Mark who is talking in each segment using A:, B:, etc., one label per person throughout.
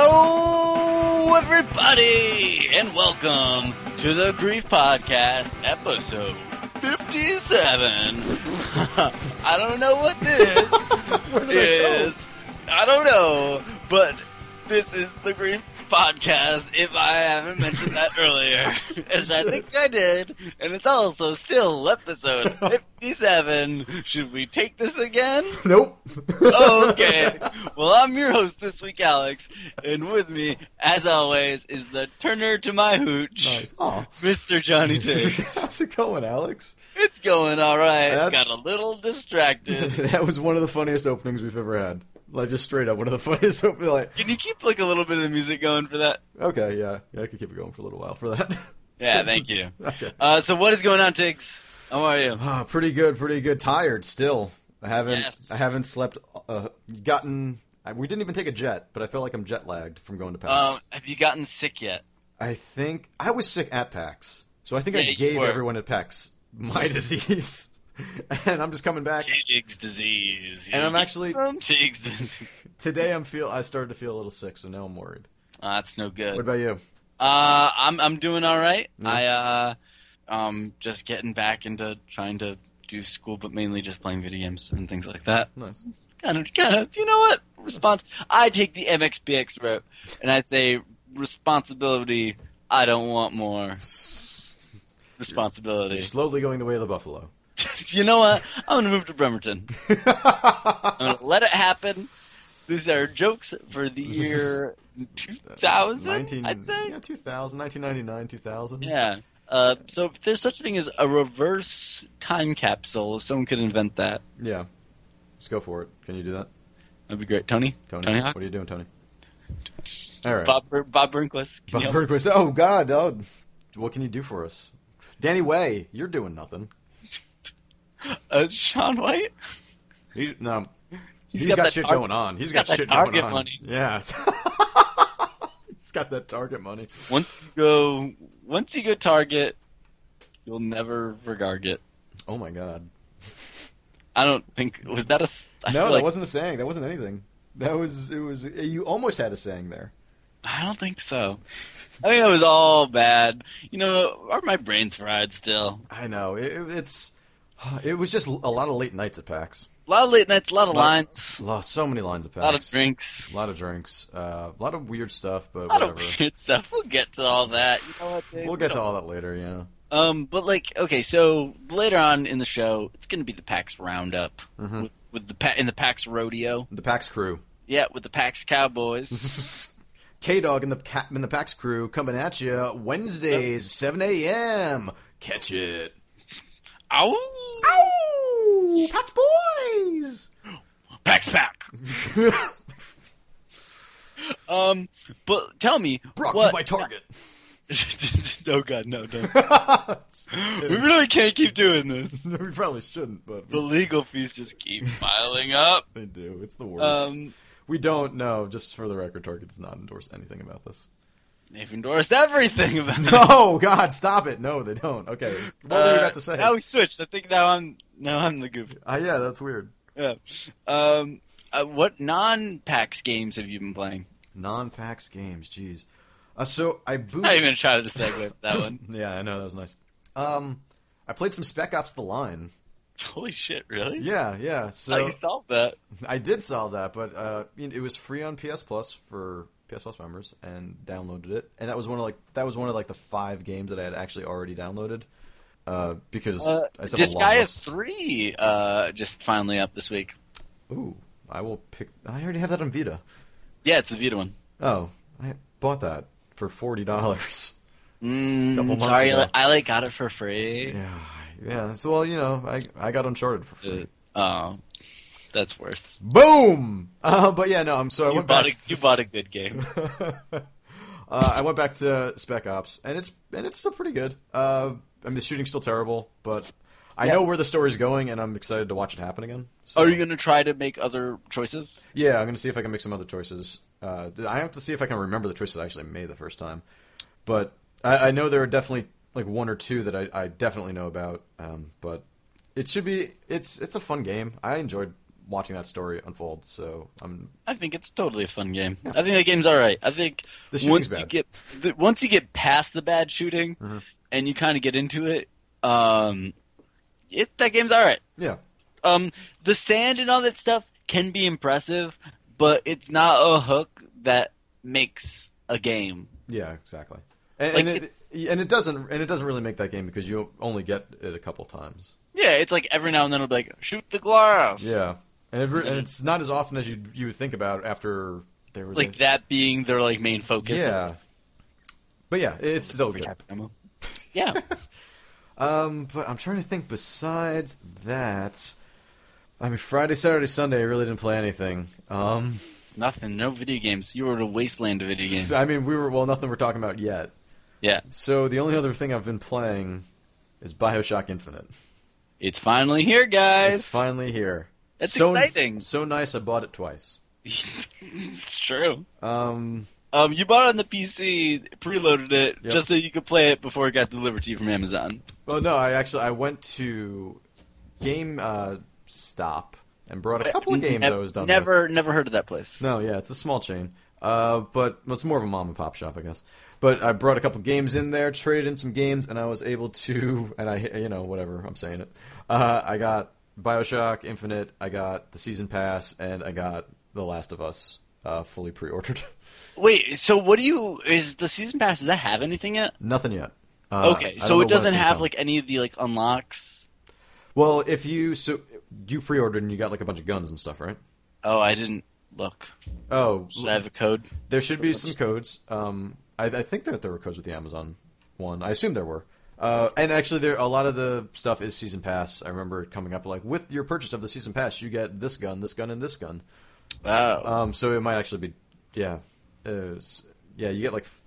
A: Hello, everybody, and welcome to the Grief Podcast, episode 57. I don't know what this is. I don't know, but this is the Grief Podcast, if I haven't mentioned that earlier. as I think I did, and it's also still episode 57. Should we take this again?
B: Nope.
A: Oh, okay. Well, I'm your host this week, Alex, and with me, as always, is the Turner to my hooch,
B: Nice. Aw.
A: Mr. Johnny Tiggs.
B: Oh. How's it going, Alex?
A: it's going all right.
B: That's-
A: Got a little distracted.
B: that was one of the funniest openings we've ever had. Like just straight up, one of the funniest openings. Like,
A: Can you keep like a little bit of the music going for that?
B: okay, yeah, yeah, I could keep it going for a little while for that.
A: Yeah, thank you.
B: okay.
A: Uh, so, what is going on, Tiggs? How are you?
B: Ah, pretty good, pretty good. Tired still. I haven't,
A: Yes.
B: I haven't slept. Uh, gotten. I, we didn't even take a jet, but I feel like I'm jet lagged from going to PAX.
A: Um, have you gotten sick yet?
B: I think I was sick at PAX, so I think
A: Yeah,
B: I
A: you
B: gave
A: were.
B: everyone at PAX my disease, and I'm just coming back.
A: Tiggs disease.
B: And I'm
A: You-
B: actually-
A: Some Tiggs disease.
B: Today I'm feel. I started to feel a little sick, so now I'm worried.
A: Ah, that's no good.
B: What about you?
A: Uh, I'm I'm doing all right. I uh, um, just getting back into trying to do school, but mainly just playing video games and things like that.
B: Nice.
A: Kind of, kind of. You know what? Response. I take the MXPX route, and I say responsibility. I don't want more responsibility.
B: Slowly going the way of the buffalo.
A: you know what? I'm gonna move to Bremerton. I'm gonna let it happen. These are jokes for the
B: This is-
A: year 2000. I'd say.
B: Yeah, 2000, 1999, 2000.
A: Yeah. Uh, so if there's such a thing as a reverse time capsule, if someone could invent that,
B: Yeah. Just go for it. Can you do that?
A: that'd be great. Tony?
B: Tony,
A: Hawk?
B: what are you doing, Tony? All right.
A: Bob, Ber- Bob Burnquist? Can
B: Bob
A: you help?
B: Burnquist. Oh, God. Oh, what can you do for us? Danny Way, you're doing nothing.
A: uh, Sean White?
B: He's no.
A: got
B: got,
A: that
B: shit
A: tar-
B: going on.
A: he's
B: he's
A: got that
B: got, shit
A: Target
B: going on.
A: money.
B: Yeah. he's got that target money.
A: Once you go, once you go Target, you'll never regard it.
B: Oh my god.
A: I don't think was that a. s- I
B: No,
A: feel
B: that
A: like-
B: wasn't a saying. That wasn't anything. That was it was you almost had a saying there.
A: I don't think so. I think that was all bad. You know, are my brains fried still?
B: I know. It, it- it's it was just a lot of late nights at PAX.
A: A lot of late nights, a lot of
B: Lot-
A: lines,
B: Lo- so many lines at PAX.
A: a lot of drinks.
B: A lot of drinks. Uh, a lot of weird stuff, but
A: A lot
B: whatever.
A: of weird stuff. We'll get to all that. You know what, Dave?
B: We'll
A: We
B: get
A: don't
B: to all that later. Yeah.
A: Um, but like, okay, so later on in the show, it's going to be the PAX roundup
B: Mm-hmm.
A: with, with the pa- in the PAX rodeo.
B: The PAX crew.
A: Yeah, with the PAX Cowboys.
B: K Dog and the ca- and the PAX crew coming at you Wednesdays, seven a.m. Catch it.
A: Ow!
B: Ow! PAX boys.
A: PAX pack. Um, but tell me
B: Brought to you
A: what?
B: by Target.
A: oh God, no, don't. we really can't keep doing this.
B: we probably shouldn't, but
A: The legal fees just keep piling up.
B: they do. It's the worst.
A: Um,
B: we don't know. Just for the record, Target does not endorse anything about this.
A: they've endorsed everything about. it.
B: No, God, stop it! No, they don't. Okay, what were you about to say?
A: Uh, Now we switched. I think now I'm now I'm the goofy.
B: Uh, yeah, that's weird.
A: Yeah. Um, uh, what non-PAX games have you been playing?
B: Non-PAX games, jeez. Uh, so I boot.
A: Not even gonna try to segue with that one.
B: yeah, I know that was nice. Um, I played some Spec Ops: The Line.
A: Holy shit! Really?
B: Yeah, yeah.
A: How
B: So
A: you solved that?
B: I did solve that, but uh, you know, it was free on PS Plus for PS Plus members, and downloaded it. And that was one of like that was one of like the five games that I had actually already downloaded. Uh, because
A: Uh,
B: I just have a long
A: Disgaea
B: list.
A: three uh, just finally up this week.
B: Ooh, I will pick. I already have that on Vita.
A: Yeah, it's the Vita one.
B: Oh, I bought that for forty dollars.
A: Mm,
B: Couple months
A: sorry,
B: ago.
A: I like got it for free.
B: Yeah, yeah. So well, you know, I I got Uncharted for free.
A: Uh, oh, that's worse.
B: Boom. Uh, but yeah, no. I'm so I
A: You
B: went
A: bought,
B: back.
A: a,
B: to-
A: you bought a good game.
B: uh, I went back to Spec Ops, and it's and it's still pretty good. Uh, I mean, the shooting's still terrible, but I know where the story's going, and I'm excited to watch it happen again. So,
A: Are you gonna try to make other choices?
B: Yeah, I'm gonna see if I can make some other choices. Uh, I have to see if I can remember the choices I actually made the first time, but I, I know there are definitely like one or two that I, I definitely know about. Um, but it should be it's it's a fun game. I enjoyed watching that story unfold. So um,
A: I
B: I'm
A: think it's totally a fun game. I think the game's all right. I think
B: The
A: once
B: shooting's
A: you
B: bad. Mm-hmm.
A: get th- once you get past the bad shooting and you kind of get into it, um, it that game's all right.
B: yeah.
A: Um, the sand and all that stuff can be impressive, but it's not a hook that makes a game.
B: Yeah, exactly. And,
A: Like,
B: and it, and it doesn't and it doesn't really make that game because you only get it a couple times.
A: Yeah, it's like every now and then it'll be like shoot the glass.
B: Yeah, and, every, and it's not as often as you you would think about after there was
A: Like
B: a,
A: that being their like main focus.
B: Yeah, but yeah, it's still
A: Every
B: good.
A: type of demo. Yeah.
B: Um, but I'm trying to think. Besides that, I mean, Friday, Saturday, Sunday, I really didn't play anything. Um,
A: It's nothing. No video games. You were at a wasteland of video games.
B: so, I mean, we were well, nothing we're talking about yet.
A: Yeah.
B: So the only other thing I've been playing is Bioshock Infinite.
A: It's finally here, guys.
B: It's finally here.
A: That's
B: so,
A: exciting.
B: So nice, I bought it twice.
A: it's true.
B: Um,
A: Um, you bought it on the PC, preloaded it,
B: Yep.
A: just so you could play it before it got delivered to you from Amazon.
B: well, no, I actually I went to Game uh, Stop and brought a couple of games
A: Nev-
B: I was done with.
A: Never, never heard of that place.
B: No, yeah, it's a small chain. Uh, but well, it's more of a mom and pop shop, I guess. But I brought a couple games in there, traded in some games, and I was able to, and I, you know, whatever, I'm saying it. Uh, I got Bioshock Infinite, I got the season pass, and I got The Last of Us uh, fully pre-ordered.
A: Wait, so what do you? Is the season pass? Does that have anything yet?
B: Nothing yet. Uh, I
A: okay,
B: don't
A: so
B: know
A: it
B: when it's
A: doesn't
B: gonna
A: have
B: come.
A: like any of the like unlocks.
B: Well, if you so you pre-ordered and you got like a bunch of guns and stuff, right?
A: Oh, I didn't look.
B: Oh,
A: Should I have a code?
B: There should be some codes. Um, I, I think that there were codes with the Amazon one. I assume there were. Uh, and actually, there a lot of the stuff is season pass. I remember it coming up like with your purchase of the season pass, you get this gun, this gun, and this gun.
A: Wow.
B: Um, so it might actually be, yeah, uh, s- yeah. You get like f-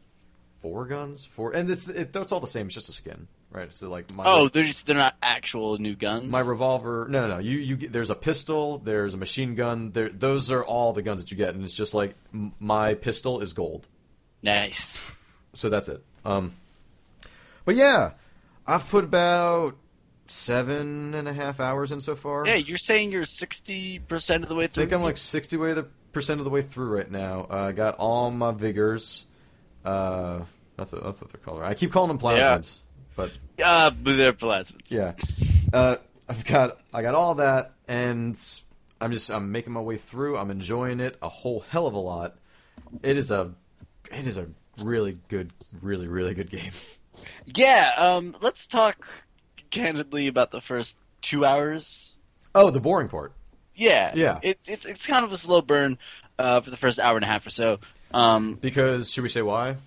B: four guns, four, and it's it, it's all the same. It's just a skin, right? So like my
A: oh, they're just they're not actual new guns.
B: my revolver. No, no, no. You, you. get- There's a pistol. There's a machine gun. There, those are all the guns that you get, and it's just like m- my pistol is gold.
A: nice.
B: so that's it. Um, but yeah, I've put about seven and a half hours in so far.
A: Yeah, you're saying you're sixty percent of the way
B: I
A: through.
B: think I'm like sixty way the percent of the way through right now. Uh, I got all my vigors. Uh, that's that's what they're called. right? I keep calling them plasmids, but
A: Uh, but they're plasmids.
B: yeah, uh, I've got I got all that, and I'm just I'm making my way through. I'm enjoying it a whole hell of a lot. It is a it is a really good, really really good game.
A: Yeah, um, let's talk candidly about the first two hours.
B: Oh, the boring part.
A: Yeah,
B: Yeah.
A: It, it's it's kind of a slow burn uh, for the first hour and a half or so. Um,
B: Because should we say why?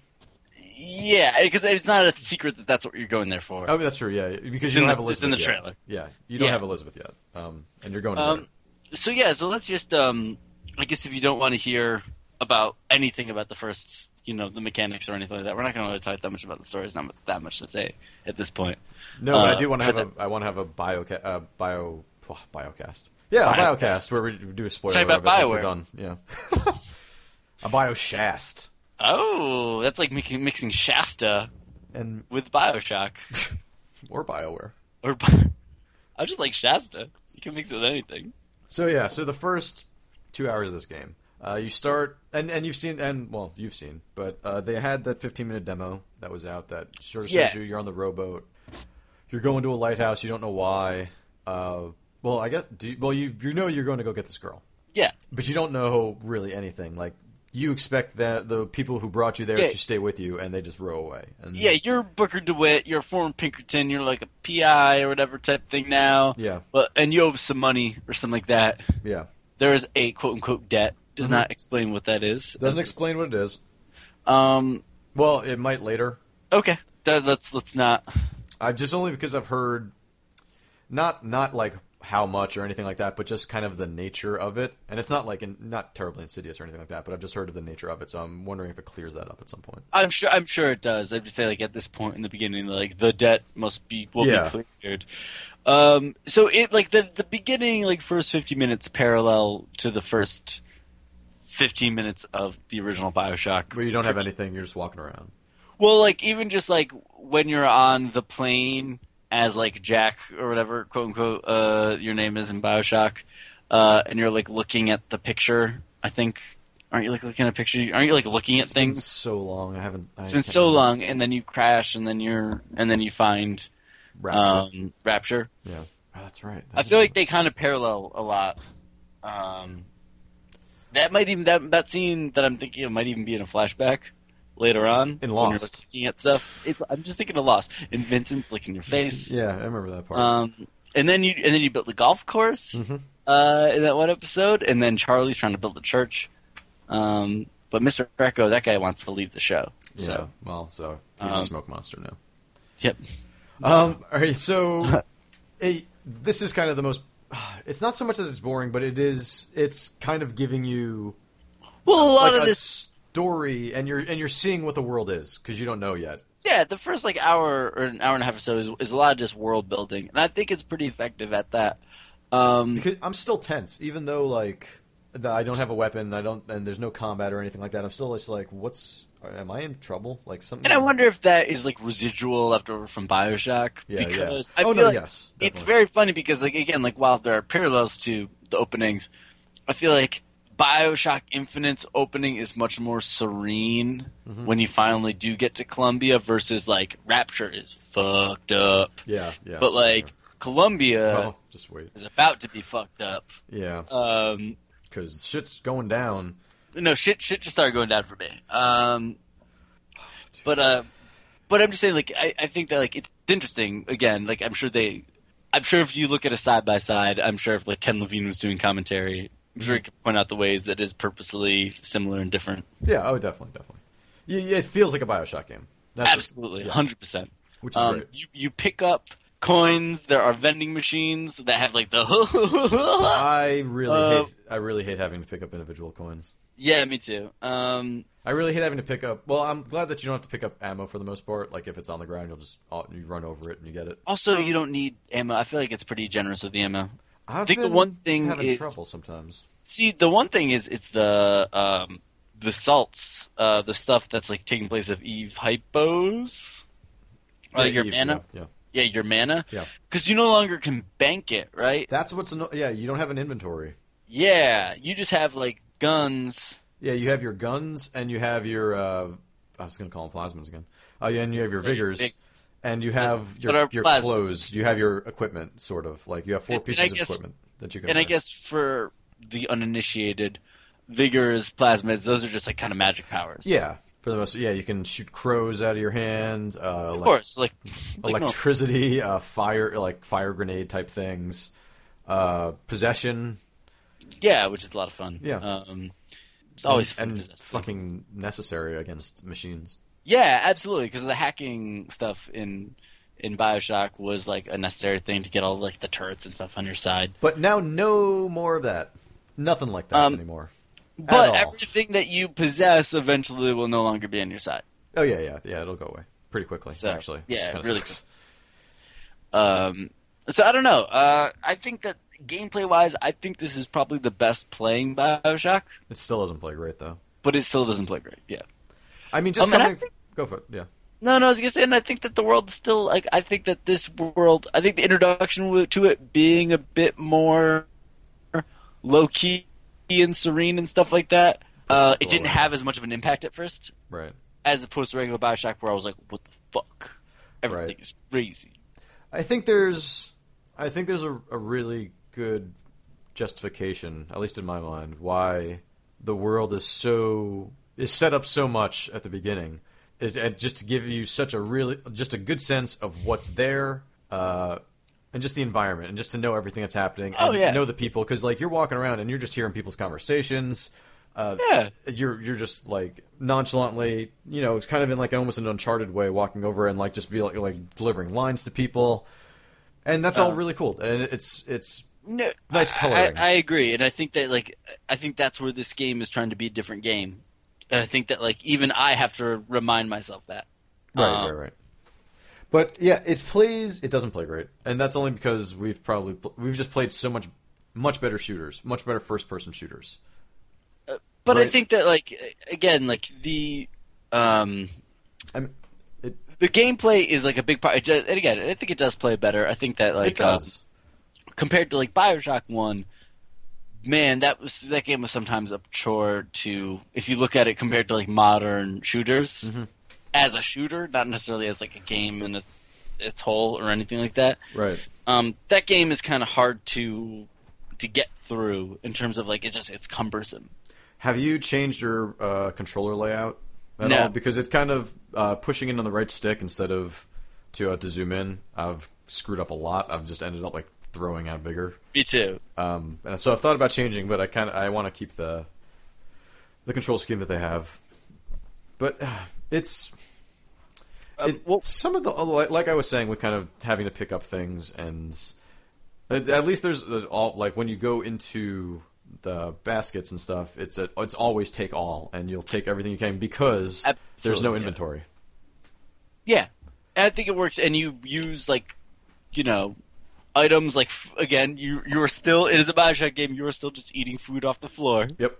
A: yeah, because it's not a secret that that's what you're going there for.
B: Oh, that's true. Yeah, because
A: It's
B: you
A: in
B: don't
A: the-
B: have Elizabeth.
A: it's in the
B: yet.
A: trailer.
B: Yeah, you don't
A: Yeah.
B: have Elizabeth yet, um, and you're going to
A: Um,
B: her.
A: so yeah, so let's just um, I guess if you don't want to hear about anything about the first, you know, the mechanics or anything like that, we're not going to really talk that much about the story. There's not that much to say at this point.
B: No, but I
A: uh,
B: do want to
A: but
B: have a. I want to have a bioca- uh, bio oh, biocast. Yeah, a
A: Biocast.
B: biocast where we do a spoiler
A: Talk
B: of it
A: about
B: once we're
A: Bioware.
B: done. Yeah, a bioshast
A: Oh, that's like mixing, mixing Shasta
B: and
A: with Bioshock
B: or Bioware.
A: or Bi- I just like Shasta. You can mix it with anything.
B: So yeah, so the first two hours of this game, uh, you start and and you've seen and well you've seen, but uh, they had that 15 minute demo that was out that sort of shows
A: Yeah.
B: you you're on the rowboat, you're going to a lighthouse, you don't know why. Uh, well, I guess do you, well you you know you're going to go get this girl,
A: Yeah,
B: but you don't know really anything. Like you expect that the people who brought you there
A: Yeah.
B: to stay with you, and they just row away. And
A: yeah. You're Booker DeWitt. You're a former Pinkerton. You're like a PI or whatever type thing now.
B: Yeah.
A: But and you owe some money or something like that.
B: yeah,
A: There is a quote unquote debt. Does not explain what that is.
B: Mm-hmm. doesn't explain what it is.
A: Um.
B: Well, it might later.
A: Okay. That, let's let's not.
B: I just only because I've heard not not like how much or anything like that, but just kind of the nature of it. And it's not like in, not terribly insidious or anything like that, but I've just heard of the nature of it, so I'm wondering if it clears that up at some point.
A: I'm sure. I'm sure it does. I'm just saying, like at this point in the beginning, like the debt must be will
B: Yeah.
A: be cleared. Um. So it like the the beginning, like first 50 minutes, parallel to the first 15 minutes of the original Bioshock.
B: But you don't have anything; you're just walking around.
A: Well, like even just like when you're on the plane as like Jack or whatever quote unquote uh, your name is in Bioshock, uh, and you're like looking at the picture. I think aren't you like looking at a picture? Aren't you like looking at
B: It's been
A: things?
B: so long. I haven't. I
A: It's been
B: can't
A: so
B: remember.
A: long, and then you crash, and then you're and then you find
B: Rapture.
A: um, Rapture.
B: yeah, Oh, that's right.
A: I feel like they kind of parallel a lot. Um, that might even that that scene that I'm thinking of might even be in a flashback later on. when
B: In
A: you're, like,
B: Lost.
A: looking at stuff. It's I'm just thinking of Lost, and Vincent's licking your face.
B: Yeah, I remember that part.
A: Um, and then you and then you built the golf course
B: Mhm.
A: uh, in that one episode, and then Charlie's trying to build the church. Um, but Mr. Greco, that guy wants to leave the show.
B: yeah.
A: So
B: well, so he's a
A: um,
B: smoke monster now.
A: yep,
B: Um, all right, so it, this is kind of the most. It's not so much that it's boring, but it is. It's kind of giving you
A: Well, a lot
B: like
A: of
B: a
A: this,
B: story, and you're and you're seeing what the world is because you don't know yet.
A: yeah, the first like hour or an hour and a half or so is, is a lot of just world building, and I think it's pretty effective at that. Um,
B: Because I'm still tense, even though like that I don't have a weapon, I don't, and there's no combat or anything like that. I'm still just like, what's? Am I in trouble? Like something?
A: and I wonder if that is like residual left over from Bioshock
B: Yeah,
A: because
B: yeah.
A: I
B: oh
A: feel
B: no,
A: like
B: yes,
A: it's
B: definitely.
A: very funny because like again like while there are parallels to the openings i feel like bioshock infinite's opening is much more serene
B: Mhm.
A: when you finally do get to columbia versus like rapture is fucked up
B: yeah, yeah.
A: but
B: it's
A: like uh, columbia
B: there. oh, just wait,
A: is about to be fucked up
B: yeah,
A: um
B: because shit's going down.
A: no shit shit just started going down for me um but uh but i'm just saying like i, I think that like it's interesting again like i'm sure they i'm sure if you look at a side by side i'm sure if like ken levine was doing commentary i'm sure he could point out the ways that is purposely similar and different
B: Yeah, oh, definitely, definitely. Yeah, yeah, it feels like a Bioshock game. That's what-
A: absolutely
B: yeah.
A: 100%
B: which is
A: um,
B: great.
A: you, you pick up coins there are vending machines that have like the
B: I really
A: Uh,
B: hate. I really hate having to pick up individual coins.
A: yeah me too um
B: I really hate having to pick up. Well, I'm glad that you don't have to pick up ammo for the most part. Like if it's on the ground, you'll just uh, you run over it and you get it.
A: also you don't need ammo i feel like it's pretty generous with the ammo
B: I
A: think the one thing
B: having
A: is-
B: trouble sometimes.
A: See, the one thing is, it's the um, the salts, uh, the stuff that's like taking place of Eve hypos. Uh,
B: Yeah,
A: your
B: Eve,
A: mana,
B: Yeah,
A: yeah,
B: yeah.
A: your mana,
B: Yeah.
A: because you no longer can bank it, right?
B: that's what's. Anno- yeah, you don't have an inventory.
A: Yeah, you just have like guns.
B: Yeah, you have your guns and you have your. Uh, I was going to call them plasmas again. Uh, yeah, and you have your
A: Yeah, your
B: vigors.
A: vig-
B: and you have
A: But our
B: your, your
A: plasmas-
B: clothes. You have your equipment, sort of like you have four
A: And- and I
B: pieces of
A: guess-
B: equipment that you can.
A: And I
B: wear.
A: guess for the uninitiated, vigors, plasmids, those are just like kind of magic powers.
B: Yeah, for the most. Yeah, you can shoot crows out of your hand. Uh,
A: of
B: elec-
A: course, like, like no.
B: electricity, uh, fire, like fire grenade type things. Uh, possession.
A: yeah, which is a lot of fun.
B: Yeah.
A: um, it's always fun
B: and,
A: to
B: and
A: possess things.
B: fucking necessary against machines.
A: Yeah, absolutely. Because the hacking stuff in in Bioshock was like a necessary thing to get all like the turrets and stuff on your side.
B: But now, no more of that. Nothing like that
A: Um,
B: anymore.
A: But
B: all.
A: everything that you possess eventually will no longer be on your side.
B: Oh yeah, yeah, yeah. It'll go away pretty quickly.
A: So,
B: actually,
A: yeah,
B: Which kinda
A: really
B: sucks.
A: Um, so I don't know. Uh, I think that gameplay wise, I think this is probably the best playing Bioshock,
B: It still doesn't play great though.
A: but it still doesn't play great. Yeah.
B: I mean, just
A: Um, and I
B: coming.
A: think-
B: Go for it. Yeah.
A: No, no, I was gonna say, and I think that the world still like I think that this world, I think the introduction w- to it being a bit more low key and serene and stuff like that, uh, it didn't have as much of an impact at first,
B: Right.
A: as opposed to regular Bioshock, where I was like, "What the fuck? Everything
B: Right.
A: is crazy."
B: I think there's, I think there's a, a really good justification, at least in my mind, why the world is so is set up so much at the beginning, is and just to give you such a really just a good sense of what's there, uh, and just the environment, and just to know everything that's happening,
A: Oh,
B: and
A: yeah.
B: know the people, because like you're walking around and you're just hearing people's conversations. Uh,
A: Yeah.
B: you're you're just like nonchalantly, you know, it's kind of in like almost an uncharted way, walking over and like just be like, like delivering lines to people, and that's all
A: Uh.
B: really cool. And it's it's
A: No,
B: Nice
A: I-
B: coloring.
A: I, I agree, and I think that like I think that's where this game is trying to be a different game, and I think that like even I have to remind myself that.
B: right,
A: Um,
B: right, right. But yeah, it plays. It doesn't play great, and that's only because we've probably pl- we've just played so much much better shooters, much better first person shooters.
A: But I
B: Right.
A: think that like again, like the um
B: I mean, it
A: the gameplay is like a big part. It does, and again, I think it does play better. I think that like
B: it does.
A: um, compared to like Bioshock One, man, that was that game was sometimes a chore to if you look at it compared to like modern shooters as a shooter, not necessarily as like a game in its its whole or anything like that.
B: Right.
A: Um, that game is kind of hard to to get through in terms of like it's just it's cumbersome.
B: Have you changed your uh, controller layout at
A: No.
B: all? Because it's kind of uh, pushing in on the right stick instead of to uh, to zoom in. I've screwed up a lot. I've just ended up like throwing out vigor.
A: Me too.
B: Um, and so I've thought about changing, but I kind of I want to keep the the control scheme that they have. But uh, it's
A: Um,
B: it,
A: well-
B: some of the oh, like like I was saying with kind of having to pick up things and at, at least there's uh, all like when you go into the baskets and stuff, it's a, it's always take all and you'll take everything you can because there's
A: Absolutely,
B: no
A: yeah.
B: inventory.
A: Yeah, and I think it works. And you use like, you know, items like f- again. You you are still it is a Bioshock game. You are still just eating food off the floor.
B: Yep.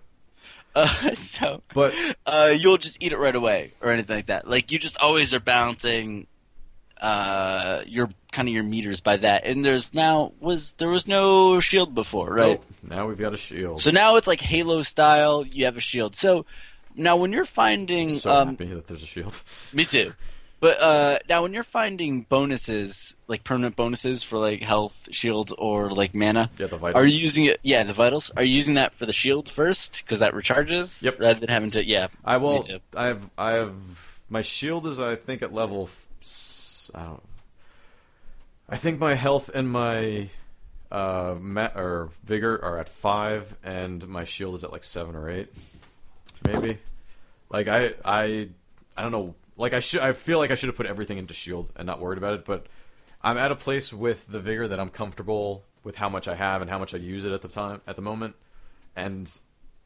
A: Uh, so,
B: But
A: uh, you'll just eat it right away or anything like that. Like you just always are balancing uh your kind of your meters by that and there's now was there was no shield before right
B: nope, oh, now we've got a shield.
A: so now it's like halo style you have a shield so now when you're finding
B: so
A: um
B: happy that there's a shield.
A: me too. But uh, now, when you're finding bonuses, like permanent bonuses for like health, shield, or like mana,
B: yeah, the vitals.
A: are you using it? Yeah, the vitals. Are you using that for the shield first because that recharges?
B: Yep.
A: Rather than having to, yeah.
B: I will.
A: Me too.
B: I have. I have. My shield is, I think, at level. f- s- I don't. I think my health and my uh, ma- or vigor are at five, and my shield is at like seven or eight, maybe. Like I, I, I don't know. Like I should. I feel like I should have put everything into shield and not worried about it. But I'm at a place with the vigor that I'm comfortable with how much I have and how much I use it at the time at the moment, and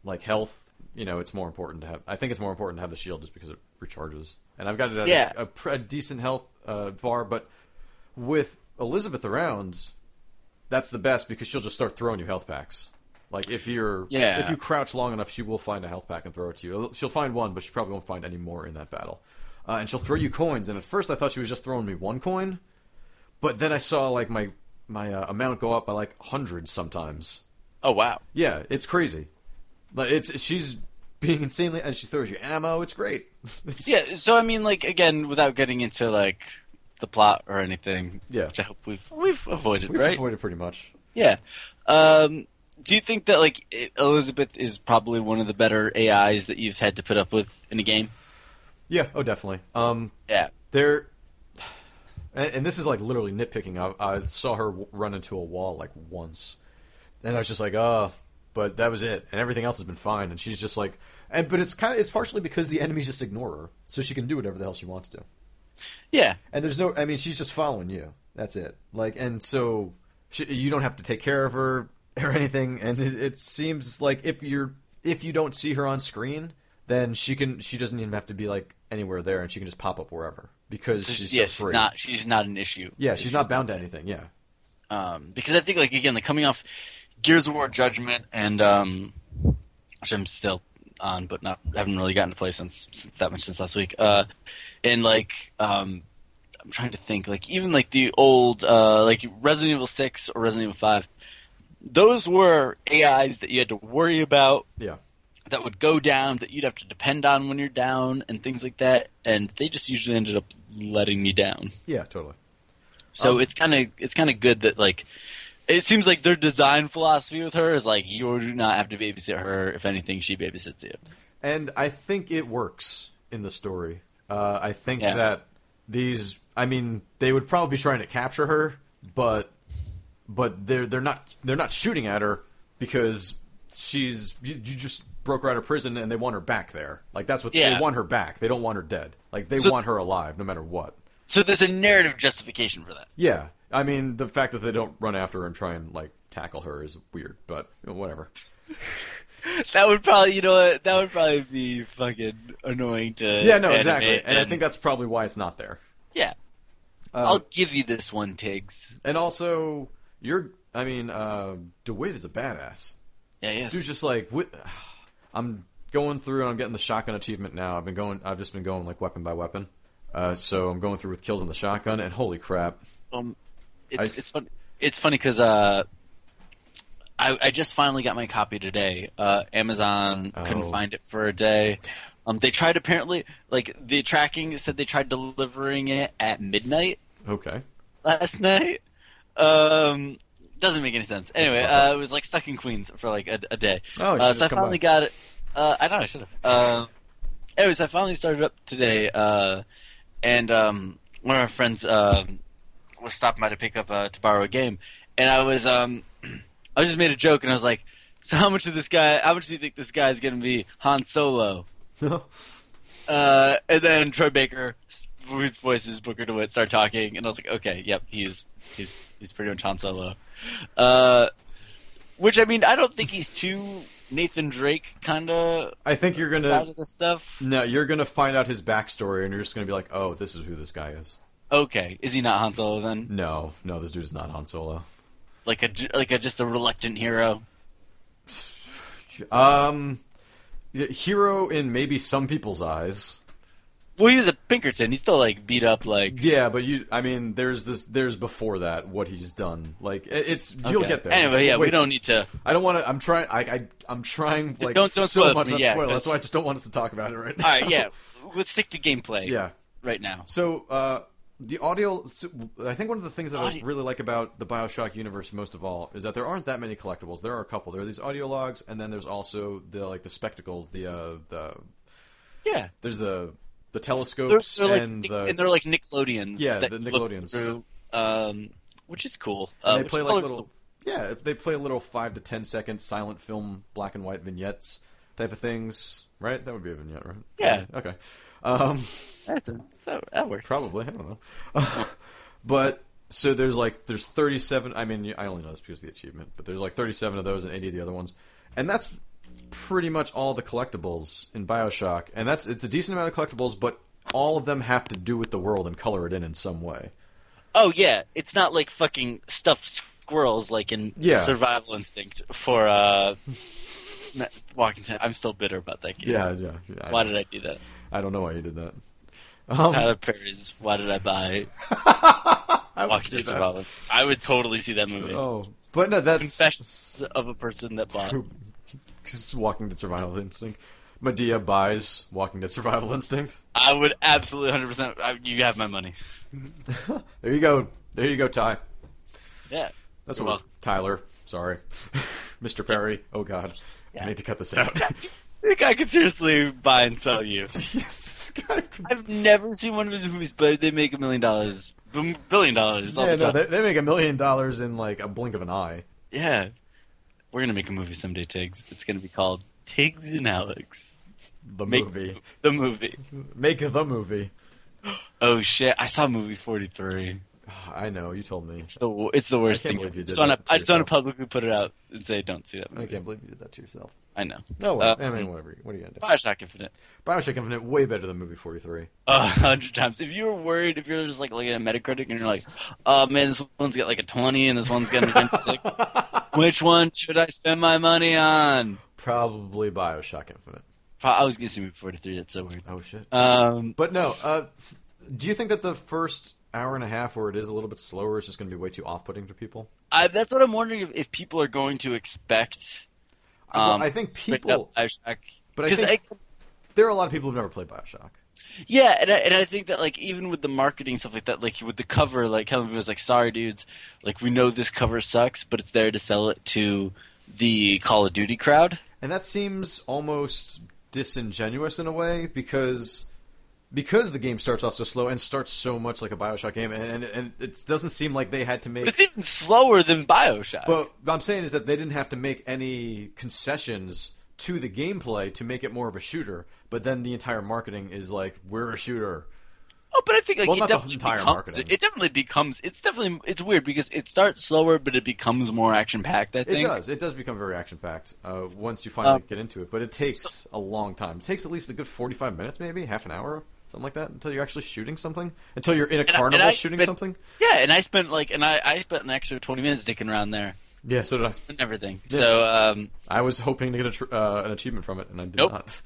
B: like health. You know, it's more important to have. I think it's more important to have the shield just because it recharges. And I've got it at a-
A: Yeah.
B: a, pr- a decent health uh, bar, but with Elizabeth around, that's the best because she'll just start throwing you health packs. Like if you're,
A: Yeah.
B: if you crouch long enough, she will find a health pack and throw it to you. She'll find one, but she probably won't find any more in that battle. Uh, and she'll throw you coins. And at first, I thought she was just throwing me one coin, but then I saw like my my uh, amount go up by like hundreds sometimes.
A: Oh wow.
B: Yeah, it's crazy. Like it's she's being insanely, and she throws you ammo. It's great. It's,
A: Yeah. So I mean, like again, without getting into like the plot or anything.
B: Yeah.
A: Which I hope we've we've avoided,
B: we've
A: right?
B: avoided pretty much.
A: Yeah. Um, do you think that like I- Elizabeth is probably one of the better AIs that you've had to put up with in a game?
B: Yeah, oh definitely. Um,
A: Yeah.
B: there and, and this is like literally nitpicking I, I saw her w- run into a wall like once and i was just like uh but that was it and everything else has been fine and she's just like and but it's kind of it's partially because the enemies just ignore her so she can do whatever the hell she wants to
A: Yeah.
B: and there's no i mean she's just following you that's it like and so she, you don't have to take care of her or anything and it, it seems like if you're if you don't see her on screen then she can she doesn't even have to be like anywhere there and she can just pop up wherever because she's
A: yeah,
B: so free
A: She's not, she's not an issue.
B: yeah she's not bound to anything yeah
A: Um, because I think, like, again, like, coming off Gears of War Judgment and, um, which I'm still on, but not, haven't really gotten to play since, since that much since last week. Uh, and, like, um, I'm trying to think, like, even, like, the old, uh, like, Resident Evil 6 or Resident Evil 5, those were AIs that you had to worry about
B: yeah
A: that would go down that you'd have to depend on when you're down and things like that and they just usually ended up letting me down
B: yeah totally
A: so it's kind of it's kind of good that like it seems like their design philosophy with her is like you do not have to babysit her. If anything, she babysits you.
B: and i think it works in the story uh, i think
A: Yeah.
B: that these i mean they would probably be trying to capture her but but they're they're not they're not shooting at her because she's you, you just broke her out of prison and they want her back there like that's what
A: Yeah.
B: they want her back they don't want her dead like they
A: So-
B: want her alive no matter what
A: So there's a narrative justification for that.
B: yeah i mean the fact that they don't run after her and try and like tackle her is weird but you know, whatever
A: That would probably you know what, that would probably be fucking annoying to.
B: yeah no
A: animate
B: exactly and i think Uh, that's probably why it's not there
A: yeah. I'll give you this one, Tiggs.
B: And also, you're. I mean, uh, DeWitt is a badass.
A: Yeah, yeah.
B: Dude's just like, wi- I'm going through and I'm getting the shotgun achievement now. I've been going. I've just been going like weapon by weapon. Uh, so I'm going through with kills on the shotgun, and holy crap!
A: um,
B: I-
A: it's it's fun. It's funny because uh, I, I just finally got my copy today. Uh, Amazon
B: Oh.
A: couldn't find it for a day. Um, they tried apparently, like the tracking said they tried delivering it at midnight
B: Okay.
A: last night. Um, doesn't make any sense. Anyway,
B: fucked
A: uh, it was like stuck in Queens for like a, a day.
B: Oh,
A: uh,
B: you should've
A: so I
B: just come
A: finally
B: by.
A: got it. Uh, I know I should have. Um, anyways, I finally started up today, uh, and um, one of our friends um was stopping by to pick up uh, to borrow a game, and I was um, I just made a joke, and I was like, "So how much of this guy? How much do you think this guy's gonna be Han Solo?" Uh, and then Troy Baker who voices Booker DeWitt start talking, and I was like, okay, yep, he's he's he's pretty much Han Solo. Uh, which I mean, I don't think he's too Nathan Drake kind of
B: I think you're
A: side
B: gonna
A: of the stuff.
B: no, you're gonna find out his backstory, and you're just gonna be like, oh, this is who this guy is.
A: Okay, is he not Han Solo then?
B: No, no, this dude is not Han Solo.
A: Like a j- like a just a reluctant hero.
B: Um, yeah, hero in maybe some people's eyes.
A: Well, he's a Pinkerton. He's still like beat up. Like
B: Yeah, but you, I mean, there's this, there's before that what he's done. Like it- it's, you'll
A: Okay.
B: get there. Just
A: Anyway, yeah, we
B: wait.
A: don't need to.
B: I don't want to. I'm trying. I, I I'm trying like
A: don't
B: so
A: spoil it
B: much.
A: for me,
B: Not
A: yeah,
B: spoil. That's
A: that's-
B: why I just don't want us to talk about it right now.
A: All right, yeah, let's stick to gameplay.
B: yeah.
A: right now.
B: So uh, the audio. so I think one of the things that I
A: Audio-
B: really like about the Bioshock universe most of all is that there aren't that many collectibles. There are a couple. There are these audio logs, and then there's also the like the spectacles. The uh, the
A: Yeah,
B: there's the the
A: they're,
B: telescopes
A: they're like
B: and
A: Nic-
B: the
A: and they're like Nickelodeons.
B: Yeah,
A: that
B: the
A: you look
B: Nickelodeons.
A: through, um, which is cool. Uh,
B: and they
A: which
B: play like
A: colors
B: little yeah if they play little five to ten second silent film black and white vignettes type of things right that would be a vignette right
A: Yeah.
B: okay um
A: the- That's a, that, that works.
B: probably i don't know but so there's like there's 37 i mean i only know this because of the achievement but there's like 37 of those and 80 of the other ones and that's pretty much all the collectibles in bioshock and that's it's a decent amount of collectibles but all of them have to do with the world and color it in in some way
A: Oh yeah, it's not like fucking stuffed squirrels like in
B: Yeah.
A: Survival Instinct for uh, Ma- Walking Dead. I'm still bitter about that game.
B: yeah yeah, yeah.
A: Why did I do that?
B: I don't know why you did that um,
A: Tyler Perry's. Why did I buy
B: I would
A: Walking
B: say
A: Dead
B: that.
A: Survival? I would totally see that movie.
B: Oh, but no, that's
A: Confessions of a person that bought.
B: Just Walking Dead Survival Instinct. Medea buys Walking Dead Survival Instinct.
A: I would absolutely 100. percent You have my money.
B: There you go. There you go, Ty.
A: Yeah.
B: That's
A: You're
B: what
A: welcome.
B: Tyler. Sorry, Mr. Perry. Oh God, I
A: Yeah.
B: need to cut this out.
A: I think I could seriously buy and sell you.
B: yes, God.
A: I've never seen one of his movies, but they make a million dollars, b- billion dollars. all
B: Yeah,
A: the
B: no,
A: time.
B: they, they make a million dollars in like a blink of an eye.
A: Yeah. We're gonna make a movie someday, Tiggs. It's gonna be called Tiggs and Alex.
B: The
A: Make
B: movie,
A: The movie.
B: make the movie.
A: Oh shit! I saw movie forty three.
B: I know you told me.
A: It's the wo- it's the worst
B: I can't
A: thing.
B: believe you
A: ever. Just
B: did
A: wanna-
B: that to
A: I just want to
B: yourself.
A: publicly put it out and say, don't see that
B: I
A: movie.
B: can't believe you did that to yourself.
A: I know.
B: No, well,
A: Uh,
B: I mean, whatever. What are you gonna do?
A: Bioshock Infinite.
B: Bioshock Infinite way better than movie forty three.
A: A hundred times. If you were worried, if you're just like looking at Metacritic and you're like, oh man, this one's got like a twenty and this one's got a twenty-six. Which one should I spend my money on?
B: Probably Bioshock Infinite.
A: Pro- I was gonna see movie forty three. That's so weird.
B: Oh shit.
A: Um,
B: But no, uh, s- do you think that the first hour and a half where it is a little bit slower is just going to be way too off-putting to people?
A: I, that's what I'm wondering if, if people are going to expect.
B: I- well,
A: Um,
B: I think
A: pick
B: people,
A: up Bioshock.
B: but I
A: 'Cause
B: think there are a lot of people who've never played Bioshock.
A: yeah, and I, and I think that like even with the marketing stuff like that, like with the cover, like Helen was like, "Sorry, dudes, like we know this cover sucks, but it's there to sell it to the Call of Duty crowd."
B: And that seems almost disingenuous in a way because because the game starts off so slow and starts so much like a Bioshock game, and, and, and it doesn't seem like they had to make.
A: But it's even slower than Bioshock.
B: But what I'm saying is that they didn't have to make any concessions to the gameplay to make it more of a shooter. But then the entire marketing is like, we're a shooter.
A: oh, but I think like
B: Well,
A: it
B: not the
A: definitely
B: entire
A: becomes
B: marketing.
A: it definitely becomes it's definitely it's weird because it starts slower, but it becomes more action packed. I
B: It
A: think
B: does. It does become very action packed uh, once you finally
A: Um,
B: get into it. But it takes a long time. It takes at least a good 45 minutes, maybe half an hour, something like that, until you're actually shooting something. Until you're in a
A: I- and
B: carnival
A: I
B: shooting
A: spent-
B: something.
A: Yeah, and I spent like and I, I spent an extra twenty minutes dicking around there.
B: Yeah, so did I.
A: and everything. So um,
B: I was hoping to get a tr- uh, an achievement from it, and I did
A: Nope.
B: not.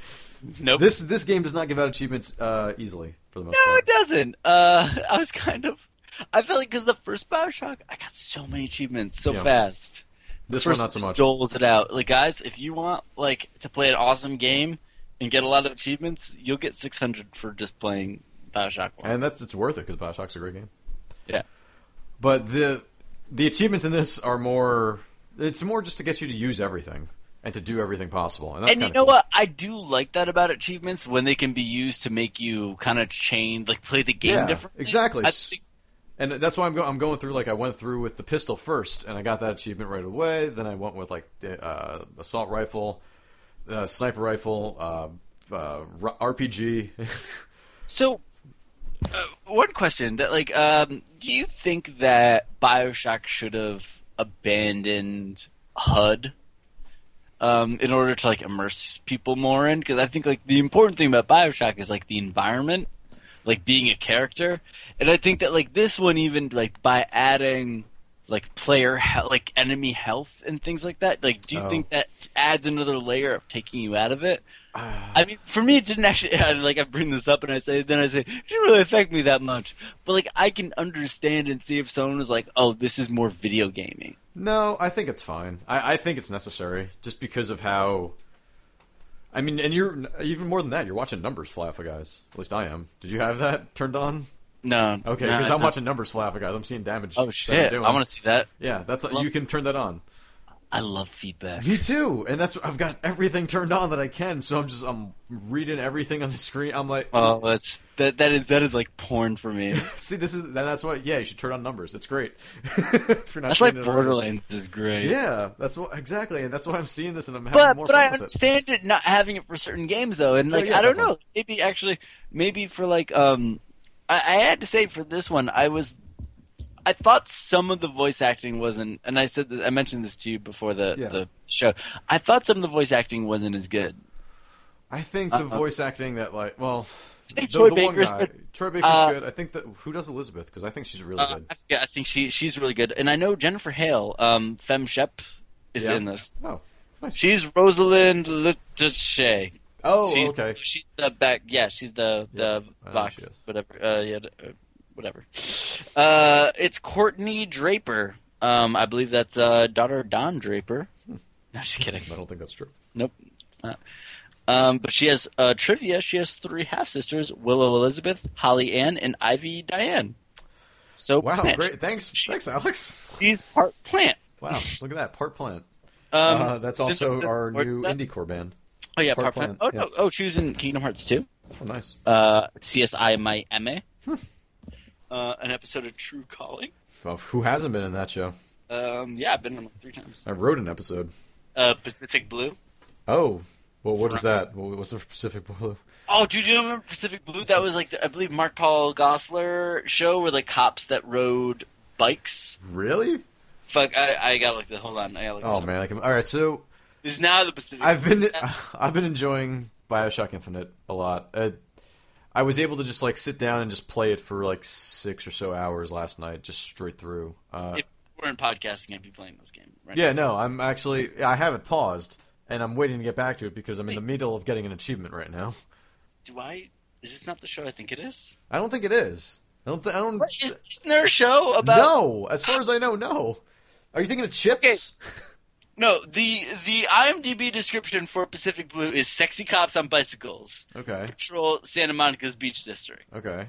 A: nope.
B: This this game does not give out achievements uh, easily for the most
A: no,
B: part.
A: it doesn't. Uh, I was kind of. I felt like because the first Bioshock, I got so many achievements so
B: Yeah.
A: fast.
B: This one
A: person
B: not so
A: just
B: much.
A: doles it out. Like guys, if you want like to play an awesome game and get a lot of achievements, you'll get 600 for just playing Bioshock One.
B: And that's it's worth it because Bioshock's a great game.
A: yeah,
B: But the the achievements in this are more. It's more just to get you to use everything and to do everything possible. And, that's
A: and you
B: kinda
A: know
B: cool.
A: what? I do like that about achievements when they can be used to make you kind of change, like play the game
B: Yeah,
A: differently.
B: exactly.
A: I think-
B: And that's why I'm going. I'm going through like I went through with the pistol first, and I got that achievement right away. Then I went with like the uh, assault rifle, uh, sniper rifle, uh, uh, r- RPG.
A: So, uh, one question that like, um, do you think that Bioshock should have abandoned HUD um, in order to like immerse people more in? Because I think like the important thing about Bioshock is like the environment, like being a character, and I think that like this one even like by adding like player he- like enemy health and things like that like do you
B: Oh.
A: think that adds another layer of taking you out of it
B: Uh,
A: I mean, for me, it didn't actually. I, like I bring this up and I say, then I say, it didn't really affect me that much. But like, I can understand and see if someone was like, "Oh, this is more video gaming."
B: no, I think it's fine. I, I think it's necessary just because of how. I mean, and you're even more than that. You're watching numbers fly off of guys. At least I am. Did you have that turned on?
A: No,
B: Okay,
A: no,
B: because I'm
A: no.
B: watching numbers fly off of guys. I'm seeing damage.
A: Oh
B: That I'm
A: shit!
B: doing.
A: I want to see that.
B: Yeah, that's
A: Love-
B: you can turn that on.
A: I love feedback.
B: Me too, and that's I've got everything turned on that I can, so I'm just I'm reading everything on the screen. I'm like,
A: Oh, that's that. That is that is like porn for me.
B: see, this is and that's what. Yeah, you should turn on numbers. It's great. If you're not
A: That's like
B: turning it on-
A: Borderlands is great.
B: Yeah, that's what exactly, and that's why I'm seeing this, and I'm having
A: But
B: more
A: but
B: fun
A: I
B: with
A: understand it not having it for certain games though, and
B: Oh,
A: like
B: yeah,
A: I don't
B: definitely.
A: know, maybe actually maybe for like um, I, I had to say for this one I was I thought some of the voice acting wasn't, and I said this, I mentioned this to you before the
B: Yeah.
A: the show. I thought some of the voice acting wasn't as good.
B: it. I think the
A: Uh-uh.
B: voice acting that like, well, the,
A: think Troy
B: the one
A: Baker's
B: guy,
A: good.
B: Troy Baker's
A: Uh,
B: good. I think that who does Elizabeth because I think she's really
A: Uh,
B: good.
A: I- yeah, I think she she's really good, and I know Jennifer Hale, um, Fem Shep, is
B: Yeah?
A: in this.
B: Oh, nice.
A: She's Rosalind Litache.
B: oh,
A: she's,
B: okay.
A: She's the back. Yeah, she's the
B: Yeah,
A: the
B: I know
A: box.
B: she is.
A: Whatever. Uh, yeah, uh, whatever. Uh, it's Courtney Draper. Um, I believe that's uh, daughter of Don Draper. No, just kidding.
B: I don't think that's true.
A: Nope, it's not. Um, but she has uh, trivia. She has three half sisters: Willow Elizabeth, Holly Ann, and Ivy Diane. So
B: Wow,
A: plant.
B: great. Thanks,
A: Oh, She's-
B: thanks, Alex.
A: She's part plant.
B: Wow, look at that part plant.
A: Um,
B: uh, that's
A: so-
B: also our new
A: that-
B: indie core band.
A: Oh yeah,
B: part
A: part plant.
B: plant,
A: Oh no,
B: yeah.
A: oh she was in Kingdom Hearts too.
B: Oh, nice.
A: uh, CSI My MA,
B: Hmm.
A: uh, an episode of True Calling.
B: Well, who hasn't been in that show?
A: Um, yeah, I've been on like three times.
B: I wrote an episode.
A: Uh, Pacific Blue.
B: Oh, well, what is that? Wha- What's the Pacific Blue?
A: Oh, dude, you remember Pacific Blue? That was like the, I believe Mark Paul Gossler show where the cops that rode bikes.
B: Really?
A: Fuck, I, I gotta look. The hold on, I gotta look.
B: Oh man, I can. All right, so
A: is now the Pacific.
B: I've been
A: Blue.
B: I've been enjoying Bioshock Infinite a lot. Uh, I was able to just like sit down and just play it for like six or so hours last night, just straight through. Uh,
A: If we're in podcasting, I'd be playing this game. Right
B: yeah, no, I'm actually I have it paused and I'm waiting to get back to it because I'm in the middle of getting an achievement right now.
A: Do I? Is this not the show I think it is?
B: I don't think it is. I don't. Th- I don't.
A: Is, isn't there a show about?
B: No, as far as I know, no. Are you thinking of chips?
A: No, the the IMDb description for Pacific Blue is sexy cops on bicycles
B: Okay.
A: patrol Santa Monica's beach district.
B: Okay.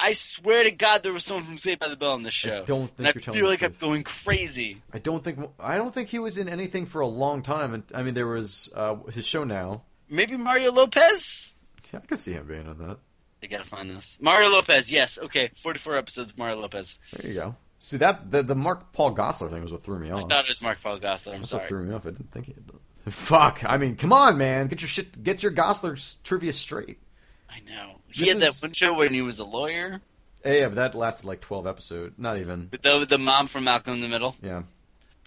A: I swear to God, there was someone from Saved by the Bell on this show.
B: don't think
A: and I
B: you're telling
A: feel
B: the
A: like I'm
B: truth.
A: going crazy.
B: I don't think I don't think he was in anything for a long time. And I mean, there was uh, his show now.
A: Maybe Mario Lopez.
B: Yeah, I could see him being in that.
A: I gotta find this. Mario Lopez. Yes. Okay. Forty-four episodes. Mario Lopez.
B: There you go. See that the, the Mark Paul Gossler thing was what threw me off.
A: I thought it was Mark Paul Gosselaar. I'm
B: Oh. That's
A: sorry.
B: what threw me off. I didn't think he had done. Fuck! I mean, come on, man. Get your shit. Get your Gossler s- trivia straight.
A: I know. He
B: This
A: had
B: is-
A: that one show when he was a lawyer
B: Yeah, yeah, but that lasted like twelve episodes. Not even.
A: with the, with the mom from Malcolm in the Middle.
B: Yeah.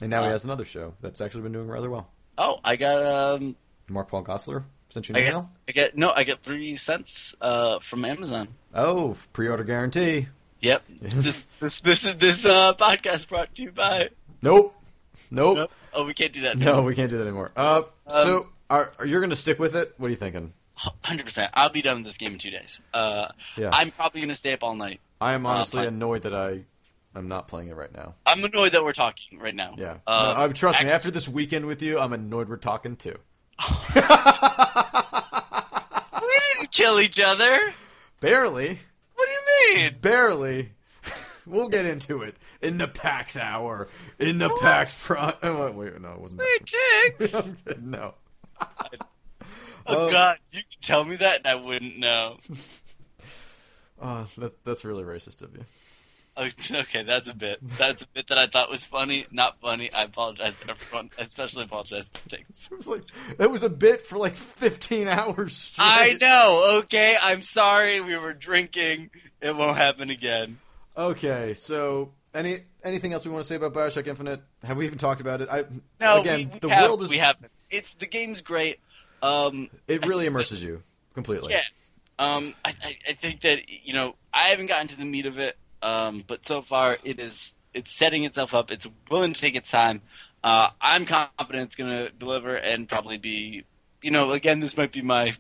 B: And now he
A: Uh,
B: has another show that's actually been doing rather well.
A: Oh, I got um,
B: Mark Paul Gossler sent you
A: I
B: an
A: got,
B: email.
A: I got no, I got three cents uh from Amazon.
B: Oh, pre-order guarantee.
A: Yep. this this this is this uh, podcast brought to you by.
B: Nope.
A: Nope.
B: Nope.
A: Um, Oh, we can't do that.
B: No, we can't do that anymore. Uh, so are, are you're going to stick with it? What are you thinking?
A: Hundred percent. I'll be done with this game in two days. Uh,
B: Yeah.
A: I'm probably gonna stay up all night.
B: I am honestly
A: Uh, I-
B: annoyed that I I'm not playing it right now.
A: I'm annoyed that we're talking right now.
B: Yeah.
A: Uh,
B: No, I- trust me,
A: act-
B: after this weekend with you, I'm annoyed we're talking too.
A: we didn't kill each other.
B: Barely.
A: What do you mean?
B: Barely. we'll get into it in the PAX hour. In the PAX front. Oh, wait, wait, no, it wasn't.
A: Hey, Jigs.
B: PAX. I'm kidding, no.
A: Oh
B: Um,
A: God, you can tell me that, and I wouldn't know.
B: Uh, that, that's really racist of you.
A: Oh, Okay, that's a bit. That's a bit that I thought was funny. Not funny. I apologize, to everyone. I especially apologize to Jigs.
B: It was like that was a bit for like 15 hours straight.
A: I know. Okay, I'm sorry. We were drinking. It won't happen again.
B: Okay, so any anything else we want to say about Bioshock Infinite? Have we even talked about it? I
A: No, we,
B: again,
A: we
B: the
A: have,
B: world is
A: we have. It's the game's great. Um,
B: it really immerses you completely.
A: yeah. Um, I, I, I think that you know I haven't gotten to the meat of it. Um, but so far it is it's setting itself up. It's willing to take its time. Uh, I'm confident it's going to deliver and probably be. You know, again, this might be my.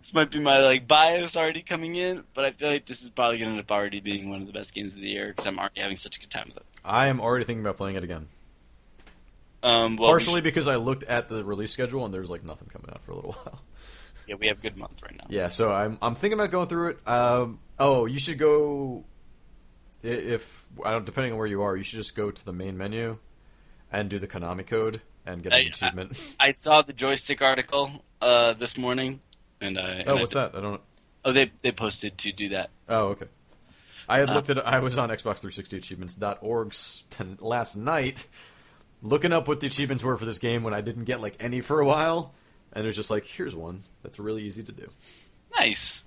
A: This might be my like bias already coming in, but I feel like this is probably going to end up already being one of the best games of the year because I'm already having such a good time with it.
B: I am already thinking about playing it again.
A: Um, well, we
B: Partially because I looked at the release schedule and there's like nothing coming out for a little while.
A: should- yeah, we have a good month right now.
B: Yeah, so I'm I'm thinking about going through it. Um, oh, you should go i- if I don't depending on where you are, you should just go to the main menu and do the Konami code and get an
A: I- I-
B: achievement.
A: I saw the joystick article uh, this morning, and I and
B: oh,
A: I
B: what's
A: did-
B: that? I don't.
A: Oh, they they posted to do that.
B: Oh, okay. I had
A: Uh,
B: looked at. I was on Xbox360achievements.org's t- last night, looking up what the achievements were for this game when I didn't get like any for a while, and it was just like, here's one that's really easy to do.
A: Nice.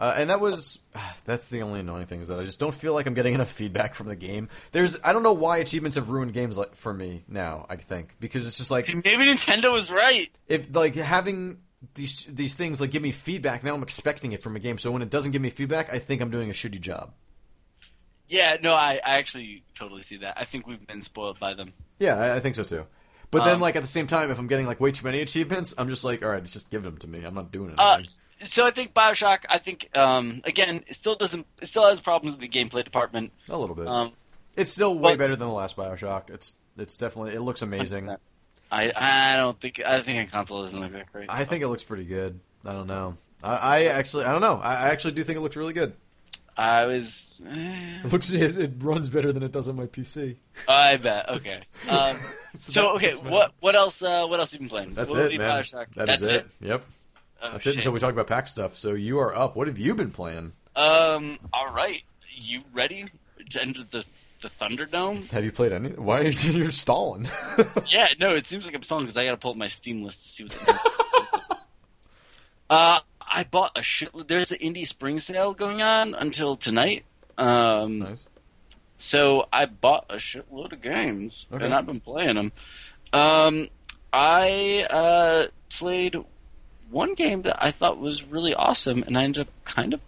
B: Uh, and that was that's the only annoying thing is that I just don't feel like I'm getting enough feedback from the game. There's I don't know why achievements have ruined games like for me now. I think because it's just like
A: See, maybe Nintendo was right.
B: if like having these these things like give me feedback now I'm expecting it from a game. So when it doesn't give me feedback, I think I'm doing a shitty job.
A: Yeah, no, I, I actually totally see that. I think we've been spoiled by them.
B: Yeah, I, I think so too. But then
A: Um,
B: like at the same time, if I'm getting like way too many achievements, I'm just like, all right, just give them to me. I'm not doing
A: Uh,
B: anything.
A: so I think Bioshock. I think um, again, it still doesn't. It still has problems with the gameplay department.
B: a little bit.
A: Um,
B: it's still way
A: but-
B: better than the last Bioshock. It's it's definitely it looks amazing.
A: 100%. I I don't think I think a console doesn't look that great.
B: I think it looks pretty good. I don't know. I, I actually, I don't know. I I actually do think it looks really good.
A: I was. eh,
B: It looks, it, it runs better than it does on my PC.
A: I bet. Okay. Um, so
B: that-
A: okay,
B: that's my-
A: what what else? Uh, what else have you been playing?
B: That's
A: We'll
B: it,
A: leave
B: man.
A: Bioshock.
B: that's
A: That's
B: it. Yep,
A: Oh,
B: that's it. Until
A: shit.
B: we talk about pack stuff. So you are up. What have you been playing?
A: Um. All right. You ready to enter the the Thunderdome?
B: Have you played any? Why are you you're stalling?
A: Yeah, no, it seems like I'm stalling because I gotta pull up my Steam list to see what's. in there. uh, I bought a shit. There's the indie spring sale going on until tonight. Um,
B: nice.
A: so I bought a shitload of games
B: Okay.
A: and I've been playing them. Um, I uh played one game that I thought was really awesome, and I ended up kind of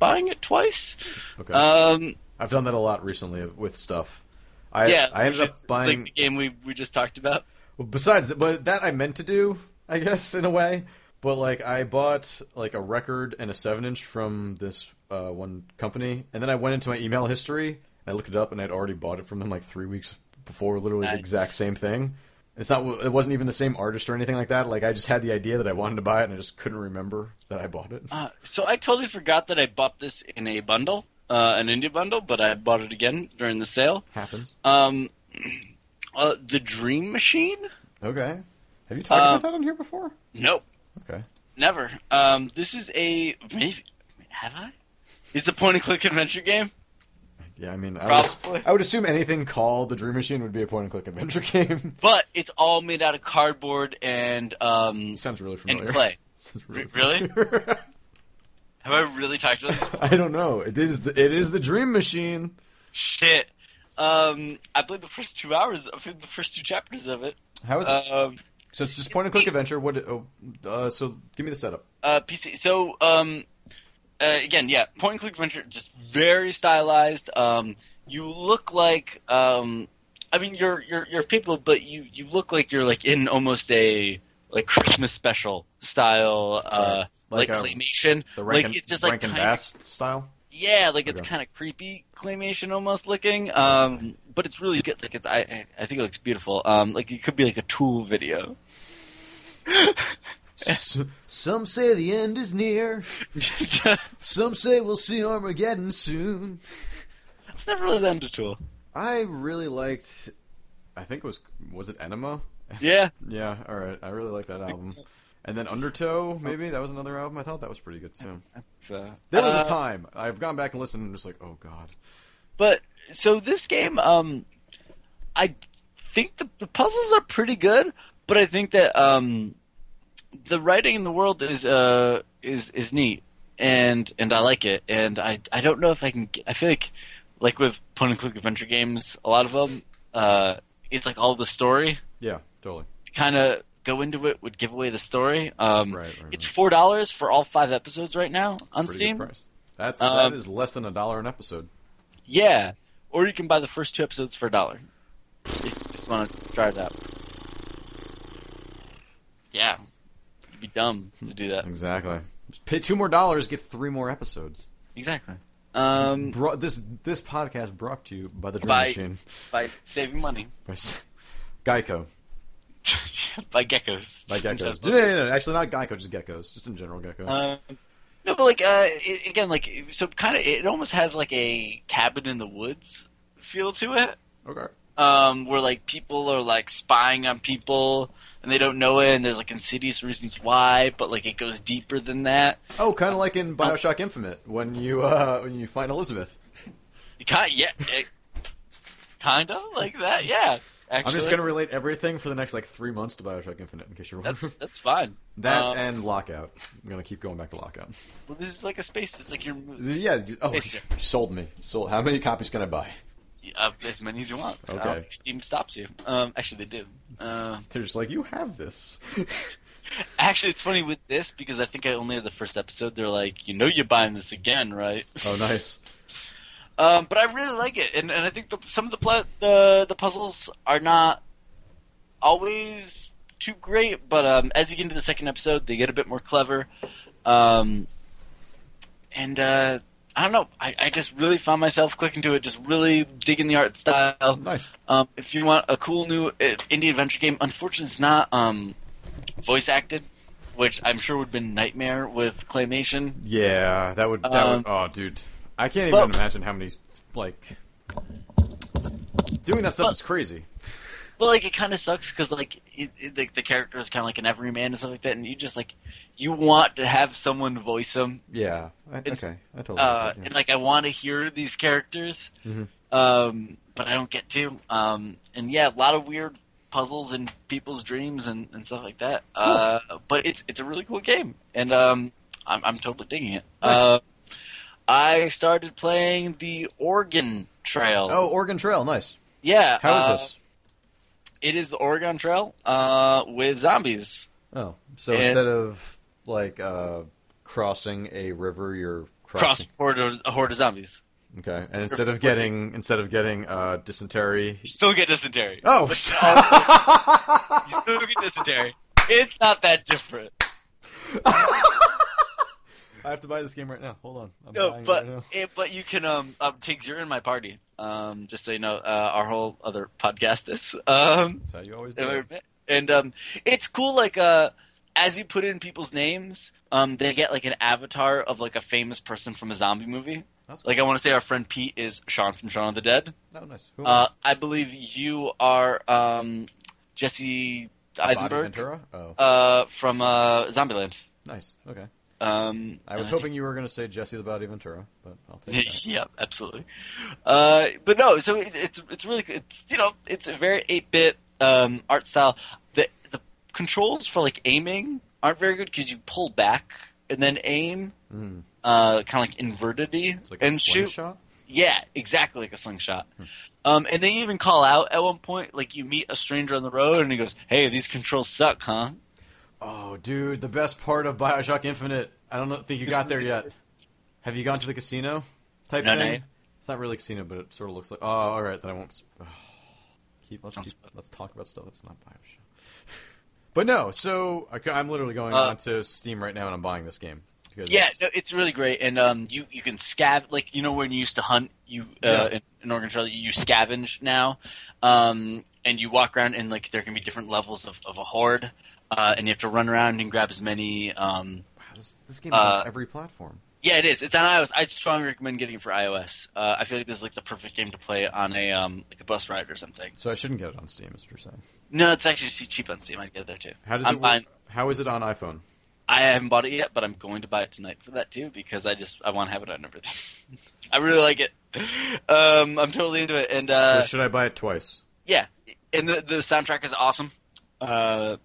A: buying it twice.
B: Okay.
A: Um,
B: I've done that a lot recently with stuff. I,
A: yeah,
B: I ended
A: which
B: up
A: is
B: buying.
A: like the game we we just talked about.
B: Well, besides, that- but that I meant to do, I guess, in a way. But like, I bought like a record and a seven inch from this uh, one company, and then I went into my email history. And I looked it up, and I'd already bought it from them like three weeks before, literally the
A: Nice.
B: exact same thing. It's not. It wasn't even the same artist or anything like that. Like I just had the idea that I wanted to buy it, and I just couldn't remember that I bought it.
A: Uh, so I totally forgot that I bought this in a bundle, uh, an indie bundle, but I bought it again during the sale.
B: Happens.
A: Um, uh, the Dream Machine?
B: Okay. Have you talked
A: Uh,
B: about that on here before?
A: Nope,
B: Okay.
A: never. Um, this is a maybe have I? It's a point and click adventure game.
B: Yeah, I mean, I would, as-
A: Probably.
B: I would assume anything called the Dream Machine would be a point and click adventure game.
A: but it's all made out of cardboard and um
B: Sounds really familiar.
A: and clay.
B: Sounds
A: Re- really?
B: familiar.
A: Have I really talked about this?
B: I don't know. It is the it is the dream machine.
A: Shit. Um, I played the first two hours. I played the first two chapters of it.
B: How is it?
A: Um,
B: so it's just point and click adventure. What? Oh, uh, so give me the setup.
A: uh, PC. So, um, uh, again, yeah, point and click adventure, just very stylized. Um, you look like, um, I mean, you're you're you're people, but you you look like you're like in almost a like Christmas special style, uh,
B: Right. Like,
A: like,
B: um,
A: claymation.
B: The rank
A: like
B: and,
A: it's just like
B: rank and
A: kinda-
B: Bass style.
A: yeah, like it's
B: Okay.
A: kind of creepy claymation almost looking. Um, but it's really good. Like it's, I- I, I think it looks beautiful. Um, like it could be like a Tool video.
B: S- Some say the end is near. Some say we'll see Armageddon soon.
A: I was never really that into Tool.
B: I really liked. I think it was was it Enema?
A: Yeah,
B: Yeah, all right. I really like that album. And then Undertow, maybe that was another album. I thought that was pretty good too.
A: so,
B: There was
A: uh,
B: a time I've gone back and listened and I'm just like, oh god.
A: But so this game, um, I think the, the puzzles are pretty good, but I think that um, the writing in the world is uh is is neat, and and I like it, and I I don't know if I can. Get, I feel like like with point and click adventure games, a lot of them, uh, it's like all the story
B: Yeah, totally.
A: kind of go into it would give away the story. Um,
B: Right, right,
A: it's
B: right.
A: four dollars for all five episodes right now on
B: Pretty
A: Steam.
B: good price. That's
A: Um,
B: that is less than a dollar an episode.
A: Yeah, or you can buy the first two episodes for a dollar. If you just want to try it out. Yeah, it'd be dumb to do
B: Hmm.
A: that.
B: Exactly. Just pay two more dollars, get three more episodes.
A: Exactly. Um,
B: Bro- this this podcast brought to you by the Dream
A: By-
B: Machine,
A: by saving money,
B: by S- Geico,
A: by geckos.
B: by
A: Just in
B: geckos. No,
A: general.
B: no, no, no, actually not Geico, just geckos, just in general geckos.
A: Um, no, but like uh, i again, like so, kind of. It almost has like a cabin in the woods feel to it.
B: okay.
A: um, where like people are like spying on people and they don't know it, and there's like insidious reasons why, but like it goes deeper than that.
B: Oh, kind of like in
A: um,
B: Bioshock Infinite when you uh, when you find Elizabeth.
A: You kind yeah, it, kind of like that. Yeah, actually,
B: I'm just gonna relate everything for the next like three months to Bioshock Infinite in case you're
A: that's
B: wondering.
A: that's fine.
B: That
A: Um,
B: and Lockout. I'm gonna keep going back to Lockout.
A: well, this is like a space. It's like you're
B: Yeah. You, oh,
A: Yes, sir.
B: you sold me. Sold. How many copies can I buy?
A: uh, as many as you want. I don't
B: Okay.
A: think Steam stops you. Um, actually, they did. Uh,
B: They're just like, you have this.
A: actually, it's funny with this because I think I only had the first episode. They're like, you know, you're buying this again, right?
B: oh, nice.
A: Um, but I really like it, and, and I think the, some of the, pla the the puzzles are not always too great. But um, as you get into the second episode, they get a bit more clever. Um, and uh, I don't know, I, I just really found myself clicking to it, just really digging the art style.
B: Nice.
A: Um, if you want a cool new uh, indie adventure game, unfortunately, it's not um, voice acted, which I'm sure would have been a nightmare with claymation.
B: Yeah, that would. That
A: Um,
B: would. Oh, dude, I can't
A: but-
B: even imagine how many like doing that stuff
A: But-
B: is crazy.
A: But like it kind of sucks because like it, it, like the character is kind of like an everyman and stuff like that, and you just like you want to have someone voice them,
B: Yeah. I,
A: It's-
B: okay, I totally.
A: uh,
B: get that, Oh, yeah.
A: and like I want to hear these characters,
B: Mhm.
A: um, but I don't get to. Um, and yeah, a lot of weird puzzles and people's dreams and, and stuff like that. Uh, but it's it's a really cool game, and um, I'm I'm totally digging it.
B: Nice.
A: Uh, I started playing the Oregon Trail.
B: Oh, Oregon Trail, nice.
A: yeah.
B: How is
A: uh,
B: this?
A: It is the Oregon Trail uh, with zombies.
B: Oh, so
A: and-
B: instead of like uh, crossing a river, you're
A: cross
B: crossing.
A: a horde of, a horde of zombies.
B: Okay, and instead of getting instead of getting uh, dysentery.
A: You still get dysentery.
B: Oh,
A: You still get dysentery. It's not that different.
B: I have to buy this game right now. Hold on, I'm
A: No,
B: buying it right now.
A: but it, but you can um, um Tiggs, you're in my party. Um, just so you know, uh, our whole other podcast is um,
B: That's how you always do.
A: and I
B: it.
A: admit- and um, it's cool. Like uh, as you put in people's names, um, they get like an avatar of like a famous person from a zombie movie.
B: That's cool.
A: Like I want to say, our friend Pete is Sean from Shaun of the Dead.
B: Oh, nice. Who am I?
A: Uh, I believe you are um, Jesse
B: Bobby
A: Eisenberg
B: Ventura? Oh,
A: uh, from uh, Zombieland.
B: nice. Okay.
A: Um,
B: I was
A: and
B: hoping you were going to say Jesse the Body Ventura, but I'll take
A: think-
B: that.
A: yeah, absolutely. Uh, but no, so it, it's it's really it's you know it's a very eight bit um, art style. The the controls for like aiming aren't very good because you pull back and then aim,
B: Mm.
A: uh, kind of like invertedy
B: It's like a
A: and shoot.
B: slingshot. Hmm.
A: Yeah, exactly like a slingshot. Um, and they even call out at one point, like you meet a stranger on the road and he goes, "Hey, these controls suck, huh?"
B: Oh, dude, the best part of Bioshock Infinite. I don't know, think you got there yet. Have you gone to the casino type
A: No, no.
B: thing? It's not really a casino, but it sort of looks like. Oh, all right, then I won't. s keep let's keep, let's talk about stuff that's not Bioshock. but no, so I, am literally going
A: Uh,
B: onto Steam right now and I'm buying this game. because
A: Yeah, no, it's really great, and um, you you can scav like you know when you used to hunt you uh,
B: Yeah.
A: in, in Oregon Trail you scavenge now, um, and you walk around and like there can be different levels of, of a horde, uh, and you have to run around and grab as many. Um,
B: this, this game's on
A: uh,
B: every platform.
A: yeah, it is. It's on iOS. I strongly recommend getting it for iOS. Uh, I feel like this is like the perfect game to play on a um, like a bus ride or something.
B: So I shouldn't get it on Steam, is what you're saying.
A: No, it's actually too cheap on Steam. I'd get it there too.
B: How does
A: I'm
B: it work?
A: buying-
B: How is it on iPhone?
A: I haven't bought it yet, but I'm going to buy it tonight for that too because I just I want to have it on everything. I really like it. Um, I'm totally into it, and uh,
B: so should I buy it twice?
A: yeah, and the the soundtrack is awesome. Uh,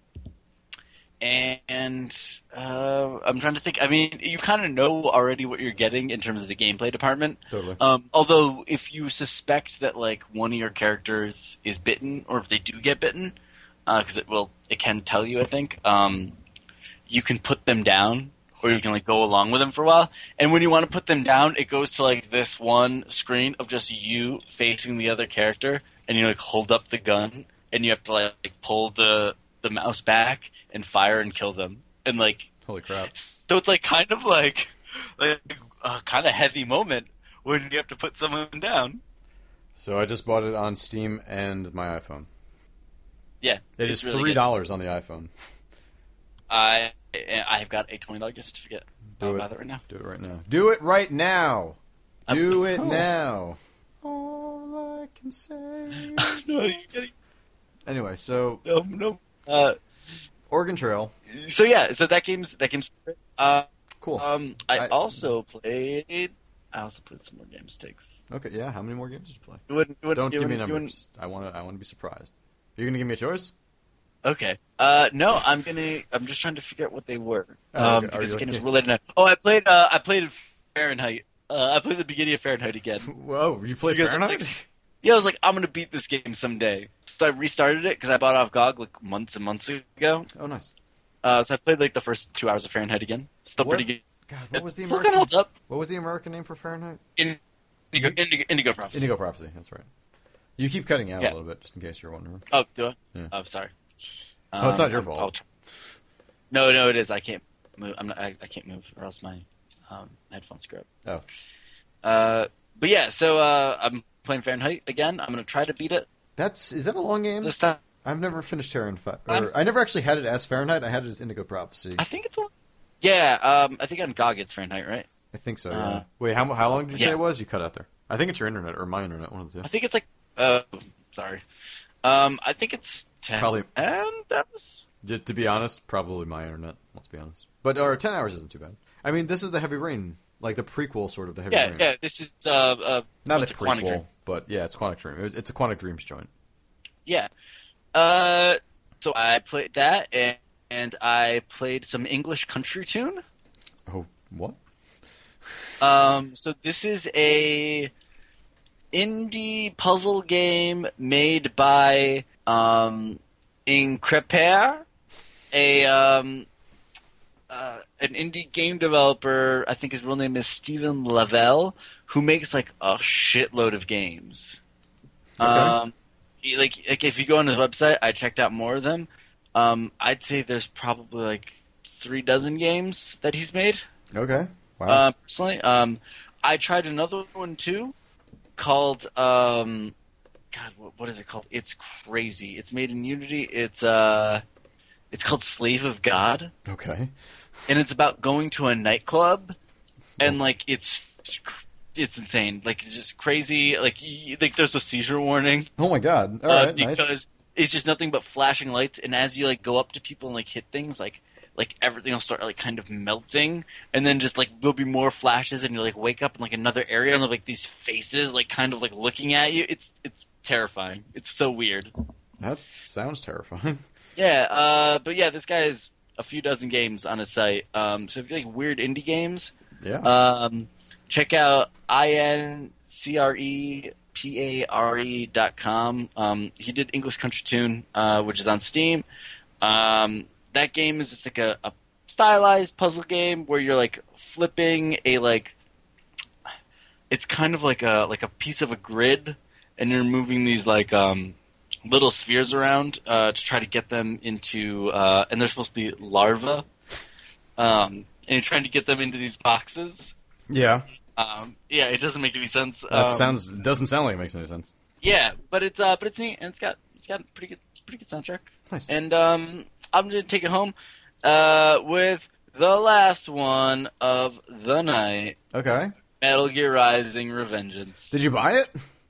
A: and uh, I'm trying to think. I mean, you kind of know already what you're getting in terms of the gameplay department.
B: Totally.
A: Um, although, if you suspect that like one of your characters is bitten, or if they do get bitten, because it will, it can tell you. I think um, you can put them down, or you can like go along with them for a while. And when you want to put them down, it goes to like this one screen of just you facing the other character, and you like hold up the gun, and you have to like pull the the mouse back and fire and kill them, and like
B: Holy crap!
A: so it's like kind of like, like a kind of heavy moment when you have to put someone down.
B: So I just bought it on Steam and my iPhone.
A: Yeah,
B: It
A: it's
B: is
A: really
B: three
A: good.
B: dollars on the iPhone.
A: I I have got a twenty dollar gift certificate.
B: Do
A: I'll
B: it.
A: buy that right now.
B: Do it right now. Do it right now.
A: I'm-
B: Do it
A: Oh.
B: now. All I can say. Is
A: No, you kidding?
B: anyway, so
A: no, no. Uh,
B: Oregon Trail,
A: so yeah, so that game's that game's. Uh,
B: cool.
A: um, I,
B: I-
A: also played. I also played some more game mistakes.
B: okay, yeah. How many more games did you play?
A: You wouldn't, you wouldn't,
B: Don't
A: you
B: give me
A: wouldn't- you wouldn't-
B: numbers. I want to. I want to be surprised. You're gonna give me a choice.
A: Okay. Uh, no, I'm gonna. I'm just trying to figure out what they were.
B: Oh,
A: Um,
B: okay. Are
A: because
B: you
A: this game
B: okay?
A: is related. to- Oh, I played. Uh, I played Fahrenheit. Uh, I played the beginning of Fahrenheit again.
B: Whoa, you played
A: Because I
B: Fahrenheit?
A: Yeah, I was like, I'm gonna beat this game someday. So I restarted it because I bought it off GOG like months and months ago.
B: Oh, nice.
A: Uh, so I played like the first two hours of Fahrenheit again. Still
B: What-
A: pretty good.
B: God, what was the
A: It
B: American?
A: fucking holds up?
B: What was the American name for Fahrenheit?
A: Indigo, Indigo, Indigo Prophecy.
B: Indigo Prophecy. That's right. You keep cutting out
A: Yeah.
B: a little bit, just in case you're wondering.
A: Oh, do I?
B: Yeah.
A: Oh, sorry.
B: Oh, it's
A: Um,
B: not your
A: I'll-
B: fault.
A: I'll try- No, no, it is. I can't move. I'm not, I, I can't move, or else my um, headphones grow.
B: Oh.
A: Uh, but yeah, so uh, I'm playing Fahrenheit again. I'm gonna try to beat it
B: That's is that a long game?
A: this time.
B: I've never finished Fahrenheit.
A: I'm-
B: Or, I never actually had it as Fahrenheit. I had it as Indigo Prophecy.
A: I think it's a. Yeah, um, I think on GOG it's Fahrenheit, right?
B: I think so. Yeah.
A: Uh,
B: Wait, how how long did you say
A: yeah.
B: it was? You cut out there. I think it's your internet or my internet. One of the
A: I
B: two.
A: think it's like. Uh, sorry. Um, I think it's ten.
B: Probably-
A: And that was.
B: Just to be honest, probably my internet. Let's be honest. But or ten hours isn't too bad. I mean, this is the Heavy Rain, like the prequel sort of the Heavy
A: Yeah,
B: Rain.
A: yeah. This is uh, uh
B: Not
A: it's
B: a
A: a Quantic
B: prequel,
A: Dream.
B: but yeah, it's Quantic Dream. It was- It's a Quantic Dreams joint.
A: Yeah. Uh, so I played that, and, and I played some English country tune.
B: Oh, what?
A: Um, so this is a indie puzzle game made by um, Increpair, a um, uh, an indie game developer. I think his real name is Steven Lavelle, who makes like a shitload of games.
B: Okay.
A: Um, he- like like if you go on his website, I checked out more of them. Um, I'd say there's probably like three dozen games that he's made
B: Okay. Wow.
A: uh, personally. Um, I tried another one too, called um, God, what, what is it called? It's crazy. It's made in Unity. It's uh, it's called Slave of God,
B: okay.
A: and it's about going to a nightclub, and like it's it's insane. Like it's just crazy. Like y like there's a seizure warning
B: Oh my God. All
A: uh,
B: right.
A: because
B: nice.
A: it's just nothing but flashing lights and as you like go up to people and like hit things like like everything will start like kind of melting and then just like there'll be more flashes and you like wake up in like another area and like these faces like kind of like looking at you it's it's terrifying it's so weird
B: That sounds terrifying.
A: yeah uh but yeah this guy has a few dozen games on his site um so if you like weird indie games
B: yeah.
A: um check out i n c r e p a r e dot com. Um, he did English Country Tune, uh, which is on Steam. Um, that game is just like a, a stylized puzzle game where you're like flipping a like. It's kind of like a like a piece of a grid, and you're moving these like um, little spheres around uh, to try to get them into, uh, and they're supposed to be larvae. Um, and you're trying to get them into these boxes.
B: Yeah,
A: Um, yeah, it doesn't make any sense.
B: that
A: um,
B: sounds doesn't sound like it makes any sense.
A: Yeah, but it's uh, but it's neat, and it's got it's got a pretty good pretty good soundtrack.
B: Nice.
A: And um, I'm gonna take it home uh, with the last one of the night,
B: Okay,
A: Metal Gear Rising: Revengeance.
B: did you buy it?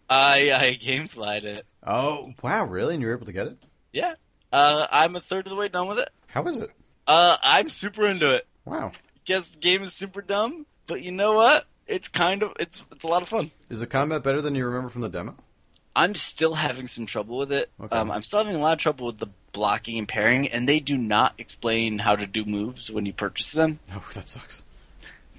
A: I I gameflied it.
B: Oh wow, really? And you were able to get it?
A: Yeah, uh, I'm a third of the way done with it.
B: How is it?
A: Uh, I'm super into it.
B: Wow,
A: Guess the game is super dumb, but you know what? It's kind of it's it's a lot of fun.
B: is the combat better than you remember from the demo?
A: I'm still having some trouble with it.
B: Okay.
A: Um, I'm still having a lot of trouble with the blocking and parrying, and they do not explain how to do moves when you purchase them.
B: Oh, that sucks.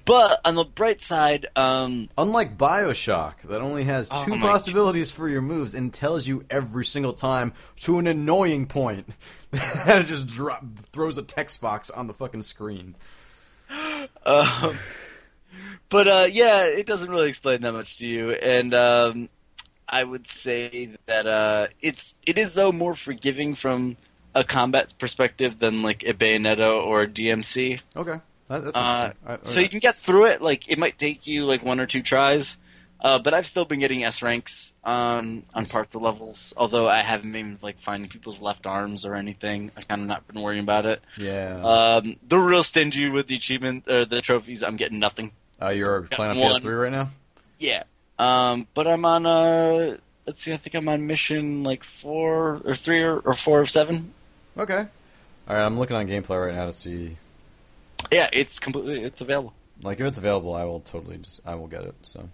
A: But on the bright side, um,
B: Unlike Bioshock, that only has
A: Oh
B: two
A: my-
B: possibilities for your moves and tells you every single time to an annoying point. and it just drop, throws a text box on the fucking screen.
A: um, but uh, yeah, it doesn't really explain that much to you. And um, I would say that uh, it's it is though more forgiving from a combat perspective than like a Bayonetta or a DMC.
B: Okay, that, that's
A: Uh,
B: interesting. I-
A: so
B: I-
A: you can get through it. Like it might take you like one or two tries, uh, but I've still been getting S ranks on on
B: Nice.
A: parts of levels. Although I haven't been like finding people's left arms or anything. I kind of not been worrying about it.
B: yeah. Uh,
A: Um, they're real stingy with the achievement or the trophies. I'm getting nothing.
B: Uh, you're
A: got
B: playing on
A: one.
B: PS3 right now?
A: Yeah. Um, but I'm on. Uh, let's see. I think I'm on mission like four or three or, or four of seven.
B: Okay. Alright, I'm looking on gameplay right now to see.
A: Yeah, it's completely it's available.
B: Like, if it's available, I will totally just. I will get it, so.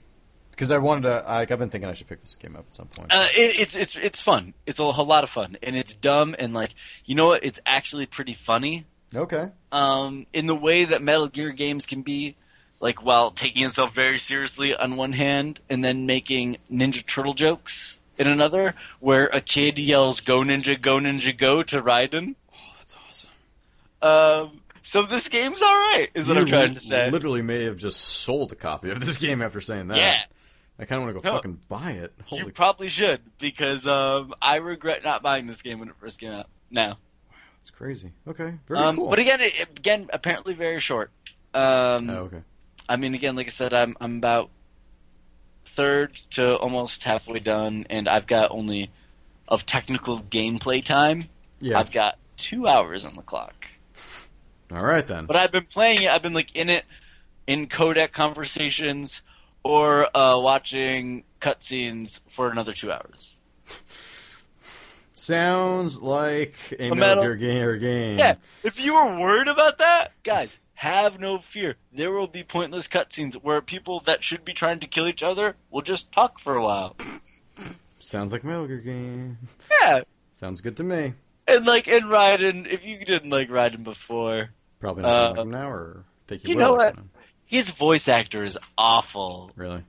B: Because I wanted to. Like, I've been thinking I should pick this game up at some point.
A: Uh, it, it's it's it's fun. It's a, whole lot of fun, and it's dumb and like you know what? It's actually pretty funny.
B: okay.
A: Um, in the way that Metal Gear games can be, like while taking itself very seriously on one hand, and then making Ninja Turtle jokes in another, where a kid yells "Go Ninja, Go Ninja, Go" to Raiden.
B: Oh, that's awesome.
A: Um, so this game's all right, is what I'm
B: You
A: trying to say.
B: Literally, may have just sold a copy of this game after saying that.
A: Yeah.
B: I kind of want to go
A: No.
B: fucking buy it. Holy
A: you
B: crap,
A: probably should because um, I regret not buying this game when it first came out. Now.
B: that's crazy. Okay, very
A: Um,
B: cool.
A: But again, it, it- again, apparently very short. Um,
B: oh, okay.
A: I mean, again, like I said, I'm I'm about third to almost halfway done, and I've got only of technical gameplay time.
B: Yeah.
A: I've got two hours on the clock.
B: All right then.
A: But I've been playing it. I've been like in it in codec conversations or uh, watching cutscenes for another two hours.
B: Sounds like a,
A: A metal-
B: Metal Gear game or game.
A: Yeah, if you were worried about that, guys, have no fear. There will be pointless cutscenes where people that should be trying to kill each other will just talk for a while.
B: Sounds like Metal Gear game.
A: Yeah,
B: Sounds good to me.
A: and like in Raiden, if you didn't like Raiden before,
B: Probably not
A: Uh,
B: gonna like him now, or think you,
A: you
B: will
A: know
B: like
A: what?
B: him now.
A: his voice actor is awful.
B: Really?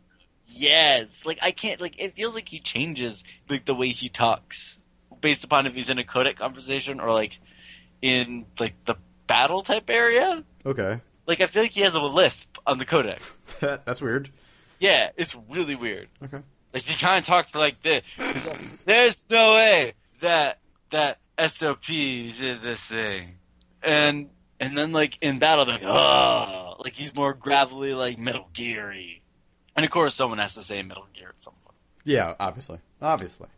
A: Yes, like I can't like it feels like he changes like the way he talks based upon if he's in a codec conversation or like in like the battle type area.
B: Okay.
A: Like I feel like he has a lisp on the codec.
B: That- that's weird.
A: Yeah, it's really weird.
B: Okay.
A: Like he kind of talks like this. He's like, There's no way that that SOP did this thing, and and then like in battle, they're like oh, like he's more gravelly, like Metal Geary, and of course someone has to say Metal Gear at some point.
B: Yeah, obviously. Obviously.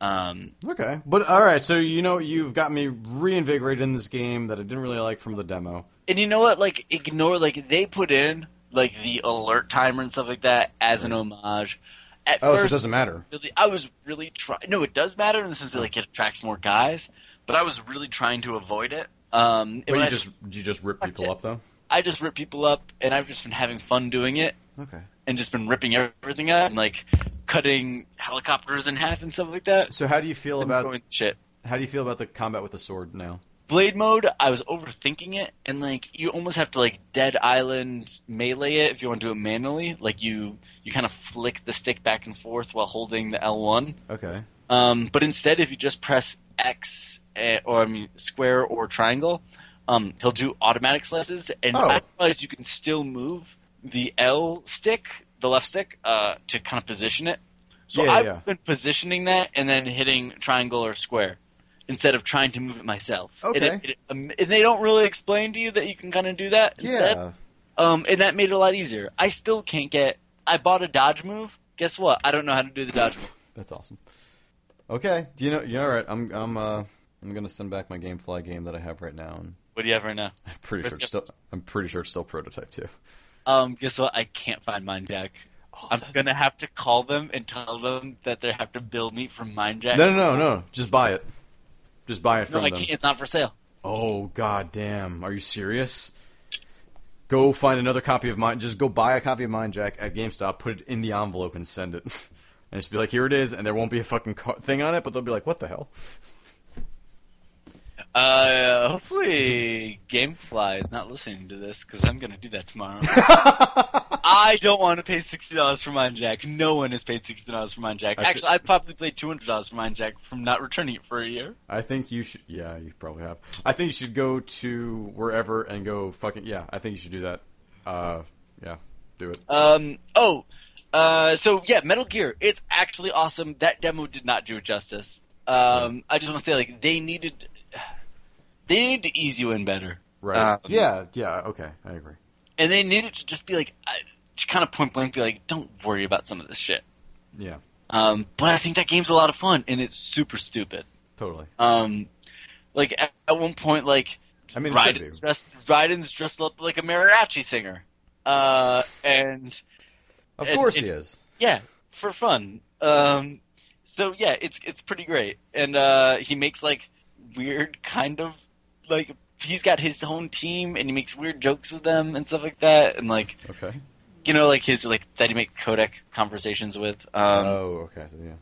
A: Um,
B: Okay. But all right, so you know you've got me reinvigorated in this game that I didn't really like from the demo.
A: and you know what? Like ignore like they put in like the alert timer and stuff like that as an homage. At
B: Oh, so it
A: first,
B: doesn't matter.
A: really I was really trying. No, it does matter in the sense that like it attracts more guys, but I was really trying to avoid it. Um, and
B: But
A: when
B: you
A: I,
B: just you just rip
A: Fuck
B: people
A: it.
B: up though.
A: I just rip people up, and I've just been having fun doing it,
B: Okay.
A: and just been ripping everything up, and like cutting helicopters in half and stuff like that.
B: So how do you feel
A: Been
B: about
A: throwing shit.
B: how do you feel about the combat with the sword now?
A: Blade mode, I was overthinking it, and like you almost have to like dead island melee it if you want to do it manually. Like you, you kind of flick the stick back and forth while holding the L one.
B: Okay.
A: Um, but instead, if you just press X eh, or I mean square or triangle, um, he'll do automatic slices. And
B: Oh.
A: I realized you can still move the L stick, the left stick, uh, to kind of position it. So
B: Yeah,
A: I've
B: yeah.
A: been positioning that and then hitting triangle or square, instead of trying to move it myself. It-
B: Okay.
A: it- um, and they don't really explain to you that you can kind of do that. Instead.
B: Yeah.
A: Um, and that made it a lot easier. I still can't get. I bought a dodge move. Guess what? I don't know how to do the dodge move.
B: That's awesome. Okay, do you know? You're all right. I'm I'm uh I'm gonna send back my GameFly game that I have right now, and
A: What do you have right now?
B: I'm pretty sure it's still I'm pretty sure it's still prototype too. Oh,
A: Um, guess what? I can't find mine Jack. I'm
B: that's-
A: gonna have to call them and tell them that they have to build me from mine Jack.
B: No, no, no, no. Just buy it. Just buy it
A: No,
B: from
A: I
B: them.
A: can't. It's not for sale.
B: Oh god damn! Are you serious? Go find another copy of mine. Just go buy a copy of mine, Jack, at GameStop. Put it in the envelope and send it. And just be like, here it is, and there won't be a fucking car- thing on it, but they'll be like, what the hell?
A: Uh, hopefully GameFly is not listening to this because I'm gonna do that tomorrow. I don't want to pay sixty dollars for mine Jack. No one has paid sixty dollars for mine Jack.
B: I thi-
A: Actually, I probably paid two hundred dollars for mine Jack from not returning it for a year.
B: I think you should. Yeah, you probably have. I think you should go to wherever and go fucking. Yeah, I think you should do that. Uh, yeah, do it.
A: Um. Oh. Uh. So yeah, Metal Gear. It's actually awesome. That demo did not do it justice. Um. I just want to say, like, they needed, they needed to ease you in better.
B: Right.
A: Uh,
B: yeah. Yeah. Okay. I agree.
A: And they needed to just be like, I, to kind of point blank, be like, don't worry about some of this shit.
B: Yeah.
A: Um. But I think that game's a lot of fun, and it's super stupid.
B: Totally.
A: Um. Like at, at one point, like
B: I mean, it should
A: Raiden's
B: be.
A: dressed, Raiden's dressed up like a mariachi singer. Uh. And
B: Of
A: and-
B: course
A: and-
B: he is.
A: Yeah, for fun. Um, so yeah, it's it's pretty great, and uh, he makes like weird kind of like he's got his own team, and he makes weird jokes with them and stuff like that, and like
B: Okay.
A: you know like his like that he makes codec conversations with. Um,
B: oh. Okay. So, yeah.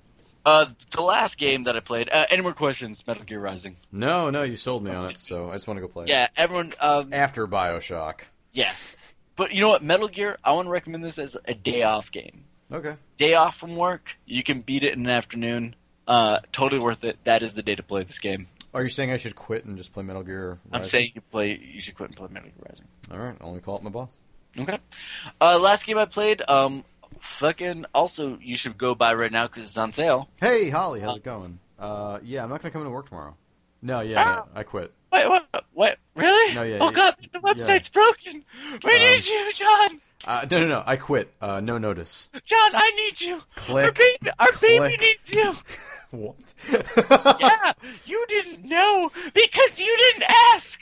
A: uh, the last game that I played. Uh, any more questions? Metal Gear Rising.
B: No, no, you sold me on it, so I just want to go play. it.
A: Yeah, everyone. Um,
B: After Bioshock.
A: yes, but you know what? Metal Gear. I want to recommend this as a day off game.
B: Okay.
A: day off from work, you can beat it in an afternoon. Uh, totally worth it. That is the day to play this game.
B: Are you saying I should quit and just play Metal Gear?
A: I'm
B: Rising?
A: saying you play. You should quit and play Metal Gear Rising.
B: All right, I'll only call up my boss.
A: Okay. Uh, last game I played. Um, fucking. Also, you should go buy right now because it's on sale.
B: Hey, Holly, how's it going? Uh, yeah, I'm not gonna come into work tomorrow. No, yeah, no,
A: Ah.
B: I quit.
A: Wait, what? What? Really?
B: No, yeah,
A: oh
B: yeah,
A: god, the
B: yeah.
A: website's broken. We
B: Um,
A: need you, John.
B: Uh, no, no, no, I quit. Uh, no notice.
A: John, I need you. Our
B: Click.
A: baby, our baby
B: Click.
A: needs you.
B: What?
A: Yeah, you didn't know because you didn't ask.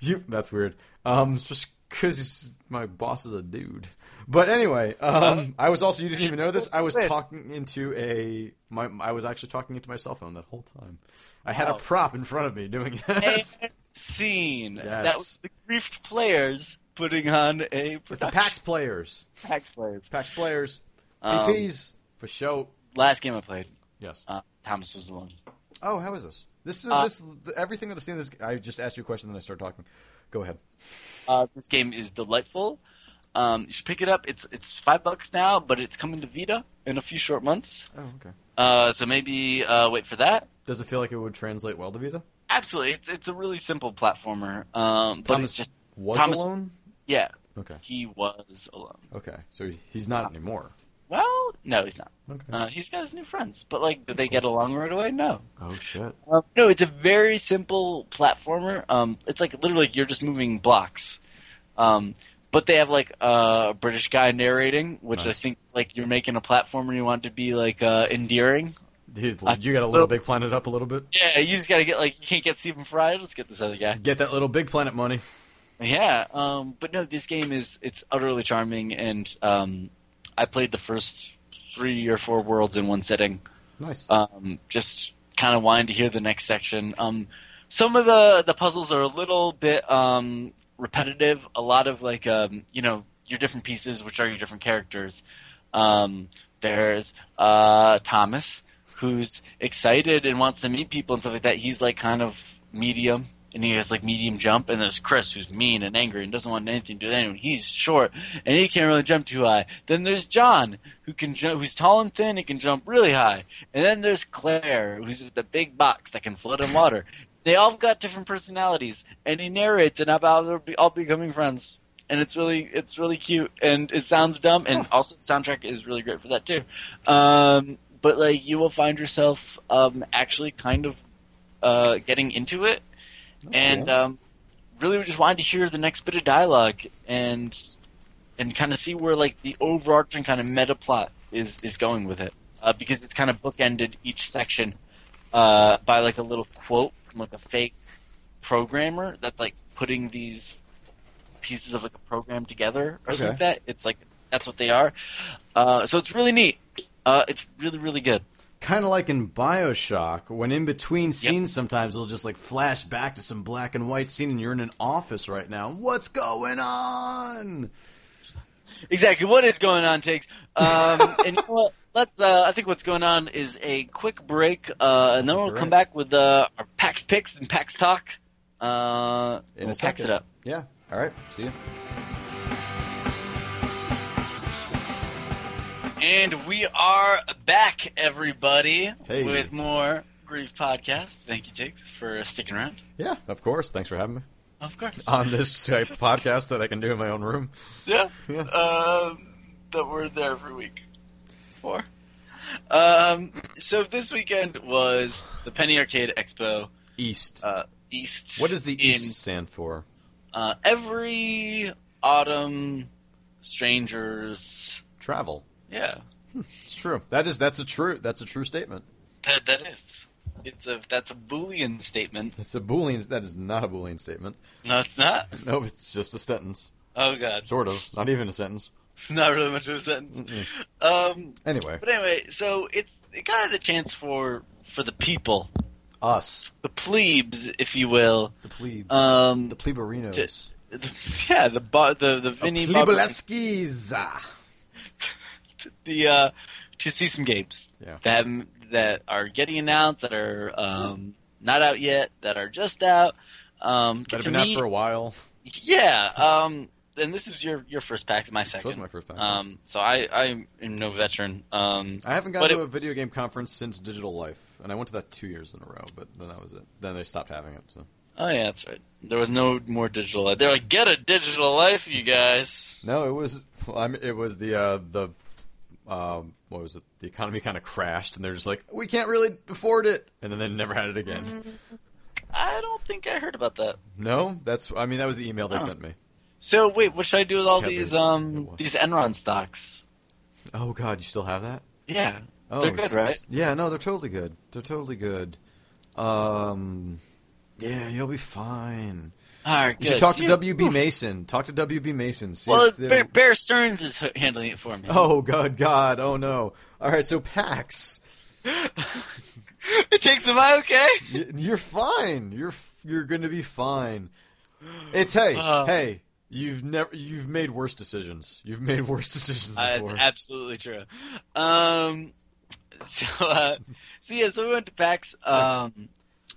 B: You. That's weird. Um, it's just because my boss is a dude. But anyway, um, I was also you didn't even know this. I was
A: Yes.
B: talking into a my. I was actually talking into my cell phone that whole time. I had a
A: Wow.
B: prop in front of me doing that.
A: and scene. That
B: Yes.
A: was the griefed players putting on a
B: It's the
A: production.
B: PAX players.
A: PAX players.
B: PAX players.
A: Um,
B: PPs for show.
A: Last game I played,
B: Yes.
A: uh, Thomas was alone.
B: Oh, how is this? This is
A: uh,
B: this th- everything that I've seen. This I just asked you a question, then I started talking. Go ahead.
A: Uh, this game is delightful. Um, you should pick it up. It's it's five bucks now, but it's coming to Vita in a few short months.
B: Oh, okay.
A: Uh, so maybe uh, wait for that.
B: Does it feel like it would translate well to Vita?
A: Absolutely, it's it's a really simple platformer. Um, but
B: Thomas
A: it's just
B: was
A: Thomas-
B: alone.
A: yeah,
B: Okay.
A: he was alone.
B: Okay. So he's not anymore.
A: Well, no, he's not.
B: Okay.
A: Uh, he's got his new friends, but like, did they get along right away? No.
B: oh shit.
A: Um, no, it's a very simple platformer. Um, it's like literally you're just moving blocks. Um, but they have like a British guy narrating, which I
B: Nice.
A: think like you're making a platformer you want to be like uh, endearing.
B: Dude,
A: I-
B: you got a
A: so-
B: little big planet up a little bit.
A: Yeah, you just gotta get like you can't get Stephen Fry. Let's get this other guy.
B: Get that little big planet money.
A: Yeah, um, but no, this game is it's utterly charming, and um, I played the first three or four worlds in one sitting.
B: Nice.
A: um, just kind of wanting to hear the next section. Um, some of the, the puzzles are a little bit um, repetitive. A lot of like um, you know your different pieces, which are your different characters. Um, there's uh, Thomas, who's excited and wants to meet people and stuff like that. He's like kind of medium. And he has like medium jump, and there's Chris who's mean and angry and doesn't want anything to do with anyone. He's short and he can't really jump too high. Then there's John who can jump, who's tall and thin and can jump really high. And then there's Claire, who's just a big box that can float in water. They all got different personalities, and he narrates and about they're be- all becoming friends. And it's really, it's really cute, and it sounds dumb, and also soundtrack is really great for that too. Um, but like, you will find yourself um, actually kind of uh, getting into it, and
B: cool.
A: um, really we just wanted to hear the next bit of dialogue and and kind of see where like the overarching kind of meta plot is is going with it uh, because it's kind of bookended each section uh, by like a little quote from like a fake programmer that's like putting these pieces of like a program together or something
B: Okay.
A: like that. It's like that's what they are. Uh, so it's really neat. Uh, it's really really good.
B: Kind of like in Bioshock, when in between scenes, sometimes it'll just like flash back to some black and white scene, and you're in an office right now. What's going on?
A: Exactly what is going on, Tiggs? Um, and you know what? Let's. Uh, I think what's going on is a quick break, uh, and then we'll
B: Great.
A: come back with uh, our PAX picks and PAX talk. Uh,
B: In
A: and we'll
B: a
A: PAX
B: second.
A: it up.
B: Yeah. All right. See you.
A: And we are back, everybody,
B: Hey.
A: with more Grief Podcast. Thank you, Tiggs, for sticking around.
B: Yeah. Of course. Thanks for having me
A: Of course.
B: on this type of podcast that I can do in my own room.
A: yeah.
B: Yeah.
A: Um, that we're there every week. Four. Um, so this weekend was the Penny Arcade Expo
B: East.
A: uh, East.
B: what does the
A: in,
B: East stand for?
A: Uh, every autumn, strangers.
B: Travel.
A: Yeah,
B: It's true. That is. That's a true. That's a true statement.
A: that that is. It's a that's a boolean statement.
B: It's a boolean. That is not a boolean statement.
A: No, it's not.
B: No, it's just a sentence.
A: Oh god,
B: Sort of. Not even a sentence.
A: it's not really much of a sentence. Um,
B: Anyway,
A: but anyway, so it's it kind of the chance for for the people,
B: us,
A: the plebes, if you will.
B: the plebes,
A: Um,
B: the pleberinos, Oh,
A: the- yeah, the bar, the the Vinny Barber-
B: plebeleskis. Ah.
A: the uh, to see some games
B: Yeah.
A: that haven't- that are getting announced, that are um, not out yet, that are just out. Um, get
B: That have
A: to
B: been out
A: meet-
B: for a while.
A: yeah. Um, and this is your your first pack, my
B: That
A: second.
B: was my first pack.
A: Um, so I I am no veteran. Um,
B: I haven't
A: but
B: gone to
A: it
B: a video
A: was-
B: game conference since Digital Life, and I went to that two years in a row, but then that was it. Then they stopped having it. So
A: oh yeah, that's right. There was no more digital life. They're like, get a digital life, you guys.
B: no, it was. I mean, it was the uh, the um, what was it? The economy kind of crashed, and they're just like, we can't really afford it, and then they never had it again.
A: Mm-hmm. I don't think I heard about that.
B: No, that's. I mean, that was the email they
A: Huh.
B: sent me.
A: So wait, what should I do with all
B: Seven.
A: these
B: It
A: um
B: was.
A: these Enron stocks?
B: Oh God, you still have that?
A: Yeah,
B: Oh,
A: they're good,
B: s-
A: right?
B: Yeah, no, they're totally good. They're totally good. Um, yeah, you'll be fine.
A: All right,
B: You should
A: good.
B: talk to
A: Yeah.
B: WB Mason. Talk to WB Mason. See
A: Well,
B: if they-
A: Bear, Bear Stearns is h- handling it for me.
B: Oh God, God, oh no! All right, so PAX,
A: it takes him. I okay?
B: Y- you're fine. You're f- you're going to be fine. It's hey,
A: Uh.
B: hey. You've never you've made worse decisions. You've made worse decisions
A: Uh,
B: before.
A: absolutely true. Um, so, uh, so yeah, so we went to PAX. Um,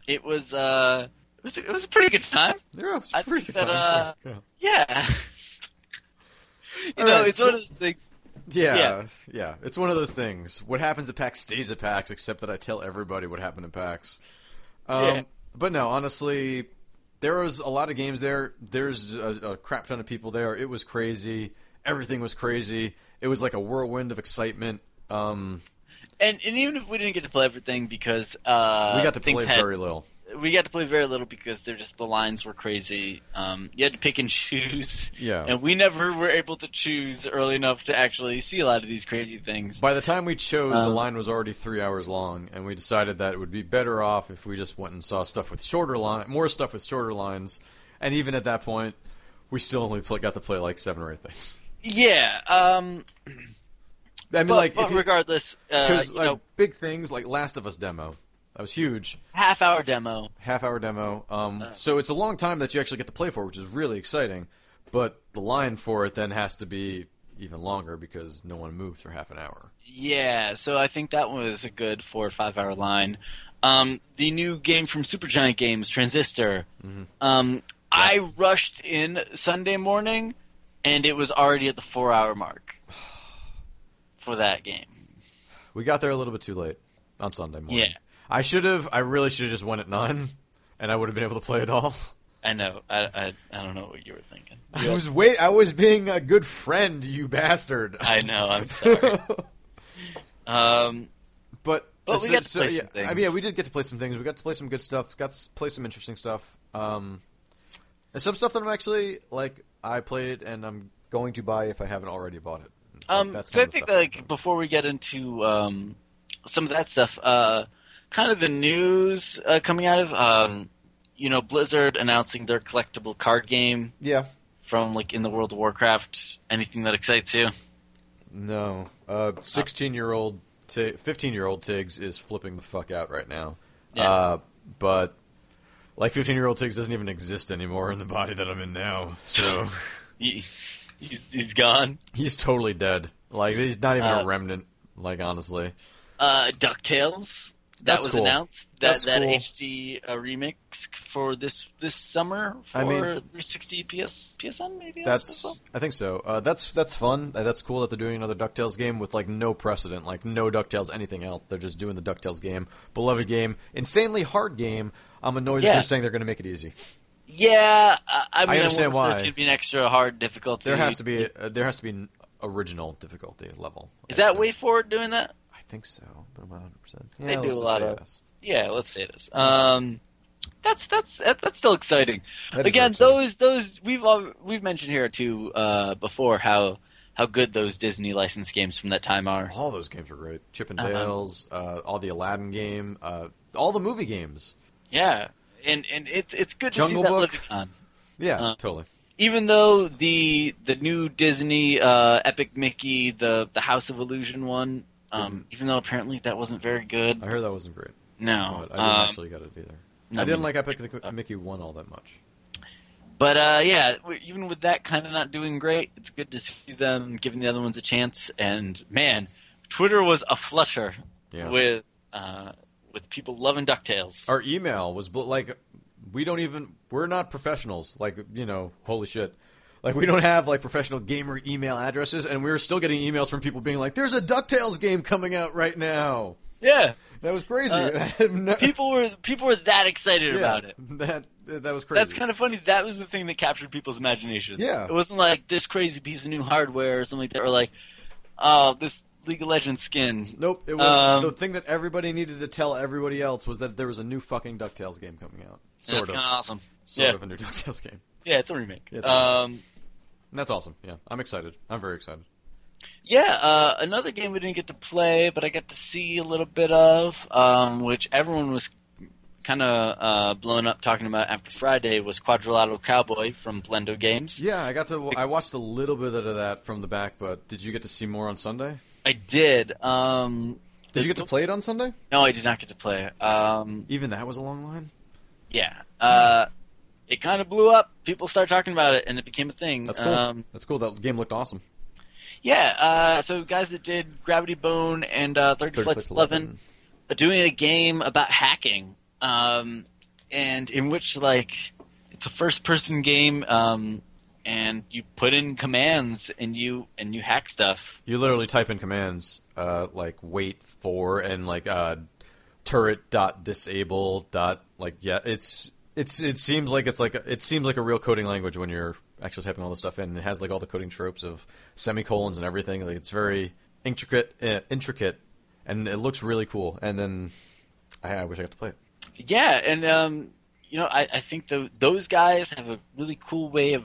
A: it was uh, it was it was a pretty good time.
B: yeah, it's
A: I
B: pretty
A: think that,
B: exciting.
A: uh,
B: Yeah.
A: Yeah. you
B: All
A: know,
B: right,
A: it's
B: so-
A: one of those things.
B: Yeah, yeah,
A: Yeah.
B: It's one of those things. What happens at PAX stays at PAX, except that I tell everybody what happened at PAX. Um,
A: Yeah.
B: But no, honestly, there was a lot of games there. There's a, a crap ton of people there. It was crazy. Everything was crazy. It was like a whirlwind of excitement. Um,
A: And, and even if we didn't get to play everything because uh,
B: we got to
A: things
B: play
A: had-
B: very little.
A: we got to play very little because they're just the lines were crazy. Um, you had to pick and choose,
B: Yeah.
A: and we never were able to choose early enough to actually see a lot of these crazy things.
B: By the time we chose, the
A: Um,
B: line was already three hours long, and we decided that it would be better off if we just went and saw stuff with shorter line, more stuff with shorter lines. And even at that point, we still only play, got to play like seven or eight things.
A: Yeah, um,
B: I mean,
A: but,
B: like
A: but
B: if you,
A: regardless, uh,
B: 'cause,
A: you
B: like
A: know,
B: big things like Last of Us demo, that was huge,
A: half hour demo.
B: half hour demo. Um,
A: Uh-huh.
B: so it's a long time that you actually get to play for, which is really exciting. But the line for it then has to be even longer because no one moved for half an hour.
A: Yeah, so I think that was a good four or five hour line. Um, the new game from Supergiant Games, Transistor.
B: Mm-hmm.
A: Um, I rushed in Sunday morning, and it was already at the four hour mark for that game.
B: We got there a little bit too late on Sunday morning.
A: Yeah.
B: I should have. I really should have just went at nine, and I would have been able to play it all.
A: I know. I, I, I don't know what you were thinking.
B: I was wait. I was being a good friend, you bastard.
A: I know. I'm sorry. Um,
B: but
A: but But we
B: So-
A: got to
B: so,
A: play
B: yeah,
A: some things.
B: I mean, yeah, we did get to play some things. We got to play some good stuff. Got to play some interesting stuff. Um, and some stuff that I'm actually like I played it and I'm going to buy if I haven't already bought it. Like,
A: Um,
B: that's
A: so I
B: kind of the
A: think
B: stuff.
A: like before we get into um, some of that stuff, uh, kind of the news uh, coming out of um, you know Blizzard announcing their collectible card game
B: yeah,
A: from like in the World of Warcraft. Anything that excites you?
B: no, uh, 16 year old, 15 year old Tiggs is flipping the fuck out right now.
A: Yeah.
B: Uh, but like 15 year old Tiggs doesn't even exist anymore in the body that I'm in now, so
A: He, he's, he's gone.
B: he's totally dead. Like he's not even
A: Uh,
B: a remnant. Like honestly,
A: Uh, Ducktales that
B: That's
A: was
B: cool.
A: announced. That
B: That's
A: that
B: cool.
A: HD uh, remix for this this summer for
B: I mean-
A: 360 PS PSN maybe. I
B: That's
A: suppose?
B: I think so. Uh, that's that's fun. Uh, That's cool that they're doing another Ducktales game with like no precedent, like no Ducktales anything else. They're just doing the Ducktales game, beloved game, insanely hard game. I'm annoyed
A: Yeah.
B: that they're saying they're going to make it easy.
A: yeah. I, I mean, I
B: understand
A: wonder if There's
B: why.
A: gonna be an extra hard difficulty.
B: There has to be uh, there has to be an original difficulty level.
A: Is
B: I
A: that
B: assume.
A: way forward doing that?
B: I think so, but I'm not 100. percent
A: They
B: Yeah,
A: do
B: let's
A: a
B: just
A: lot
B: say
A: of-
B: yes.
A: Yeah, let's say it is.
B: Let's say
A: Um, that's that's that- that's still exciting.
B: That is
A: Again,
B: very
A: those those we've all, we've mentioned here too uh, before how how good those Disney licensed games from that time are.
B: All those games were great. Chip and
A: Uh-huh.
B: Dale's, uh, all the Aladdin game, uh, all the movie games.
A: Yeah, and and it's it's good to see
B: Jungle
A: that
B: Book.
A: living on.
B: Yeah,
A: Uh,
B: totally.
A: Even though the the new Disney uh, Epic Mickey the the House of Illusion one, um, even though apparently that wasn't very good.
B: I heard that wasn't great.
A: No,
B: but I didn't
A: um,
B: actually get it either.
A: no,
B: I didn't
A: me
B: like Epic
A: neither.
B: Mickey- Mickey One all that much.
A: But uh, yeah, w- even with that kind of not doing great, it's good to see them giving the other ones a chance. And man, Twitter was a flutter
B: Yeah.
A: with uh, with people loving Ducktales.
B: Our email was bl- like, we don't even, we're not professionals. Like, you know, holy shit. Like, we don't have like professional gamer email addresses, and we were still getting emails from people being like, there's a DuckTales game coming out right now.
A: yeah,
B: That was crazy.
A: Uh,
B: No-
A: people were people were that excited
B: yeah,
A: about it.
B: That, that was crazy.
A: That's kind of funny. That was the thing that captured people's imaginations.
B: Yeah.
A: it wasn't like this crazy piece of new hardware or something like that, or like, oh, this League of Legends skin.
B: Nope, it was
A: Um,
B: the thing that everybody needed to tell everybody else was that there was a new fucking DuckTales game coming out. Sort
A: That's
B: of.
A: kinda awesome.
B: Sort
A: yeah.
B: of a new DuckTales game.
A: Yeah, it's a remake.
B: Yeah, it's a remake.
A: um,
B: That's awesome. Yeah, I'm excited. I'm very excited.
A: Yeah, uh, another game we didn't get to play, but I got to see a little bit of, um, which everyone was kind of uh, blown up talking about after Friday, was Quadrilateral Cowboy from Blendo Games.
B: Yeah, I got to. I watched a little bit of that from the back, but did you get to see more on Sunday?
A: I did. Um,
B: Did you get to play it on Sunday?
A: No, I did not get to play. it. Um,
B: Even that was a long line.
A: yeah. Uh, it kind of blew up. People started talking about it, and it became a thing.
B: That's cool.
A: Um,
B: That's cool. That game looked awesome.
A: yeah, uh, so guys that did Gravity Bone and uh, 30,
B: Thirty
A: Flights
B: Flights
A: to Eleven. doing a game about hacking, um, and in which like it's a first-person game, um, and you put in commands and you and you hack stuff.
B: You literally type in commands uh, like wait for and like uh, turret dot disable dot like yeah. It's it's it seems like it's like a, it seems like a real coding language when you're actually typing all this stuff in. It has like all the coding tropes of semicolons and everything. Like it's very intricate, uh, intricate, and it looks really cool. And then I, I wish I got to play it.
A: Yeah, and um, you know I, I think tho- those guys have a really cool way of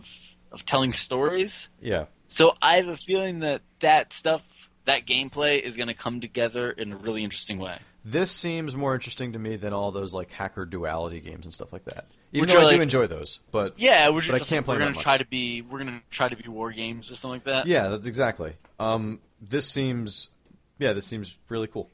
A: of telling stories.
B: Yeah.
A: So I have a feeling that that stuff, that gameplay, is going to come together in a really interesting way.
B: This seems more interesting to me than all those like hacker duality games and stuff like that. Even
A: Which
B: though
A: are,
B: I do
A: like-
B: enjoy those, but
A: Yeah, we're just
B: But I can't play
A: we're
B: that
A: going to
B: much.
A: try to be we're going to try to be war games or something like that.
B: yeah, that's exactly. Um, this seems, yeah, this seems really cool.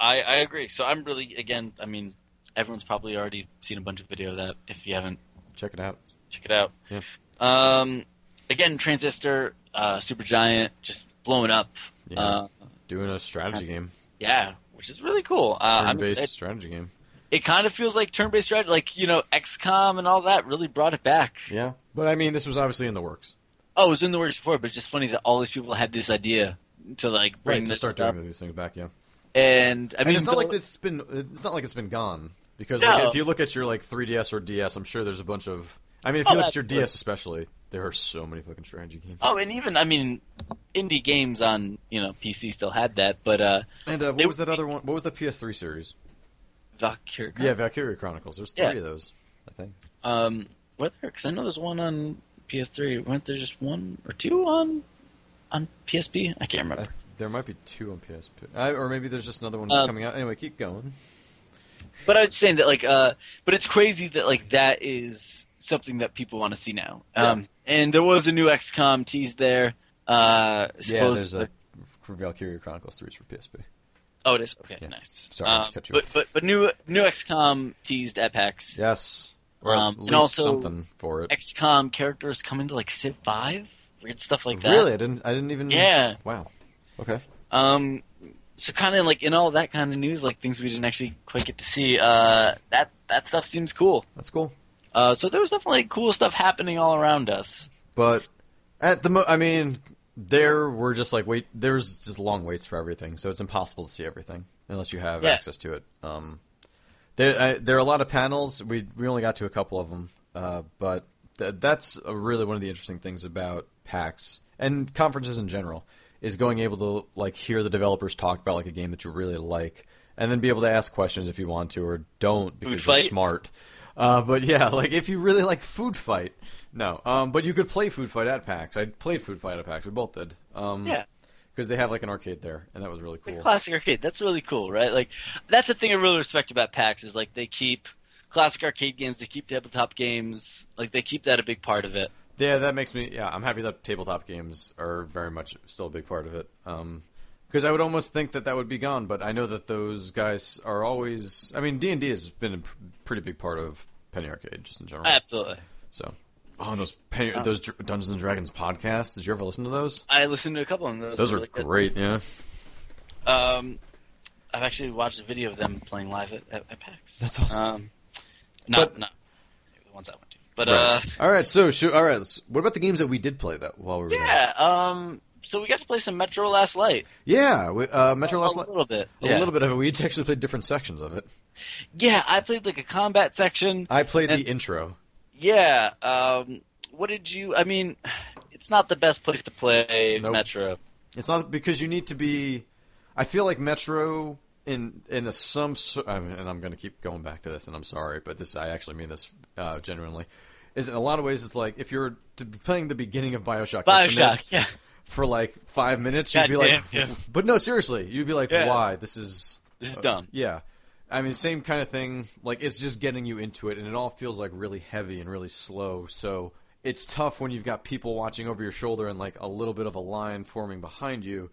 A: I, I agree. So I'm really again. I mean, everyone's probably already seen a bunch of video of that. If you haven't,
B: Check it out.
A: check it out.
B: Yeah.
A: Um, again, Transistor, uh, Super Giant, just blowing up.
B: Yeah.
A: Uh,
B: Doing a strategy game,
A: yeah, which is really cool. Uh, I'm
B: turn-based
A: excited.
B: strategy game.
A: It kind of feels like turn-based strategy, like you know, XCOM and all that really brought it back.
B: Yeah, but I mean, this was obviously in the works,
A: Oh, it was in the works before, but it's just funny that all these people had this idea to like bring
B: right? To
A: this
B: start
A: stuff.
B: doing these things back, yeah.
A: And I mean,
B: and it's not
A: the-
B: like it's been, it's not like it's been gone because
A: No.
B: like, if you look at your like 3ds or DS, I'm sure there's a bunch of I mean, if
A: Oh,
B: you look at
A: that's
B: your
A: good.
B: DS especially, there are so many fucking strategy games.
A: Oh, and even I mean, indie games on you know PC still had that, but uh,
B: and uh, what
A: they-
B: was that other one? What was the PS3 series?
A: Valkyrie.
B: Yeah, Valkyria Chronicles. There's three
A: Yeah.
B: of those, I think.
A: Um, whether because I know there's one on PS3. Weren't there just one or two on on PSP? I can't
B: I
A: remember.
B: th- there might be two on PSP, I, or maybe there's just another one
A: Um,
B: coming out. Anyway, keep going.
A: But I was just saying that like uh, but it's crazy that like that is something that people want to see now. Um, and there was a new XCOM tease there. Uh,
B: Yeah, there's
A: supposedly-
B: a Valkyria Chronicles 3 for PSP.
A: Oh, it is. Okay,
B: Yeah.
A: nice.
B: Sorry,
A: Um,
B: I cut you
A: but,
B: off.
A: but but new new XCOM teased at PAX.
B: Yes, or
A: Um,
B: at
A: and
B: least
A: also
B: something for it.
A: XCOM characters coming to like Civ Five, weird stuff like that.
B: Really, I didn't. I didn't even.
A: Yeah.
B: Wow. Okay.
A: Um, so kind of like in all that kind of news, like things we didn't actually quite get to see. Uh, that that stuff seems cool.
B: That's cool.
A: Uh, so there was definitely cool stuff happening all around us.
B: But at the, mo- I mean, there were just like wait, there's just long waits for everything, so it's impossible to see everything unless you have
A: Yeah.
B: access to it. Um, there, I, there are a lot of panels. We we only got to a couple of them, uh, but th- that's uh really one of the interesting things about PAX and conferences in general is going able to like hear the developers talk about like a game that you really like, and then be able to ask questions if you want to or don't because you're
A: Fight?
B: smart. Uh, but yeah, like if you really like Food Fight, no. Um, but you could play Food Fight at PAX. I played Food Fight at PAX. We both did. Um,
A: Yeah.
B: because they have like an arcade there, and that was really
A: The
B: cool.
A: classic arcade. That's really cool, right? Like that's the thing I really respect about PAX is like they keep classic arcade games, they keep tabletop games, like they keep that a big part of it.
B: Yeah, that makes me. Yeah, I'm happy that tabletop games are very much still a big part of it. Um, because I would almost think that that would be gone, but I know that those guys are always. I mean, D and D has been a pr- pretty big part of Penny Arcade just in general.
A: Absolutely.
B: So, oh, and those Penny,
A: uh,
B: those Dr- Dungeons and Dragons podcasts. Did you ever listen to those?
A: I listened to a couple of them.
B: Those
A: were
B: are
A: really good.
B: great. Yeah,
A: Um, I've actually watched a video of them playing live at, at, at PAX.
B: That's awesome.
A: Um, not,
B: But-
A: not the ones I went to, but uh,
B: Right. all right. So, shoot, all right. let's- What about the games that we did play though while we were there?
A: yeah. Um, so we got to play some Metro Last Light.
B: Yeah, we, uh, Metro Last
A: a
B: Light.
A: little bit.
B: A
A: yeah.
B: little bit of it. We each actually played different sections of it.
A: Yeah, I played like a combat section.
B: I played
A: And-
B: the intro.
A: yeah. Um, what did you? I mean, it's not the best place to play
B: Nope.
A: Metro.
B: It's not because you need to be. I feel like Metro in in a some. so- I mean, and I'm going to keep going back to this, and I'm sorry, but this I actually mean this uh, genuinely. Is in a lot of ways, it's like if you're to be playing the beginning of Bioshock. Infinite
A: Bioshock, yeah.
B: For like five minutes, you'd
A: God
B: be like,
A: damn, yeah.
B: but no, seriously, you'd be like,
A: Yeah.
B: why? This is uh,
A: This is dumb.
B: Yeah. I mean, same kind of thing. Like, it's just getting you into it, and it all feels like really heavy and really slow. So it's tough when you've got people watching over your shoulder and like a little bit of a line forming behind you.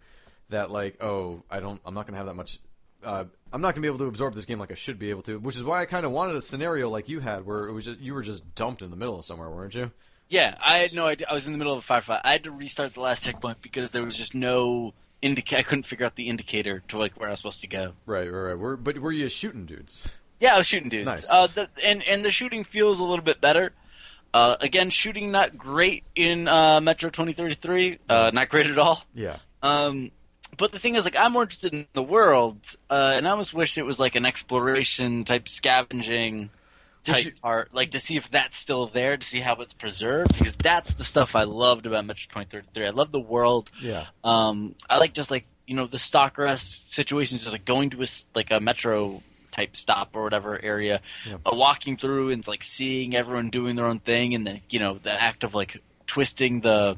B: That like, oh, I don't, I'm not gonna have that much. Uh, I'm not gonna be able to absorb this game like I should be able to. Which is why I kind of wanted a scenario like you had, where it was just you were just dumped in the middle of somewhere, weren't you?
A: Yeah, I had no idea. I was in the middle of a firefight. I had to restart the last checkpoint because there was just no indica. I couldn't figure out the indicator to like where I was supposed to go.
B: Right, right, right. Were, but were you shooting dudes?
A: Yeah, I was shooting dudes.
B: Nice.
A: Uh, the, and and the shooting feels a little bit better. Uh, again, shooting not great in uh, Metro 2033. Uh, not great at all.
B: Yeah.
A: Um, but the thing is, like, I'm more interested in the world, uh, and I almost wish it was like an exploration type scavenging
B: Which
A: type
B: you-
A: part, like to see if that's still there, to see how it's preserved, because that's the stuff I loved about Metro 2033. I love the world.
B: Yeah.
A: Um, I like just like you know the stalker esque situations, just like going to a s- like a metro type stop or whatever area,
B: Yeah.
A: uh, walking through and like seeing everyone doing their own thing, and then you know the act of like twisting the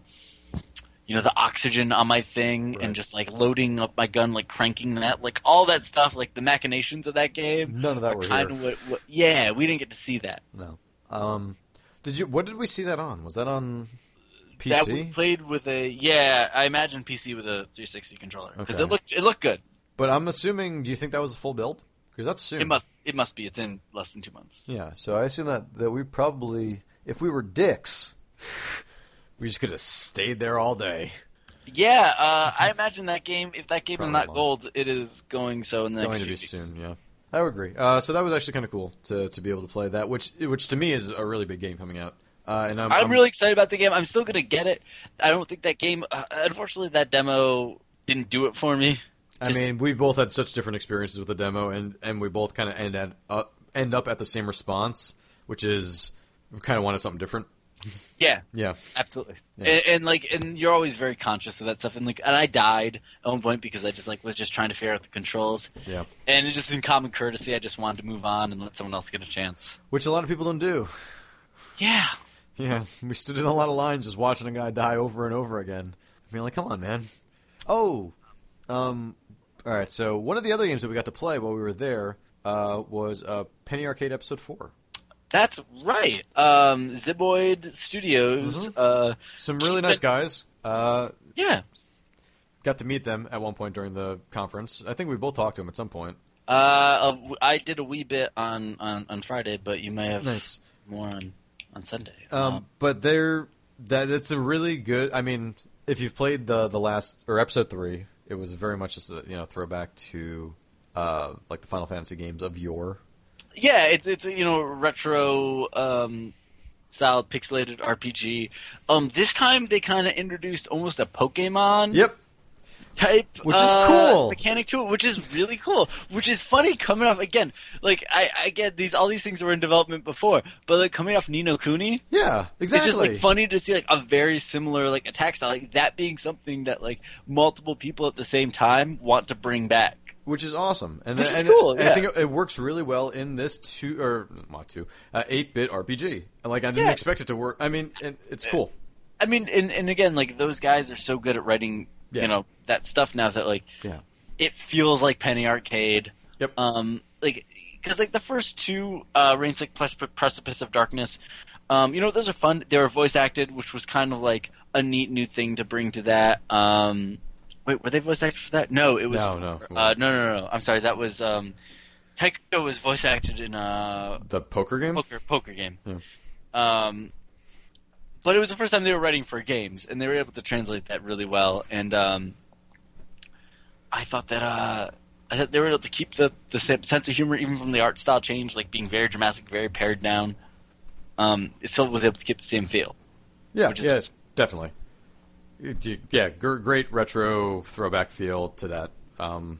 A: you know the oxygen on my thing
B: Right.
A: and just like loading up my gun like cranking that like all that stuff like the machinations of that game
B: None of that were
A: kind
B: here.
A: of what, what yeah we didn't get to see that
B: No. Um, did you? What did we see that on? Was that on PC?
A: that we played with a yeah i imagine pc with a 360 controller because
B: Okay.
A: it looked it looked good
B: But I'm assuming. Do you think that was a full build? Because that's soon.
A: It must. It must be. It's in less than two months.
B: Yeah. So I assume that that we probably, if we were dicks, we just could have stayed there all day.
A: Yeah, uh, I imagine that game. If that game
B: Probably
A: is not
B: long.
A: gold, it is going so in the
B: Going
A: next
B: to
A: few
B: be
A: weeks.
B: soon. Yeah. I would agree. Uh, so that was actually kind of cool to to be able to play that, which which to me is a really big game coming out. Uh, and I'm,
A: I'm really excited about the game. I'm still gonna get it. I don't think that game. Uh, unfortunately, that demo didn't do it for me.
B: I
A: just-
B: mean, we both had such different experiences with the demo, and and we both kind of end at uh, end up at the same response, which is kind of wanted something different.
A: Yeah,
B: Yeah.
A: absolutely.
B: Yeah.
A: And, and like, and you're always very conscious of that stuff. And like, and I died at one point because I just like was just trying to figure out the controls.
B: Yeah.
A: And it's just in common courtesy, I just wanted to move on and let someone else get a chance.
B: Which a lot of people don't do.
A: Yeah.
B: Yeah, we stood in a lot of lines just watching a guy die over and over again. I mean, like, come on, man. Oh, um, all right. So one of the other games that we got to play while we were there uh, was uh, Penny Arcade Episode Four.
A: That's right. Um, Ziboid Studios. Uh,
B: Some really nice guys. Uh,
A: yeah.
B: got to meet them at one point during the conference. I think we both talked to them at some point.
A: Uh, uh, I did a wee bit on, on, on Friday, but you may have
B: Nice.
A: more on on Sunday.
B: Um, but they're that it's a really good. I mean, if you've played the the last or episode three, it was very much just a you know throwback to uh, like the Final Fantasy games of yore.
A: yeah, it's it's you know retro um, style pixelated RPG. Um, this time they kind of introduced almost a Pokemon
B: Yep.
A: type,
B: Which is
A: uh,
B: cool.
A: mechanic to it, which is really cool. Which is funny coming off again. Like I, I get these all these things were in development before, but like coming off Nino Cooney.
B: Yeah, exactly.
A: It's just like funny to see like a very similar like attack style, like that being something that like multiple people at the same time want to bring back.
B: which is awesome, and,
A: Which is
B: and-
A: cool,
B: and I
A: yeah.
B: think it, it works really well in this two or not two uh, eight bit RPG. And, Like I didn't
A: Yeah. Eh.
B: expect it to work. I mean, and it's cool.
A: I mean, and and again, like those guys are so good at writing,
B: Yeah.
A: you know, that stuff now that like
B: Yeah.
A: it feels like Penny Arcade.
B: Yep.
A: Um, like because like the first two, uh, Rain Sick Plus Precipice of Darkness, um, you know, those are fun. They were voice acted, which was kind of like a neat new thing to bring to that. Um, wait, were they voice acted for that? No, it was
B: No, no.
A: uh, no, no, no, no. I'm sorry, that was um, Taiko was voice acted in uh
B: The poker game.
A: poker poker game. Um, but it was the first time they were writing for games, and they were able to translate that really well. And um, I thought that uh, I thought they were able to keep the the sen- sense of humor even from the art style change, like being very dramatic, very pared down. Um, it still was able to keep the same feel.
B: Yeah,
A: which is-
B: yeah, definitely. It- you- Yeah, gr- great retro throwback feel to that. Um,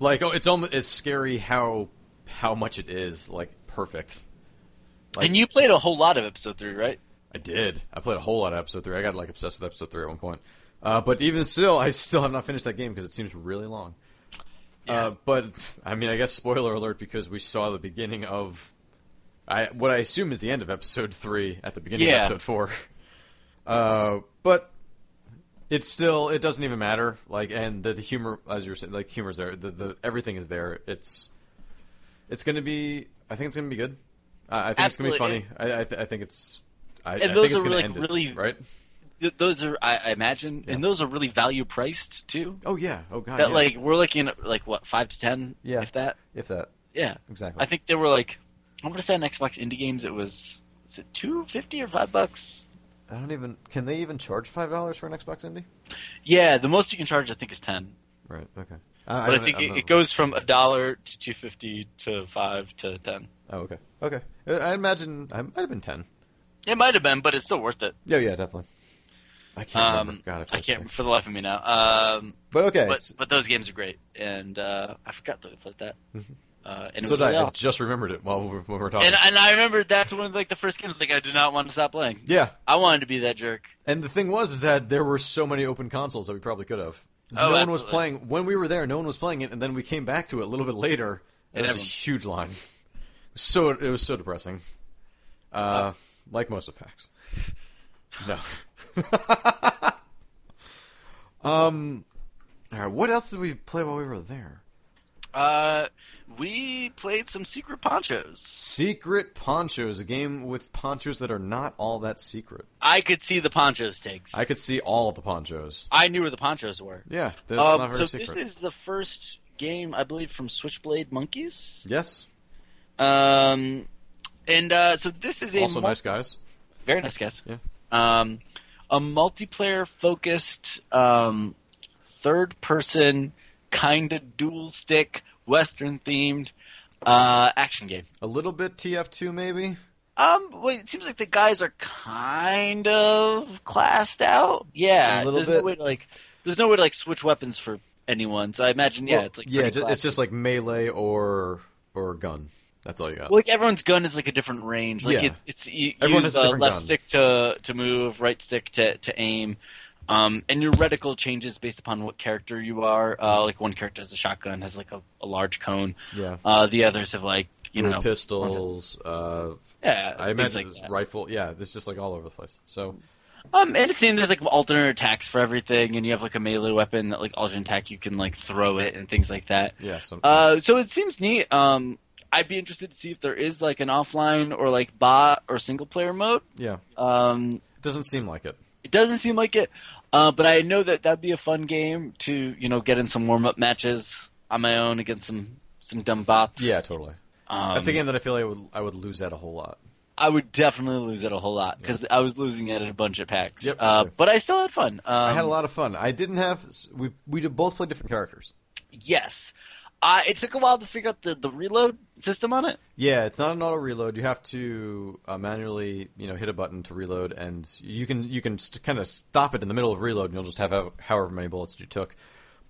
B: like, oh, it's almost it's scary how how much it is like perfect. Like-
A: and you played a whole lot of episode three, right?
B: I did. I played a whole lot of episode three. I got like obsessed with episode three at one point. Uh, but even still, I still have not finished that game because it seems really long. Uh, but I mean, I guess spoiler alert because we saw the beginning of, I what I assume is the end of episode three at the beginning
A: Yeah.
B: of episode four. Uh, but it's still it doesn't even matter. Like, and the, the humor, as you're saying, like humor's there. The, the everything is there. It's it's gonna be. I think it's gonna be good. I I think it's gonna be
A: Absolutely.
B: funny. I I, th- I think it's. I, I
A: And
B: think
A: those
B: it's
A: are,
B: gonna
A: like,
B: end
A: really-
B: it, right.
A: Th- those are, I, I imagine, and those are really value priced too.
B: Oh yeah. Oh god.
A: That
B: yeah.
A: like we're looking at like what five to ten,
B: Yeah.
A: if that.
B: if that.
A: Yeah,
B: Exactly.
A: I think they were like, I'm gonna say on Xbox indie games it was was it two fifty or five bucks?
B: I don't even. Can they even charge five dollars for an Xbox Indie?
A: Yeah, the most you can charge I think is ten,
B: Right. Okay.
A: but I, think it, it goes from a dollar to two fifty to five to ten.
B: Oh, okay. Okay. I- I imagine I might have been ten.
A: It might have been, but it's still worth it.
B: Yeah, yeah, definitely. I can't
A: Um,
B: remember. God, I, feel
A: I
B: like
A: can't
B: back-
A: for the life of me now. Um,
B: But okay.
A: but
B: s-
A: but those games are great, and uh, I forgot that we played that. Uh, and it
B: Mm-hmm. so
A: was
B: did I,
A: really
B: I
A: awesome.
B: just remembered it while we were, when we were talking.
A: and and I remember that's one of like the first games like I did not want to stop playing.
B: yeah.
A: I wanted to be that jerk.
B: And the thing was is that there were so many open consoles that we probably could have. 'Cause
A: Oh,
B: no one was
A: absolutely.
B: playing when we were there. No one was playing it, and then we came back to it a little bit later. And
A: And
B: it was a
A: everyone-
B: huge line. So it was so depressing. Uh,
A: Oh.
B: like most of PAX. no. um. All right. What else did we play while we were there?
A: Uh, we played some secret ponchos.
B: Secret Ponchos, a game with ponchos that are not all that secret.
A: I could see the ponchos takes.
B: I
A: I,
B: could see all of the ponchos.
A: knew where the ponchos were.
B: Yeah, that's not
A: Um,
B: very
A: so
B: secret.
A: this is the first game I believe from Switchblade Monkeys.
B: yes,
A: Um, and uh, so this is a
B: also
A: mul-
B: nice guys.
A: very nice guess.
B: Yeah.
A: Um, a multiplayer focused um, third person kind of dual stick western themed uh, action game.
B: A little bit TF2 maybe.
A: Um, well, it seems like the guys are kind of classed out. Yeah,
B: A little
A: there's
B: bit.
A: No way to, like, there's no way to like switch weapons for anyone. So I imagine, yeah,
B: Well,
A: it's like
B: yeah,
A: pretty
B: ju- it's
A: classy.
B: just like melee or or gun. That's all you got.
A: Well, like everyone's gun is like a different range. Like
B: Yeah.
A: it's it's you
B: Everyone
A: use
B: has a
A: uh,
B: different
A: left
B: gun.
A: stick to to move, right stick to to aim. Um, and your reticle changes based upon what character you are. Uh, like one character has a shotgun, has like a, a large cone.
B: yeah.
A: Uh, the others have like you
B: Dual
A: know,
B: pistols. Uh,
A: yeah.
B: I
A: things
B: imagine
A: like
B: it's
A: that.
B: rifle. Yeah, this is just like all over the place. So
A: Um, and it seems there's like alternate attacks for everything, and you have like a melee weapon that like alternate attack you can like throw it and things like that.
B: yeah, some,
A: Uh, so it seems neat. Um, I'd be interested to see if there is like an offline or like bot or single player mode.
B: yeah.
A: Um,
B: It doesn't seem like it.
A: it doesn't seem like it, uh, but I know that that'd be a fun game to you know get in some warm up matches on my own against some some dumb bots.
B: Yeah, totally.
A: um,
B: That's a game that I feel like I would I would lose at a whole lot.
A: I would definitely lose it a whole lot because I was losing it at a bunch of packs.
B: Yep, me
A: uh,
B: too.
A: but I still had fun. Um,
B: I had a lot of fun. I didn't have we we did both play different characters.
A: Yes. Uh, it took a while to figure out the, the reload system on it.
B: Yeah, it's not an auto reload. You have to uh, manually, you know, hit a button to reload, and you can you can st- kind of stop it in the middle of reload, and you'll just have how- however many bullets you took.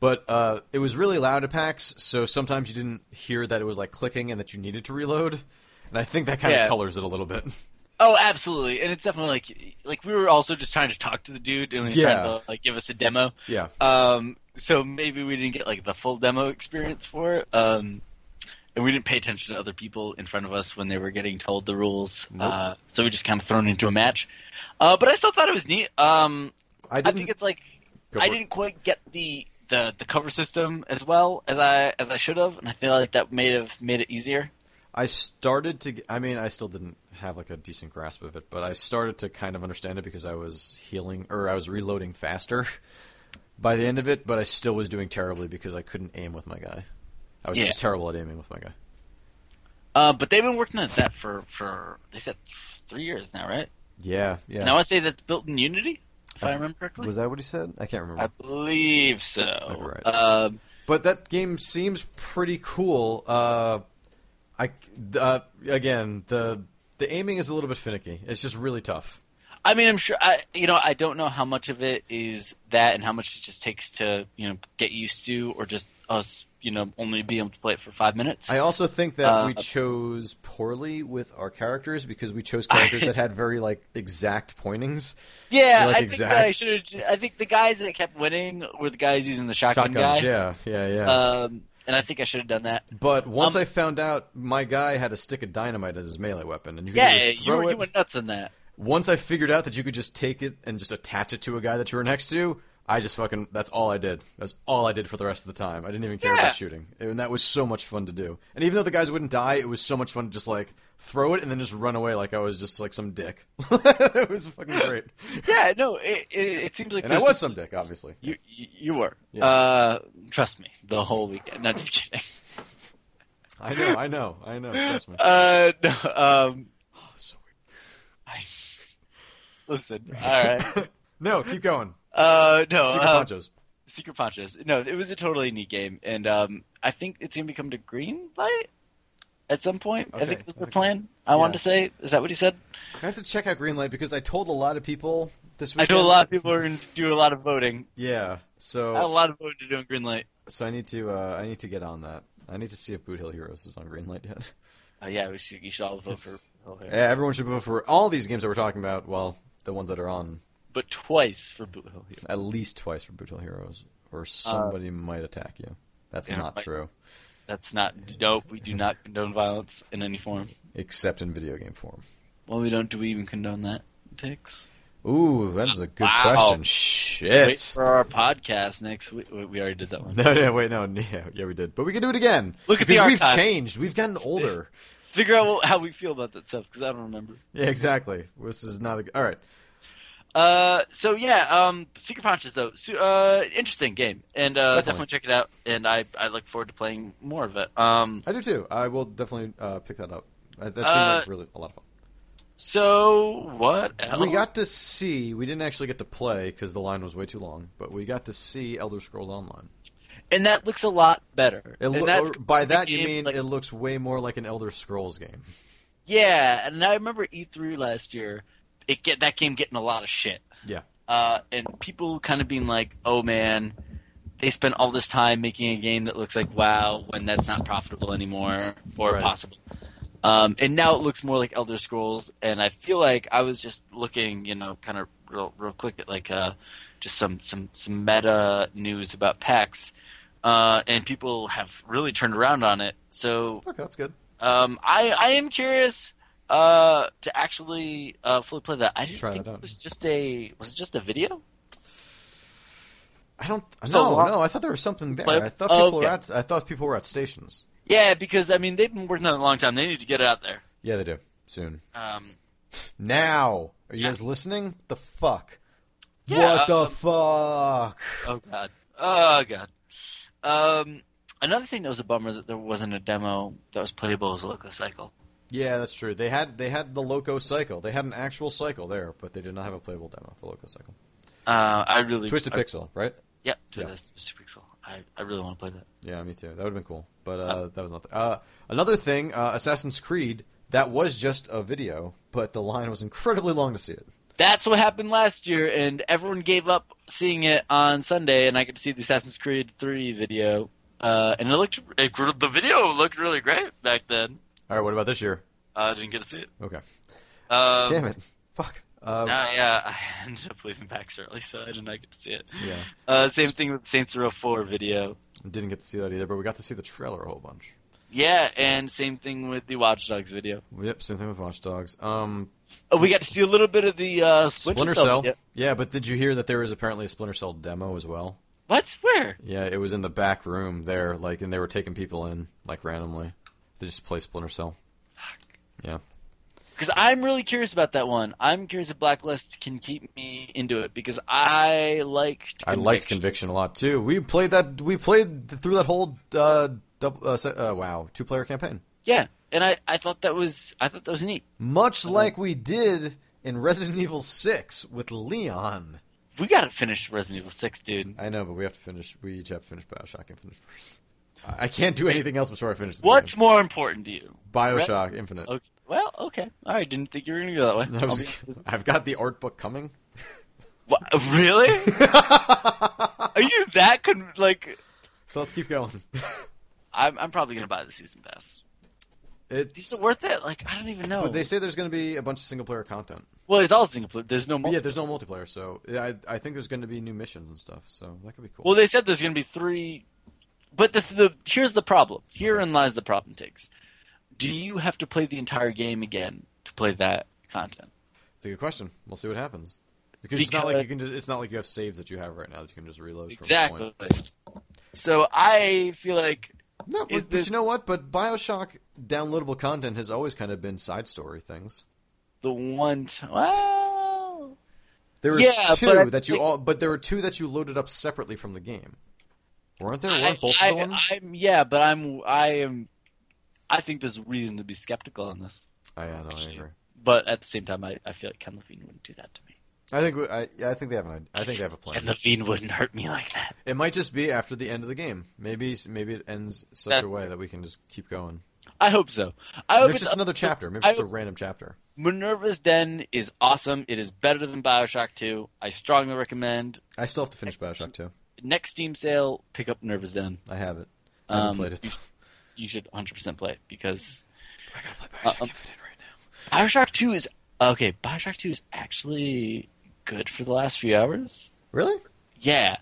B: But uh, it was really loud at PAX, so sometimes you didn't hear that it was like clicking and that you needed to reload. And I think that kind
A: Yeah.
B: of colors it a little bit.
A: Oh, absolutely. And it's definitely like like we were also just trying to talk to the dude and he was
B: Yeah.
A: trying to like give us a demo.
B: yeah,
A: Um so maybe we didn't get like the full demo experience for it. Um and we didn't pay attention to other people in front of us when they were getting told the rules.
B: Nope.
A: Uh, so we just kind of thrown into a match. Uh, but I still thought it was neat. Um, I
B: I didn't.
A: think it's like
B: Go
A: I
B: for it.
A: didn't quite get the, the the cover system as well as I as I should have, and I feel like that may have made it easier.
B: I started to. g- I mean, I still didn't have like a decent grasp of it, but I started to kind of understand it because I was healing or I was reloading faster by the end of it. But I still was doing terribly because I couldn't aim with my guy. I was
A: Yeah.
B: just terrible at aiming with my guy.
A: Uh, but they've been working at that for for they said three years now, right?
B: Yeah, yeah. Uh,
A: And I want to say that's built in Unity, if I remember correctly.
B: was that what he said? I can't remember.
A: I believe so.
B: be right.
A: Um,
B: But that game seems pretty cool. Uh, I c- uh, again the the aiming is a little bit finicky. It's just really tough.
A: I mean, I'm sure. I you know I don't know how much of it is that, and how much it just takes to you know get used to, or just us you know only being able to play it for five minutes.
B: I also think that
A: Uh,
B: we chose poorly with our characters because we chose characters that had very like exact pointings.
A: Yeah,
B: They're, like,
A: I think that I
B: exacts.
A: should. I think the guys that kept winning were the guys using the shotgun
B: Shotguns,
A: guy.
B: yeah, yeah, yeah.
A: Um, and I think I should have done that.
B: but once
A: um,
B: I found out my guy had a stick of dynamite as his melee weapon, and you could
A: Yeah,
B: either
A: you,
B: throw
A: were-
B: it.
A: you went nuts in that.
B: Once I figured out that you could just take it and just attach it to a guy that you were next to, I just fucking that's all I did. That's all I did for the rest of the time. I didn't even care
A: Yeah.
B: about shooting, and that was so much fun to do. And even though the guys wouldn't die, it was so much fun to just like throw it and then just run away like I was just like some dick. it was fucking great.
A: Yeah, no, it, it, it seems like
B: And I
A: there's-
B: was some dick, obviously.
A: You, you you were.
B: Yeah.
A: Uh, trust me, the whole weekend. Not just kidding.
B: I know, I know, I know. Trust me.
A: Uh, no. Um,
B: Oh, so weird.
A: I, listen. All right.
B: No, keep going.
A: Uh, no.
B: Secret
A: uh,
B: ponchos.
A: Secret Ponchos. No, it was a totally neat game, and um, I think it's going to become to green light at some point. I
B: Okay,
A: think was
B: I
A: their
B: think so.
A: plan. I wanted
B: Yeah.
A: to say, is that what he said?
B: I have to check out Greenlight because I told a lot of people this
A: I
B: weekend. Oh.
A: know a lot of people are going to do a lot of voting.
B: Yeah, so
A: I had a lot of voting to do in Greenlight.
B: so I need to uh, I need to get on that. I need to see if Boot Hill Heroes is on Greenlight yet.
A: Oh yeah, we should. You should all vote for. Okay.
B: yeah, everyone should vote for all these games that we're talking about. Well, the ones that are on
A: But twice for Boot Hill. Hero.
B: at least twice for Boot Hill Heroes, or somebody might attack you. That's
A: Uh, Yeah,
B: not
A: like-
B: true,
A: That's not dope. We do not condone violence in any form.
B: except in video game form.
A: Well, we don't. Do we even condone that? Ticks.
B: Ooh, that is a good
A: Wow.
B: question.
A: Wait
B: Shit.
A: for our podcast next week. We we already did that one.
B: No, no, wait, no, yeah, yeah, we did, but we can do it again.
A: Look at the
B: Because we've
A: archive.
B: changed, we've gotten older.
A: Figure out what, how we feel about that stuff because I don't remember.
B: Yeah, exactly. This is not a all right.
A: Uh, so yeah, um, Secret Punches though, su- uh, interesting game, and uh,
B: Definitely.
A: definitely. check it out. And I, I look forward to playing more of it. Um,
B: I do too. I will definitely uh, pick that up. That, that seemed
A: Uh,
B: like really a lot of fun.
A: so what else?
B: We got to see. We didn't actually get to play because the line was way too long. But we got to see Elder Scrolls Online.
A: and that looks a lot better.
B: It
A: And
B: loo-
A: that's
B: or by
A: the
B: that you
A: game,
B: mean
A: like-
B: it looks way more like an Elder Scrolls game.
A: yeah? And I remember E3 last year. It get that game getting a lot of shit.
B: Yeah.
A: Uh, and people kind of being like, "Oh man, they spent all this time making a game that looks like WoW when that's not profitable anymore or
B: Right.
A: possible." Um, and now it looks more like Elder Scrolls, and I feel like I was just looking, you know, kind of real, real quick at like uh, just some, some, some meta news about PAX, uh, and people have really turned around on it. So
B: Okay, that's good.
A: um, I, I am curious uh, to actually uh, fully play that. I didn't
B: Try
A: think
B: that out.
A: it was just a was it just a video?
B: I don't.
A: So
B: no,
A: long-
B: no. I thought there was something there.
A: Play-
B: I thought
A: Oh,
B: people were
A: okay.
B: at. I thought people were at stations.
A: Yeah, because I mean they've been working on it a long time. They need to get it out there.
B: Yeah, they do soon.
A: Um,
B: Now, are you
A: Yeah.
B: guys listening? The fuck.
A: Yeah,
B: what the fuck?
A: oh god, oh god. Um, another thing that was a bummer that there wasn't a demo that was playable as Loco Cycle.
B: Yeah, that's true. They had they had the Loco Cycle. They had an actual cycle there, but they did not have a playable demo for Loco Cycle.
A: Uh, I really
B: Twisted
A: I,
B: Pixel, right?
A: Yeah, to
B: Yeah.
A: this Super Pixel. I, I really want to play that.
B: Yeah, me too. That would have been cool, but uh, that was not. The, uh, another thing, uh, Assassin's Creed. That was just a video, but the line was incredibly long to see it.
A: That's what happened last year, and everyone gave up seeing it on Sunday, and I got to see the Assassin's Creed 3 video. Uh, and it looked, it, gr- the video looked really great back then.
B: All right, what about this year?
A: I didn't get to see it.
B: Okay,
A: Um,
B: damn it, fuck. Uh,
A: no, yeah, I ended up leaving PAX early, so I did not get to see it.
B: Yeah.
A: Uh, same thing with Saints Row 4 video.
B: Didn't get to see that either, but we got to see the trailer a whole bunch.
A: Yeah, and same thing with the Watch Dogs video.
B: Yep, same thing with Watch Dogs. Um,
A: Oh, we got to see a little bit of the uh, Splinter,
B: Splinter Cell.
A: video.
B: Yeah, but did you hear that there was apparently a Splinter Cell demo as well?
A: What? Where?
B: Yeah, it was in the back room there, like, and they were taking people in, like, randomly. They just play Splinter Cell. Yeah.
A: because I'm really curious about that one. I'm curious if Blacklist can keep me into it because I liked.
B: I liked Conviction a lot too. We played that. We played th- through that whole uh, double, uh, se- uh, wow two player campaign,
A: Yeah, and I, I thought that was I thought that was neat.
B: much like we did in Resident Evil Six with Leon.
A: We gotta finish Resident Evil Six, dude.
B: I know, but we have to finish. We each have to finish Bioshock Infinite first. I I can't do anything else before I finish. This
A: What's
B: game.
A: more important to you?
B: Bioshock
A: Res-
B: Infinite?
A: Okay. Well, okay. All right. Didn't think you were gonna go that way.
B: I
A: I'll be
B: was,
A: honest with you.
B: I've got the art book coming.
A: Wha- really? Are you that con- like?
B: So let's keep going.
A: I'm I'm probably gonna buy the season pass. Is
B: It's
A: it worth it? Like I don't even know.
B: but they say there's going to be a bunch of single player content.
A: well, it's all single player. There's no
B: But
A: more.
B: yeah, there's no multiplayer, so I I think there's going to be new missions and stuff. So that could be cool.
A: Well, they said there's going to be three, but the, the here's the problem. Herein lies the problem, Tiggs. Do you have to play the entire game again to play that content?
B: It's a good question. We'll see what happens. Because, it's not like
A: Because-
B: you can just it's not like you have saves that you have right now that you can just reload from
A: Exactly.
B: point.
A: So I feel like
B: No, but,
A: Is
B: but
A: this-
B: you know what? But BioShock downloadable content has always kind of been side story things.
A: the one. T- well,
B: There was
A: Yeah, but I
B: two that you
A: think-
B: all but there were two that you loaded up separately from the game. Weren't there?
A: I,
B: Weren't both
A: I,
B: of the ones?
A: I'm yeah, but I'm I am. I think there's reason to be skeptical on this,
B: Oh, yeah, no, I
A: Actually.
B: agree.
A: but at the same time, I, I feel like Ken Levine wouldn't do that to me.
B: I think we- I, yeah, I think they have an idea. I think they have a
A: Ken
B: plan.
A: Levine wouldn't hurt me like that.
B: It might just be after the end of the game. Maybe maybe it ends such
A: That-
B: a way that we can just keep going.
A: I hope so. I hope
B: Maybe it's just another chapter. Maybe it's
A: I
B: just a
A: hope-
B: random chapter.
A: Minerva's Den is awesome. It is better than Bioshock 2. I strongly recommend.
B: I still have to finish BioShock 2.
A: Next Steam sale, pick up Minerva's Den.
B: I have it. I haven't
A: Um,
B: played it.
A: you- You should 100% play it because
B: I gotta play
A: Bioshock Uh, um,
B: right now.
A: Bioshock 2 is. Okay, Bioshock 2 is actually good for the last few hours.
B: Really?
A: Yeah.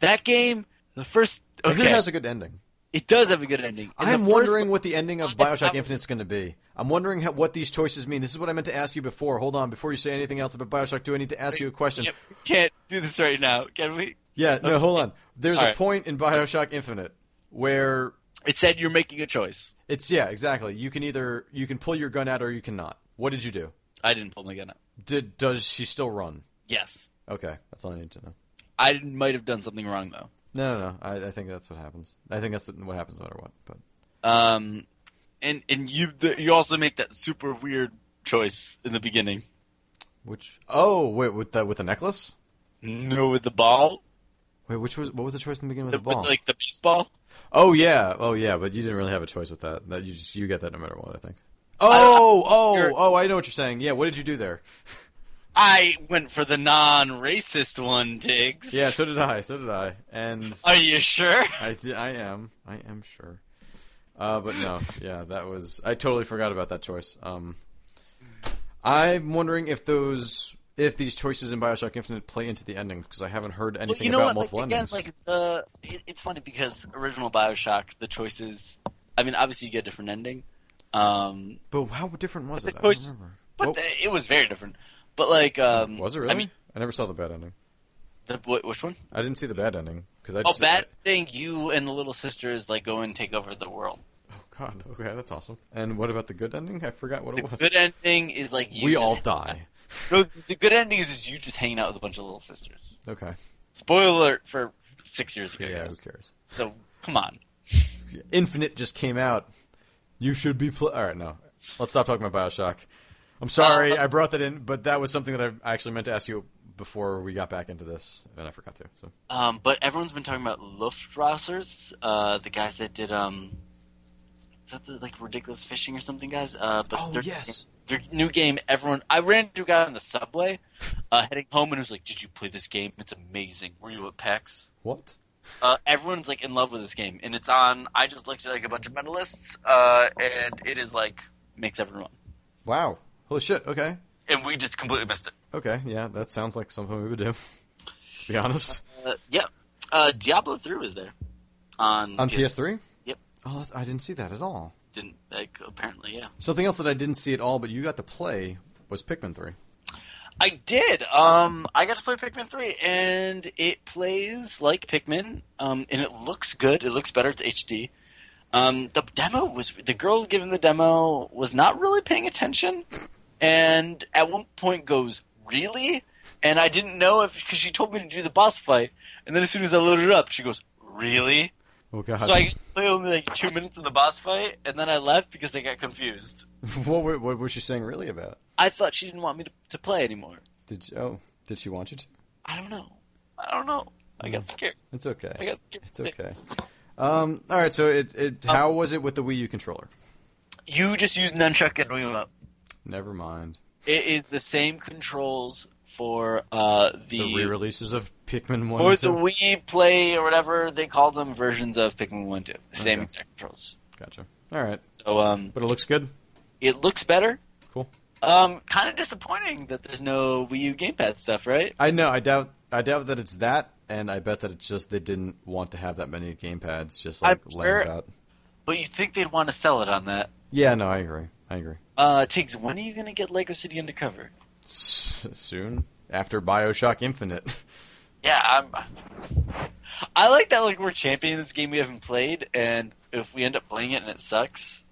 A: That game, the first.
B: I hear
A: Okay,
B: it has a good ending.
A: it does have a good ending. And
B: I'm
A: the first-
B: wondering what the ending of
A: I was-
B: Bioshock Infinite's going to be. I'm wondering how, what these choices mean. This is what I meant to ask you before. Hold on, before you say anything else about Bioshock 2, I need to ask you a question.
A: Yep, we can't do this right now, can we?
B: Yeah, no, hold on. There's a
A: Alright.
B: point in Bioshock Infinite where
A: It said you're making a choice.
B: it's yeah, exactly. You can either you can pull your gun out or you cannot. What did you do?
A: I didn't pull my gun up.
B: Did does she still run?
A: Yes.
B: Okay, that's all I need to know.
A: I might have done something wrong, though.
B: No, no, no. I, I think that's what happens. I think that's what, what happens no matter what. But
A: Um, and and you th- you also make that super weird choice in the beginning.
B: which? Oh, wait, with the with the necklace.
A: No, with the ball,
B: Wait, which was what was the choice in the beginning with
A: the,
B: the ball?
A: With, like the baseball.
B: oh yeah, oh yeah, but you didn't really have a choice with that. That you just you get that no matter what, I think. Oh, oh,
A: you're-
B: oh! I know what you're saying. Yeah, what did you do there?
A: I went for the non-racist one, Diggs.
B: Yeah, so did I. So did I. And
A: Are you sure?
B: I, di- I am. I am sure. Uh, but no, yeah, that was. I totally forgot about that choice. Um, I'm wondering if those, if these choices in Bioshock Infinite play into the endings because I haven't heard anything
A: well, you know
B: about
A: what?
B: multiple
A: like, again,
B: endings.
A: like the it, it's funny because original Bioshock, the choices. I mean, obviously you get a different ending, um,
B: but how different was
A: But
B: it?
A: the
B: I don't
A: choices-
B: remember. Oh.
A: but
B: Well,
A: the- it was very different. But like, um,
B: was it really?
A: I mean,
B: I never saw the bad ending.
A: the, wh- which one?
B: I didn't see the bad ending because I
A: Oh,
B: just,
A: bad thing! You and the little sisters like go and take over the world.
B: oh god, okay, that's awesome. And what about the good ending? I forgot what
A: The
B: it was.
A: good ending is like you
B: we
A: just-
B: all die.
A: No, the good ending is, is you just hanging out with a bunch of little sisters.
B: Okay.
A: Spoiler alert for six years ago.
B: Yeah, who
A: guys.
B: cares?
A: So come on.
B: Infinite just came out. You should be pl- all right. No, let's stop talking about Bioshock. I'm sorry
A: Uh,
B: I brought that in, but that was something that I actually meant to ask you before we got back into this, and I forgot to. So
A: Um, but everyone's been talking about Luftwassers, uh, the guys that did um, is that the like ridiculous fishing or something, guys? Uh, but
B: Oh,
A: their,
B: yes.
A: their new game. Everyone, I ran into a guy on the subway, uh, heading home, and he was like, "Did you play this game? It's amazing. Were you at PAX?"
B: what?
A: Uh, everyone's like in love with this game, and it's on. I just looked at like a bunch of medalists, uh, and it is like makes everyone.
B: Wow. Holy shit. Okay.
A: And we just completely missed it.
B: Okay. Yeah, that sounds like something we would do. to be honest,
A: Uh, yeah, uh, Diablo three was there on
B: on
A: PS3.
B: PS3.
A: Um, Yep.
B: Oh, that- I didn't see that at all.
A: Didn't like apparently, yeah.
B: Something else that I didn't see at all, but you got to play was Pikmin 3.
A: I did. Um, I got to play Pikmin three, and it plays like Pikmin. Um, and it looks good. It looks better. It's HD. Um, the demo was the girl giving the demo was not really paying attention, and at one point goes really, and I didn't know if because she told me to do the boss fight, and then as soon as I loaded it up, she goes really.
B: Oh god.
A: So I got to play only like two minutes of the boss fight, and then I left because I got confused.
B: what, were- what was she saying really about?
A: I thought she didn't want me to, to play anymore.
B: Did you, oh, did she want you to?
A: I don't know. I don't know. I got scared.
B: It's okay.
A: I got scared.
B: It's okay. Um, all right, so it, it
A: Um,
B: how was it with the Wii U controller?
A: You just use nunchuck and Wiimote.
B: Never mind.
A: It is the same controls for uh, the,
B: The re-releases of Pikmin One.
A: or
B: and
A: the
B: 2?
A: Wii Play or whatever they call them versions of Pikmin One Two. The same
B: Okay.
A: exact controls.
B: Gotcha. All right,
A: So um,
B: but it looks good.
A: it looks better.
B: Cool.
A: Um, kind of disappointing that there's no Wii U gamepad stuff, right?
B: I know. I doubt. I doubt that it's that, and I bet that it's just they didn't want to have that many gamepads just like
A: I'm
B: laying
A: sure-
B: about.
A: But you think they'd want to sell it on that?
B: Yeah. No, I agree. I agree.
A: Uh, Tiggs, when are you gonna get Lego City Undercover?
B: S- soon after Bioshock Infinite.
A: Yeah, I'm. I like that. Like we're championing this game we haven't played, and if we end up playing it and it sucks,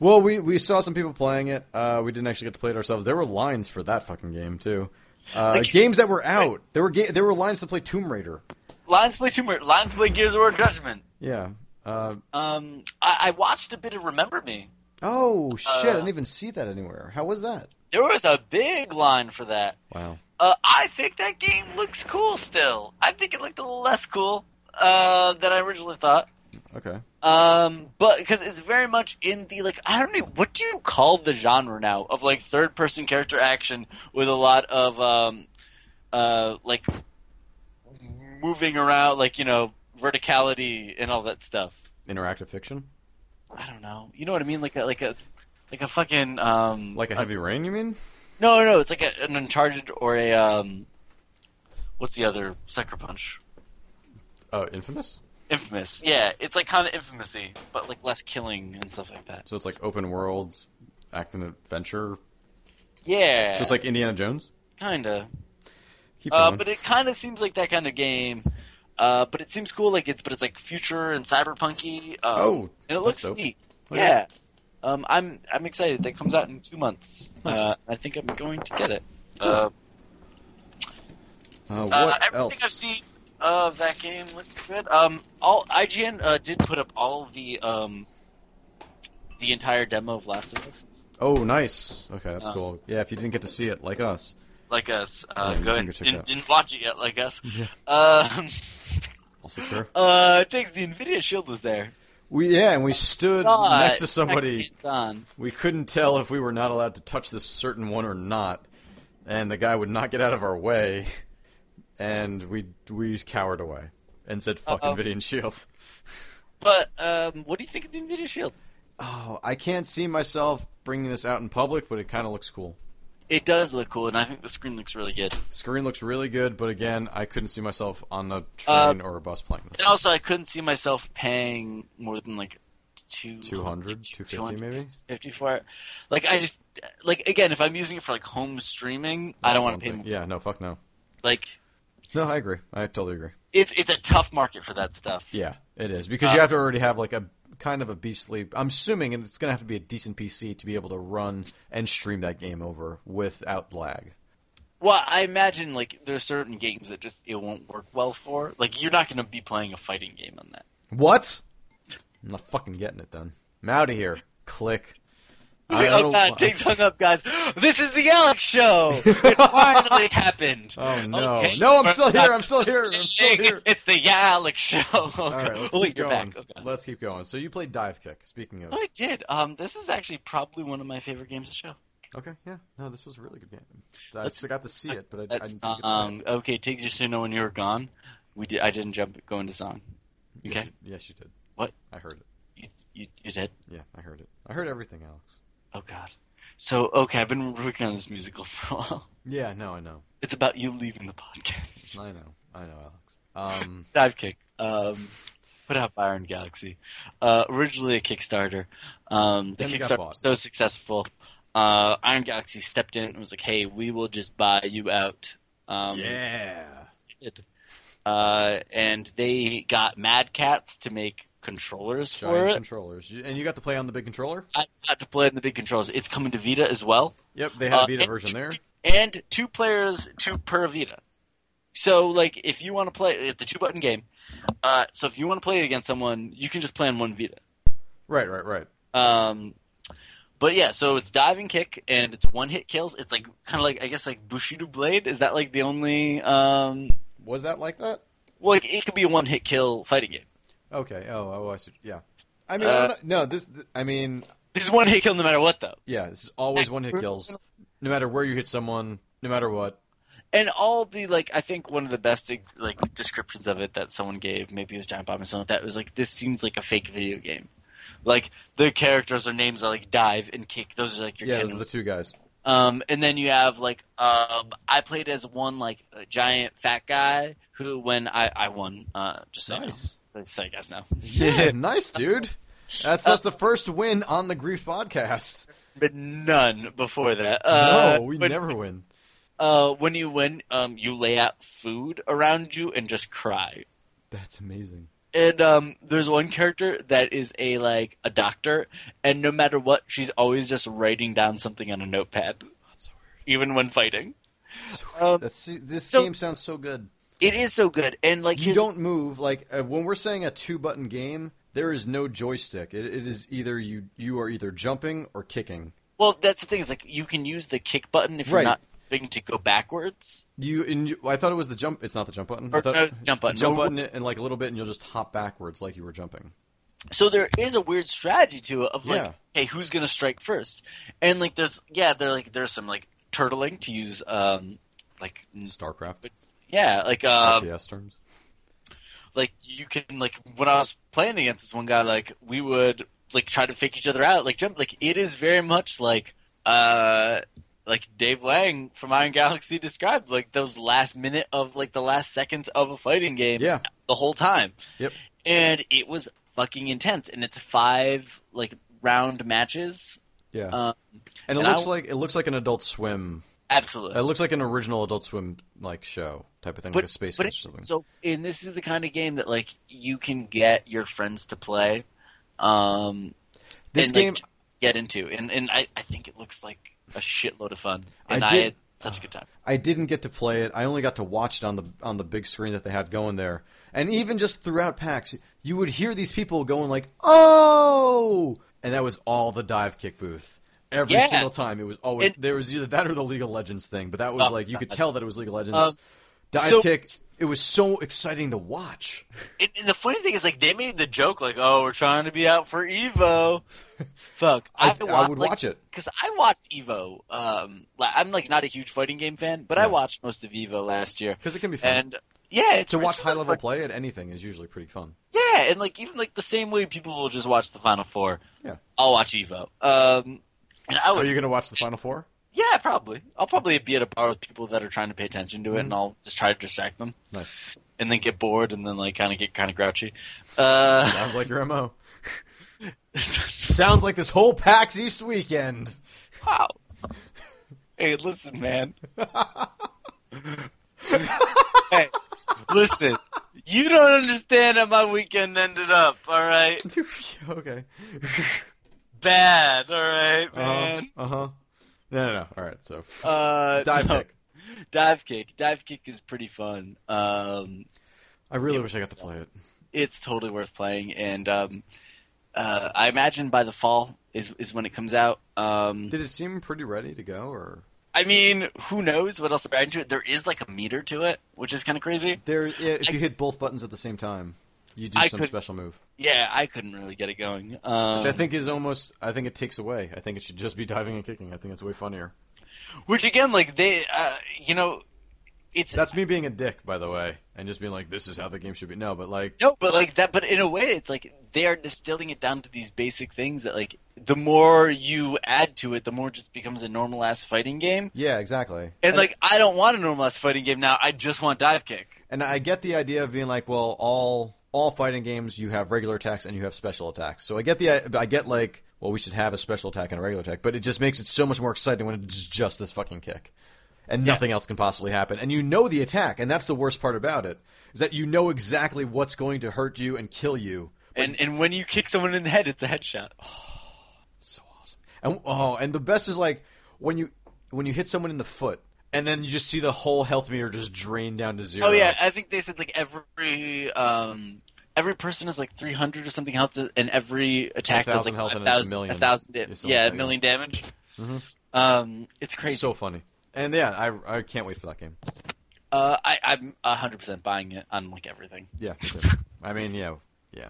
B: Well, we, we saw some people playing it. Uh, we didn't actually get to play it ourselves. There were lines for that fucking game too. Uh,
A: Like-
B: games that were out. There were ga- there were lines to play Tomb Raider.
A: Lions play Tomb Raider. Lions play Gears of War Judgment.
B: Yeah. Uh,
A: Um, I, I watched a bit of Remember Me.
B: oh shit! I
A: Uh,
B: didn't even see that anywhere. How was that?
A: There was a big line for that.
B: Wow.
A: Uh, I think that game looks cool still. I think it looked a little less cool uh, than I originally thought.
B: Okay.
A: Um, but because it's very much in the like, I don't know what do you call the genre now of like third person character action with a lot of um, uh, like moving around, like you know, verticality and all that stuff.
B: Interactive fiction,
A: I don't know. You know what I mean? Like a like a like a fucking um
B: like a heavy rain. You mean?
A: no no it's like a, an Uncharted or a um what's the other sucker punch?
B: Uh, infamous.
A: Infamous. Yeah, it's like kind of infamousy, but like less killing and stuff like that.
B: So it's like open world, action adventure.
A: Yeah,
B: So it's like Indiana Jones.
A: kind of.
B: Keep
A: Uh,
B: going.
A: but it kind of seems like that kind of game. Uh, but it seems cool. Like it's but it's like future and cyberpunky. Um,
B: Oh,
A: and it
B: that's
A: looks
B: dope.
A: neat.
B: Okay.
A: Yeah. Um, I'm I'm excited. That comes out in two months.
B: Nice.
A: Uh, I think I'm going to get it. Uh,
B: Uh, what
A: Uh, everything
B: else?
A: I've seen of that game looks good. Um, all IGN uh, did put up all of the um, the entire demo of Last of Us.
B: Oh, nice. Okay, that's
A: Uh,
B: cool. Yeah, if you didn't get to see it, like us.
A: Like us,
B: Yeah,
A: uh,
B: you can
A: go ahead.
B: go check it
A: Didn't,
B: out.
A: didn't watch it yet. Like us.
B: Yeah.
A: Um,
B: Also, sure.
A: uh, it takes the Nvidia Shield was there.
B: We yeah, and we stood
A: Saw
B: next
A: it.
B: to somebody.
A: Checked it on.
B: We couldn't tell if we were not allowed to touch this certain one or not, and the guy would not get out of our way, and we we cowered away and said "fuck
A: Uh-oh.
B: Nvidia and Shield."
A: But um, what do you think of the Nvidia Shield?
B: Oh, I can't see myself bringing this out in public, but it kind of looks cool.
A: It does look cool, and I think the screen looks really good.
B: Screen looks really good, but again, I couldn't see myself on a train or a bus playing
A: And
B: this.
A: also, Uh, I couldn't see myself paying more than like two
B: 200, 250 maybe?
A: fifty for it. Like I just like again, if I'm using it for like home streaming, I
B: That's
A: don't want
B: one
A: to pay
B: thing.
A: more.
B: Yeah, no, fuck no.
A: Like
B: No, I agree. I totally agree.
A: it's it's a tough market for that stuff.
B: Yeah, it is because
A: Uh,
B: you have to already have like a kind of a beastly. I'm assuming, and it's going to have to be a decent PC to be able to run and stream that game over without lag.
A: Well, I imagine like there's certain games that just it won't work well for. Like you're not going to be playing a fighting game on that.
B: What? I'm not fucking getting it then. I'm out of here. Click. I
A: oh
B: don't-
A: God, Jake's hung up, guys. This is the Alex Show. It finally happened.
B: Oh, no.
A: Okay.
B: No, I'm still here. I'm still here. I'm still here.
A: It's the Alex Show. All
B: All right, let's
A: oh, wait,
B: keep
A: you're
B: going.
A: back. Okay.
B: Let's keep going. So you played Dive Kick. Speaking of,
A: So I did. Um, this is actually probably one of my favorite games to show.
B: okay, yeah, no, this was a really good game. I
A: Let's-
B: still got to see it, but I, I didn't
A: That
B: get
A: song,
B: to play it.
A: um, okay, takes you to know when you were gone. We did. I didn't jump go into song.
B: Yes,
A: Okay,
B: you- yes, you did.
A: What?
B: I heard it.
A: you, you, you did.
B: Yeah, I heard it. I heard everything, Alex.
A: Oh God. So okay, I've been working on this musical for a while.
B: Yeah, no, I know.
A: It's about you leaving the podcast.
B: I know. I know, Alex. Um,
A: Dive kick. Um, put out by Iron Galaxy. Uh, originally a Kickstarter. Um, the
B: Then it got
A: Kickstarter
B: bought.
A: was so successful. Uh, Iron Galaxy stepped in and was like, "Hey, we will just buy you out." Um,
B: yeah.
A: did. Uh, and they got Mad Cats to make controllers for
B: Giant
A: it.
B: controllers. You- And you got to play on the big controller?
A: I got to play in the big controls. It's coming to Vita as well,
B: Yep, they had
A: Uh,
B: a Vita
A: and-
B: version there.
A: and two players, two per Vita. So, like, if you want to play, it's a two-button game. Uh, so if you want to play against someone, you can just play on one Vita.
B: Right, right, right.
A: Um, but yeah, so it's diving kick and it's one-hit kills. It's like kind of like I guess like Bushido Blade. Is that like the only? Um,
B: Was that like that?
A: well, like, it could be a one-hit kill fighting game.
B: Okay. Oh, oh I see. Yeah. I mean,
A: Uh,
B: I don't know. no, this, th- I mean,
A: This is one-hit kill no matter what, though.
B: yeah, this is always one hit kills. No matter where you hit someone, no matter what.
A: and all the like i think one of the best like descriptions of it that someone gave maybe it was giant bomb or something like that was like this seems like a fake video game like the characters or names are like dive and kick those are like your
B: Yeah,
A: cannon.
B: those are the two guys.
A: um and then you have like um i played as one like a giant fat guy who when i i won uh just so you know.
B: Nice.
A: Just so you guys know
B: Yeah, nice, dude. That's that's the first win on the Grief podcast.
A: but none before that uh
B: no, we
A: but,
B: never win.
A: uh when you win um you lay out food around you and just cry
B: That's amazing.
A: And um, there's one character that is a like a doctor, and no matter what, she's always just writing down something on a notepad,
B: That's so weird.
A: even when fighting.
B: That's so weird.
A: Um,
B: That's- see, this
A: so-
B: game sounds so good.
A: It is so good, and like
B: You
A: his-
B: don't move like uh, when we're saying a two button game. There is no joystick. It, it is either you you are either jumping or kicking.
A: Well, that's the thing is like you can use the kick button if
B: Right.
A: you're not jumping to go backwards.
B: You and you, I thought it was the jump. It's not the jump button. I
A: Or,
B: thought,
A: no, it's the jump button.
B: the jump
A: No,
B: button and like a little bit, and you'll just hop backwards like you were jumping.
A: So there is a weird strategy to it of like,
B: Yeah.
A: hey, who's gonna strike first? And like there's yeah, there like there's some like turtling to use um like n-
B: Starcraft,
A: yeah like um,
B: RTS terms.
A: like you can like when I was playing against this one guy, like we would like try to fake each other out, like jump. Like it is very much like uh like Dave Lang from Iron Galaxy described, like those last minute of like the last seconds of a fighting game,
B: Yeah.
A: the whole time.
B: Yep.
A: And it was fucking intense, and it's five like round matches.
B: Yeah,
A: Uh, and
B: and it
A: I-
B: looks like it looks like an Adult Swim
A: absolutely.
B: It looks like an original Adult Swim like show type of thing, like a space
A: but
B: coach
A: it's-
B: or something.
A: So, and this is the kind of game that like you can get your friends to play. Um,
B: This
A: and, like,
B: game,
A: get into, and and I, I think it looks like a shitload of fun,
B: I
A: and I,
B: did-
A: had such a good time.
B: I didn't get to play it. I only got to watch it on the on the big screen that they had going there. And even just throughout PAX, you would hear these people going like, "Oh!" And that was all the dive kick booth. Every
A: Yeah.
B: single time, it was always
A: And-
B: there was either that or the League of Legends thing. But that was
A: Oh,
B: like you could
A: God.
B: tell that it was League of Legends
A: Um,
B: dive
A: so-
B: kick. It was so exciting to watch.
A: And, and the funny thing is, like, they made the joke, like, "Oh, we're trying to be out for Evo." Fuck,
B: I, I, would watch it.
A: because I watched Evo. Um, like, I'm like not a huge fighting game fan, but I
B: Yeah.
A: watched most of Evo last year,
B: Because it can be fun.
A: and yeah, it's
B: To watch
A: it's
B: high level
A: like-
B: play at anything is usually pretty fun.
A: Yeah, and like even like the same way people will just watch the Final Four.
B: Yeah.
A: I'll watch Evo. Um, and I
B: Are
A: would,
B: you gonna watch the Final Four?
A: yeah, probably. I'll probably be at a bar with people that are trying to pay attention to it,
B: Mm-hmm.
A: and I'll just try to distract them,
B: Nice.
A: and then get bored, and then like kind of get kind of grouchy. Uh,
B: Sounds like your mo. Sounds like this whole PAX East weekend.
A: wow. Hey, listen, man. hey, listen. You don't understand how my weekend ended up. All right,
B: okay.
A: bad. All right,
B: Uh
A: man.
B: huh. No, no, no. All right. So
A: Uh,
B: dive
A: no.
B: kick.
A: Dive kick. Dive kick is pretty fun. Um,
B: I really wish I got to play it.
A: it's totally worth playing, and um, uh, I imagine by the fall is is when it comes out. Um,
B: Did it seem pretty ready to go, or
A: I mean, who knows what else they're adding to it? There is like a meter to it, which is kind of crazy.
B: there? yeah, If
A: I-
B: you hit both buttons at the same time, you do
A: I
B: some
A: could-
B: special move,
A: Yeah, I couldn't really get it going. Um,
B: which I think is almost. I think it takes away. I think it should just be diving and kicking. I think it's way funnier.
A: which again, like they, uh, you know, it's
B: That's me being a dick, by the way, and just being like, "This is how the game should be." No, but like,
A: No, but like that. But in a way, it's like they are distilling it down to these basic things that, like, the more you add to it, the more it just becomes a normal ass fighting game.
B: yeah, exactly.
A: And like, I don't want a normal ass fighting game now. I just want dive kick.
B: And I get the idea of being like, well, all all fighting games you have regular attacks and you have special attacks. So I get the I get like, well, we should have a special attack and a regular attack, but it just makes it so much more exciting when it's just this fucking kick. And nothing else can possibly happen. And you know the attack, and that's the worst part about it is that you know exactly what's going to hurt you and kill you.
A: And and when you kick someone in the head, it's a headshot.
B: It's so awesome. And oh, and the best is like when you when you hit someone in the foot, and then you just see the whole health meter just drain down to zero.
A: Oh yeah, I think they said like every um every person is like three hundred or something health, and every attack does
B: 1,000
A: like
B: health and
A: a
B: it's a
A: thousand,
B: million.
A: a thousand, da-
B: It's something
A: yeah,
B: like
A: a
B: that, Mm-hmm.
A: million damage. Um, it's crazy.
B: so funny. And yeah, I I can't wait for that game.
A: uh, I I'm hundred percent buying it on like everything.
B: Yeah. me too. I mean, yeah, yeah.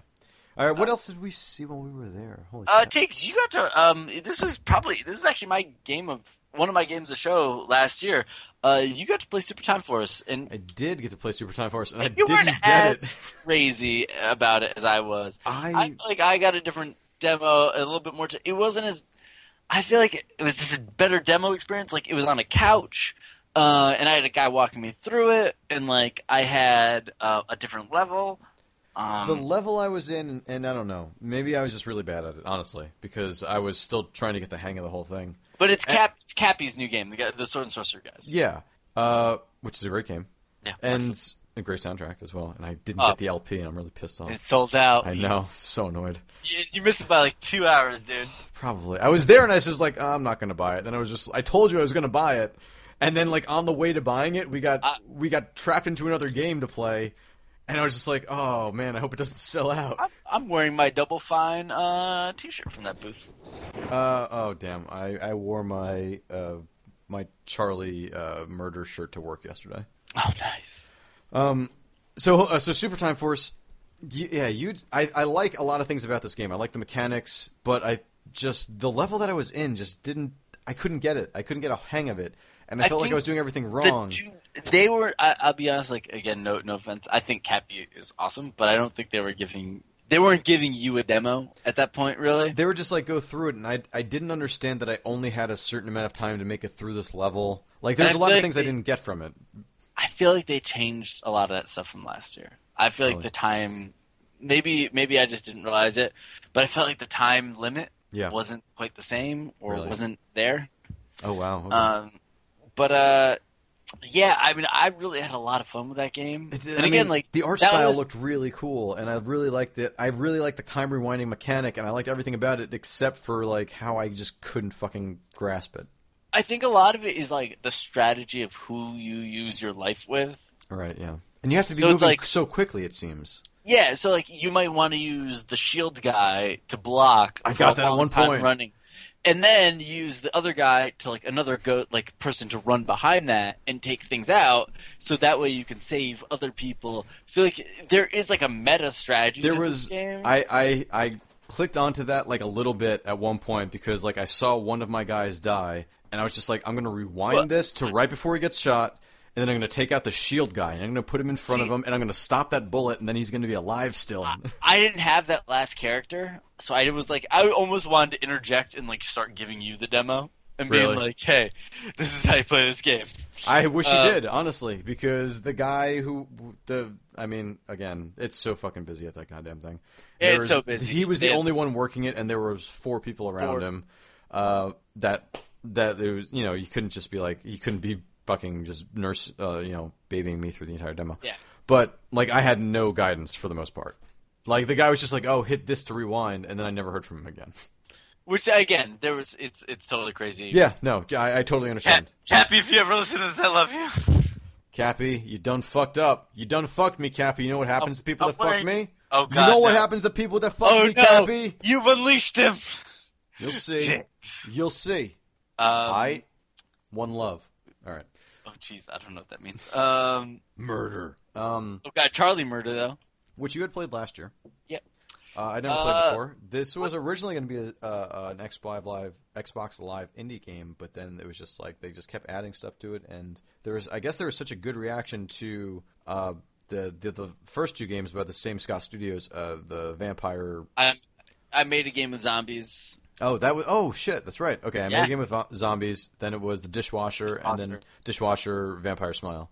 B: All right. What else did we see when we were there? Holy
A: Uh,
B: crap.
A: Tiggs, you got to. Um, this was probably this is actually my game of one of my games of show last year. Uh, you got to play Super Time Force, and
B: I did get to play Super Time Force, and I
A: you
B: didn't
A: weren't
B: get
A: as
B: it.
A: crazy about it as I was. I
B: I
A: feel like I got a different demo, a little bit more. T- it wasn't as. I feel like it, it was just a better demo experience. Like it was on a couch, uh, and I had a guy walking me through it, and like I had uh, a different level. Um,
B: the level I was in, and I don't know. Maybe I was just really bad at it, honestly, because I was still trying to get the hang of the whole thing.
A: but it's Cap, it's Cappy's new game, the, guy, the Sword and Sorcerer guys.
B: Yeah. Uh, which is a great game,
A: Yeah,
B: and a great soundtrack as well. And I didn't
A: Oh.
B: get the LP, and I'm really pissed off.
A: It's sold out.
B: I know. So annoyed.
A: You, you missed it by like two hours, dude.
B: Probably. I was there and I was just like, "Oh, I'm not going to buy it. Then I was just, I told you I was going to buy it, and then like on the way to buying it, we got
A: I-
B: we got trapped into another game to play, and I was just like, oh man, I hope it doesn't sell out.
A: I'm, I'm wearing my Double Fine uh, T-shirt from that booth.
B: Uh, oh damn, I I wore my uh my Charlie uh, murder shirt to work yesterday.
A: Oh, nice.
B: So uh, so Super Time Force, y- yeah, you I I like a lot of things about this game. I like the mechanics, but I just the level that I was in just didn't. I couldn't get it. I couldn't get a hang of it. And I,
A: I
B: felt like
A: think
B: I was doing everything
A: The
B: wrong.
A: Ju- they were. I, I'll be honest. Like again, no, no offense. I think Cappy is awesome, but I don't think they were giving. They weren't giving you a demo at that point, really.
B: they were just like go through it and I, I didn't understand that i only had a certain amount of time to make it through this level like there's a
A: And I
B: lot
A: feel
B: of
A: like
B: things i
A: they-
B: didn't get from it
A: I feel like they changed a lot of that stuff from last year. I feel like
B: Really?
A: the time. Maybe maybe I just didn't realize it, but I felt like the time limit
B: Yeah.
A: wasn't quite the same or
B: Really?
A: wasn't there.
B: oh wow okay.
A: Um, but uh, yeah, I mean, I really had a lot of fun with that game.
B: It's-
A: and
B: I
A: again,
B: mean,
A: like
B: the art
A: that
B: style
A: was-
B: looked really cool and i really liked it i really liked the time rewinding mechanic and i liked everything about it except for like how i just couldn't fucking grasp it
A: I think a lot of it is like the strategy of who you use your life with.
B: all right yeah and you have to be
A: So it's
B: moving
A: like-
B: so quickly it seems
A: Yeah, so like you might want to use the shield guy to block.
B: I
A: for
B: got
A: a
B: that at
A: long
B: one
A: time
B: point.
A: running, and then use the other guy to like another go like person to run behind that and take things out. So that way you can save other people. So like there is like a meta strategy.
B: there
A: to this
B: was
A: game.
B: I, I I clicked onto that like a little bit at one point because like I saw one of my guys die and I was just like I'm gonna rewind
A: What?
B: this to right before he gets shot and then I'm going to take out the shield guy, and I'm going to put him in front
A: See-
B: of him, and I'm going to stop that bullet, and then he's going to be alive still.
A: I didn't have that last character, so I was like, I almost wanted to interject and like start giving you the demo and being
B: Really?
A: like, "Hey, this is how you play this game."
B: I wish he
A: Uh,
B: did, honestly, because the guy who the I mean, again, it's so fucking busy at that goddamn thing.
A: Yeah,
B: There
A: it's
B: was-
A: so busy.
B: He was the
A: It-
B: only one working it, and there was four people around
A: Four.
B: him. Uh, that that it was, you know, you couldn't just be like, you couldn't be fucking just nurse, uh, you know, babying me through the entire demo.
A: Yeah.
B: But like, I had no guidance for the most part. Like the guy was just like, "Oh, hit this to rewind," and then I never heard from him again.
A: Which again, there was it's it's totally crazy.
B: Yeah, no, I, I totally understand.
A: Cap, Cappy, if you ever listen to this, I love you.
B: Cappy, you done fucked up. You done fucked me, Cappy. You know what happens to people
A: I'm
B: that fuck
A: wearing-
B: me?
A: Oh,
B: You
A: God,
B: know what
A: no.
B: happens to people that fuck
A: Oh
B: me,
A: no,
B: Cappy?
A: you've unleashed him.
B: You'll see.
A: Shit.
B: You'll see.
A: Um,
B: I one love. All right.
A: Oh jeez, I don't know what that means. Um,
B: Murder. Um,
A: oh god, Charlie Murder though.
B: which you had played last year.
A: Yep.
B: Uh, I never played
A: Uh,
B: before. This was originally going to be a, uh, an Xbox Live Xbox Live indie game, but then it was just like they just kept adding stuff to it, and there was I guess there was such a good reaction to uh, the, the the first two games by the same Scott Studios, uh, the Vampire.
A: I I made a game with zombies.
B: Oh, that was oh shit, that's right. Okay, I made
A: Yeah.
B: a game with vo- zombies. Then it was the dishwasher, and then
A: Dishwasher.
B: dishwasher Vampire Smile.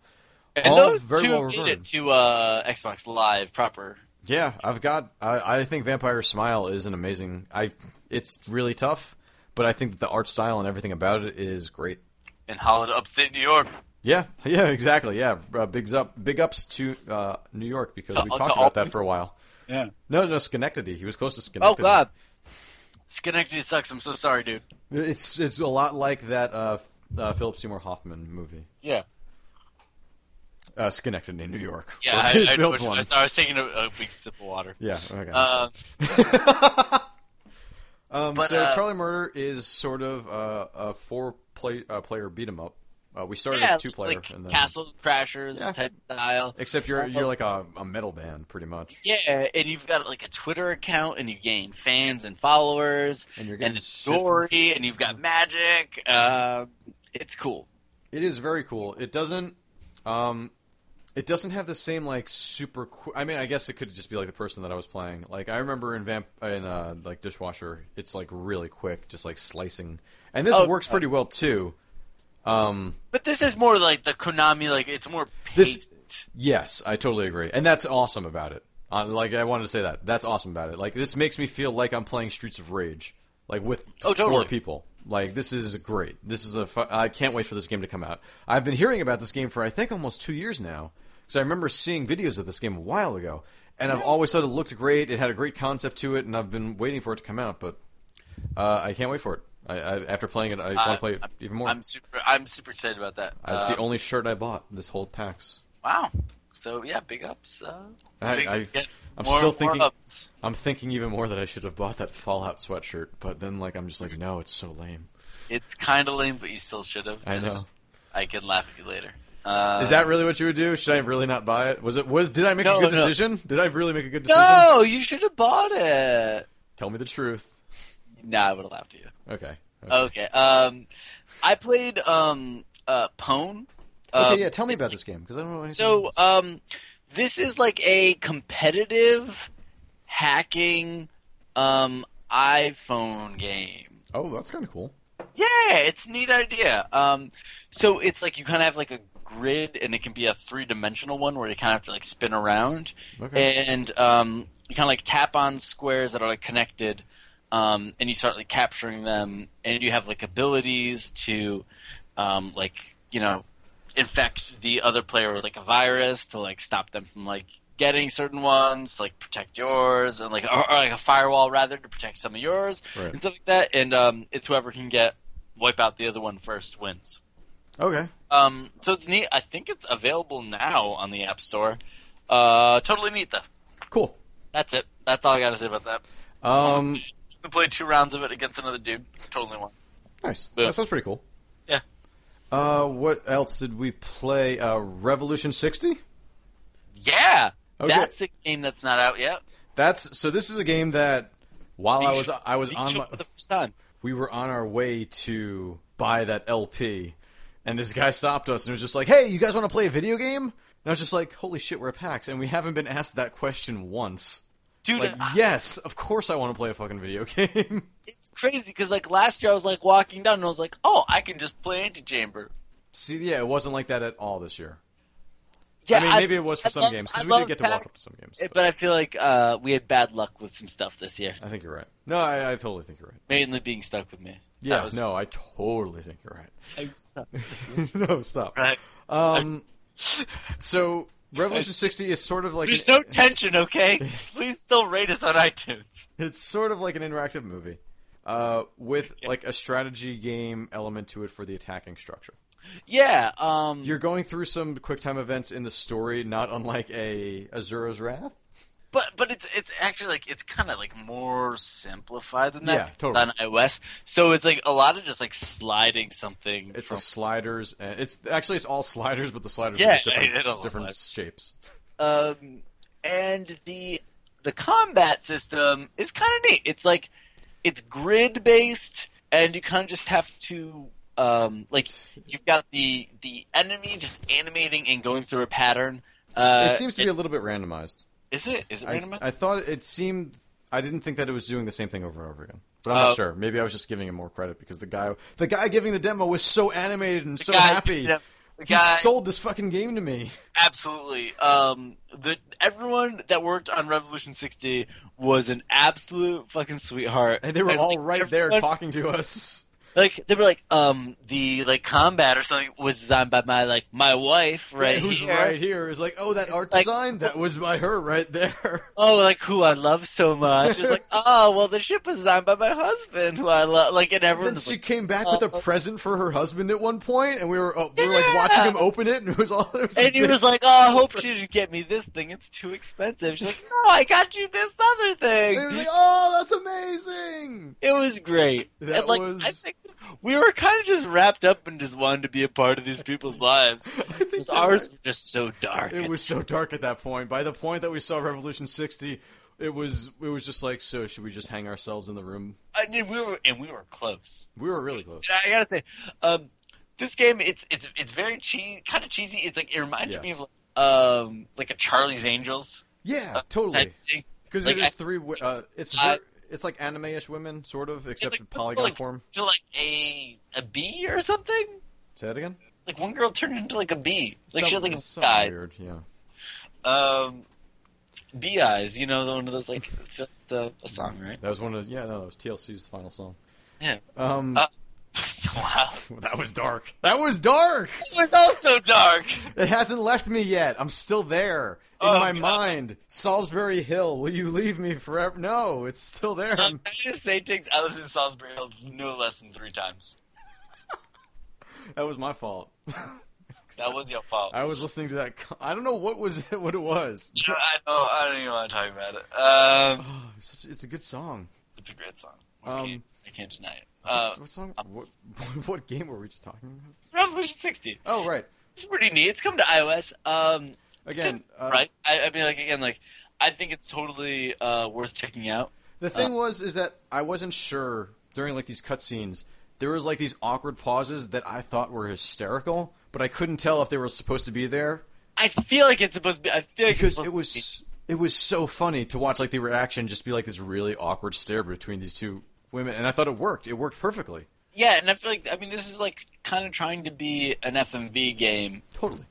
A: And
B: All
A: those
B: Oh, very
A: two
B: well
A: made
B: regarded.
A: it to uh, Xbox Live proper.
B: Yeah, I've got. I, I think Vampire Smile is an amazing. I. It's really tough, but I think that the art style and everything about it is great.
A: in Holland, upstate New York.
B: Yeah, yeah, exactly. Yeah, uh, bigs up, big ups to uh, New York because we
A: To-
B: talked
A: Oh, to
B: about
A: all-
B: that for a while.
A: Yeah.
B: No, no, Schenectady. He was close to
A: Oh
B: Schenectady.
A: God. Schenectady sucks. I'm so sorry, dude.
B: it's it's a lot like that uh, uh, Philip Seymour Hoffman movie,
A: Yeah.
B: uh, Schenectady, New York.
A: Yeah.
B: where
A: I,
B: he
A: I,
B: built
A: I,
B: one.
A: was- I was taking a, a big sip of water.
B: Yeah. Okay. I'm sorry.
A: Uh,
B: Um,
A: But,
B: so
A: uh,
B: Charlie Murder is sort of uh, a four play, uh, player beat 'em up. Uh, we started
A: yeah,
B: as two player,
A: like
B: and then,
A: Castle Crashers
B: Yeah.
A: type style.
B: except you're you're like a, a metal band pretty much,
A: Yeah, and you've got like a Twitter account, and you gain fans and followers,
B: and you're
A: and
B: getting
A: a
B: shit from-
A: story, and you've got magic. Uh, it's cool.
B: It is very cool. It doesn't, um, it doesn't have the same like super. Qu- I mean, I guess it could just be like the person that I was playing. Like I remember in vamp in uh, like dishwasher, it's like really quick, just like slicing, and this
A: Oh,
B: works pretty well too. Um,
A: But this is more like the Konami, like it's more paced.
B: This- Yes, I totally agree, and that's awesome about it. Uh, like I wanted to say that that's awesome about it. Like this makes me feel like I'm playing Streets of Rage, like with
A: Oh,
B: four
A: totally.
B: people. Like this is great. This is a. Fu- I can't wait for this game to come out. I've been hearing about this game for I think almost two years now, because I remember seeing videos of this game a while ago, and I've always thought it looked great. It had a great concept to it, and I've been waiting for it to come out, but uh, I can't wait for it. I, I, after playing it, I want to play it even more.
A: Uh, I'm super. I'm super excited about that.
B: That's
A: Uh,
B: the only shirt I bought this whole PAX.
A: Wow. So yeah, big ups. Uh,
B: I-
A: big-
B: I-
A: yeah,
B: I'm
A: more-
B: still
A: more
B: thinking-
A: ups.
B: I'm thinking even more that I should have bought that Fallout sweatshirt, but then like I'm just like, no, it's so lame.
A: It's kind of lame, but you still should have.
B: I
A: Just-
B: know.
A: I can laugh at you later. Uh,
B: Is that really what you would do? Should I really not buy it? Was it was did I make a
A: No, no.
B: good decision? Did I really make a good decision?
A: no? You should have bought it.
B: Tell me the truth.
A: Nah, I would have laughed at you.
B: Okay. Okay,
A: Okay. Um, I played um uh Pone. Um,
B: okay yeah, tell me about this game because I don't know anything.
A: So um, this is like a competitive hacking um iPhone game.
B: Oh, that's kind of cool.
A: Yeah, it's a neat idea. Um, so it's like you kind of have like a grid, and it can be a three dimensional one where you kind of have to like spin around,
B: Okay.
A: and um, you kind of like tap on squares that are like connected, um, and you start like capturing them, and you have like abilities to, um, like you know, infect the other player with like a virus to like stop them from like getting certain ones, to, like protect yours, and like or, or like a firewall rather to protect some of yours
B: Right.
A: and stuff like that. And um, it's whoever can get wipe out the other one first wins.
B: Okay.
A: Um, so it's neat. I think it's available now on the App Store. Uh, totally neat though.
B: Cool.
A: That's it. That's all I gotta say about that.
B: Um
A: I played two rounds of it against another dude. Totally won.
B: nice.
A: Yeah.
B: That sounds pretty cool.
A: Yeah.
B: Uh what else did we play? Uh Revolution 60?
A: Yeah,
B: Okay.
A: that's a game that's not out yet.
B: That's so this is a game that while I was I was
A: Beat
B: on
A: you
B: my
A: for the first time.
B: we were on our way to buy that LP, And this guy stopped us and was just like, "Hey, you guys want to play a video game?" And I was just like, "Holy shit, we're at PAX, and we haven't been asked that question once."
A: Dude,
B: Like,
A: I-
B: yes, of course I want to play a fucking video game.
A: it's crazy because like last year I was like walking down and I was like, oh, I can just play Antichamber.
B: See, yeah, it wasn't like that at all this year.
A: Yeah,
B: I mean, maybe it was for
A: I
B: some
A: love-
B: games
A: I
B: because we did
A: love
B: get to walk
A: PAX,
B: up to some games.
A: But I feel like uh, we had bad luck with some stuff this year,
B: I think you're right. No, I, I totally think you're right.
A: mainly being stuck with me. That
B: Yeah,
A: was-
B: no, I totally think you're right.
A: I was stuck.
B: no, stop.
A: Right.
B: Um, so Revolution 60 is sort of like
A: There's
B: an- e-,
A: no tension, okay? Please still rate us on iTunes.
B: it's sort of like an interactive movie, uh, with like a strategy game element to it for the attacking structure.
A: Mm-hmm. Yeah, um,
B: You're going through some quick time events in the story, not unlike a Azura's Wrath.
A: but but it's it's actually like it's kind of like more simplified than that
B: Yeah, totally.
A: on iOS. So it's like a lot of just like sliding something.
B: It's
A: from-
B: the sliders. And it's actually it's all sliders, but the sliders
A: Yeah,
B: are just different,
A: it is all
B: different
A: sliders.
B: shapes.
A: um, and the the combat system is kind of neat. It's like it's grid based, and you kind of just have to um, like you've got the the enemy just animating and going through a pattern. Uh,
B: it seems to be a little bit randomized.
A: Is it? Is it
B: I,
A: randomized?
B: I thought it seemed. I didn't think that it was doing the same thing over and over again. But I'm not
A: Oh.
B: sure. Maybe I was just giving him more credit because the guy, the guy giving the demo, was so animated and so
A: guy-
B: happy.
A: yeah, the
B: he
A: guy-
B: sold this fucking game to me.
A: Absolutely. Um, the everyone that worked on Revolution 60 was an absolute fucking sweetheart.
B: And they were all
A: like,
B: right there
A: everyone-
B: talking to us.
A: Like they were like, um, the like combat or something was designed by my like my wife, right?
B: Yeah, who's
A: here.
B: right here is like, oh, that art
A: like-
B: design that was by her right there.
A: Oh, like who I love so much. It's like, oh, well, the ship was designed by my husband, who I love. Like, and
B: Then
A: everyone's
B: she
A: like,
B: came back with a
A: uh,
B: present for her husband at one point, and we were uh, we were like
A: Yeah.
B: watching him open it, and it was all. It was a
A: and he
B: big-
A: was like, oh, I hope she didn't get me this thing. It's too expensive. She's like, no, I got you this other thing.
B: and he was like, oh, that's amazing.
A: It was great.
B: That
A: And, like,
B: was-
A: I think we were kind of just wrapped up and just wanted to be a part of these people's lives.
B: I think
A: Because
B: you're
A: ours
B: right.
A: were just so dark.
B: It was so dark at that point. By the point that we saw Revolution 60, it was it was just like, so should we just hang ourselves in the room?
A: I mean, we were and we were close.
B: We were really close.
A: And I gotta say, um, this game it's it's it's very cheesy, kind of cheesy. It's like it reminded me
B: Yes.
A: of like, um like a Charlie's Angels
B: Yeah,
A: type
B: totally.
A: thing.
B: Because
A: Like,
B: it is
A: I-
B: three. wi- Uh, it's
A: I-
B: ver- it's like anime-ish women, sort of,
A: It's
B: except
A: like,
B: in polygon
A: like,
B: form.
A: to like a a bee or something.
B: Say that again.
A: Like one girl turned into like a bee, like she had like a
B: Something-
A: bee eye.
B: weird. Yeah.
A: um, bee eyes. You know, the one of those like it's a, a song, right?
B: That was one of yeah no that was TLC's final song.
A: Yeah.
B: Um,
A: Uh, wow,
B: that was dark. That was dark.
A: it was also dark.
B: It hasn't left me yet. I'm still there in
A: Oh,
B: my
A: God.
B: mind. Salisbury Hill. Will you leave me forever? No, it's still there.
A: I just say takes Alice in Salisbury Hill no less than three times.
B: that was my fault.
A: That was your fault. I,
B: I was listening to that. co- I don't know what was what it was.
A: I don't. I don't even want to talk about it. Um,
B: Oh, it's, such- it's a good song.
A: it's a great song.
B: Um,
A: I, can't, I can't deny it. Uh,
B: what, what song? What, what game were we just talking about?
A: Revolution 60.
B: Oh right.
A: It's pretty neat. It's come to iOS. Um,
B: Again, uh,
A: right? I, I mean, like again, like I think it's totally uh, worth checking out.
B: The thing was is that I wasn't sure during like these cutscenes. There was like these awkward pauses that I thought were hysterical, but I couldn't tell if they were supposed to be there
A: I feel like it's supposed to be. I feel like it's supposed
B: because it
A: to be.
B: was it was so funny to watch like the reaction just be like this really awkward stare between these two women, and I thought it worked. It worked perfectly.
A: Yeah, and I feel like I mean this is like kind of trying to be an FMV game.
B: Totally.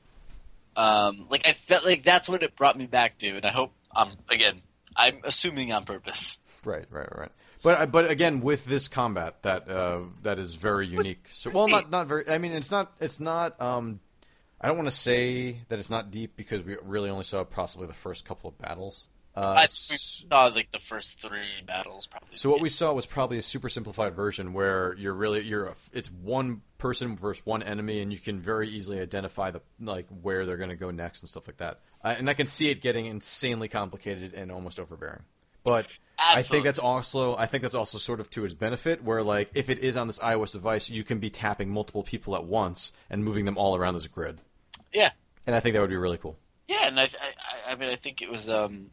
A: Um, like I felt like that's what it brought me back to, and I hope I'm again. I'm assuming on purpose.
B: Right, right, right. But uh, but again, with this combat that uh, that is very unique. So, well, not not very. I mean, it's not it's not. Um, I don't want to say that it's not deep because we really only saw possibly the first couple of battles. Uh,
A: I think we
B: s-
A: saw like the first three battles probably.
B: so what we saw was probably a super simplified version where you're really you're a, it's one person versus one enemy, and you can very easily identify the like where they're going to go next and stuff like that. Uh, and I can see it getting insanely complicated and almost overbearing. But I
A: Absolutely.
B: think that's also I think that's also sort of to his benefit, where like if it is on this iOS device, you can be tapping multiple people at once and moving them all around this grid.
A: yeah,
B: And I think that would be really cool.
A: yeah, and I, I, I mean, I think it was. Um,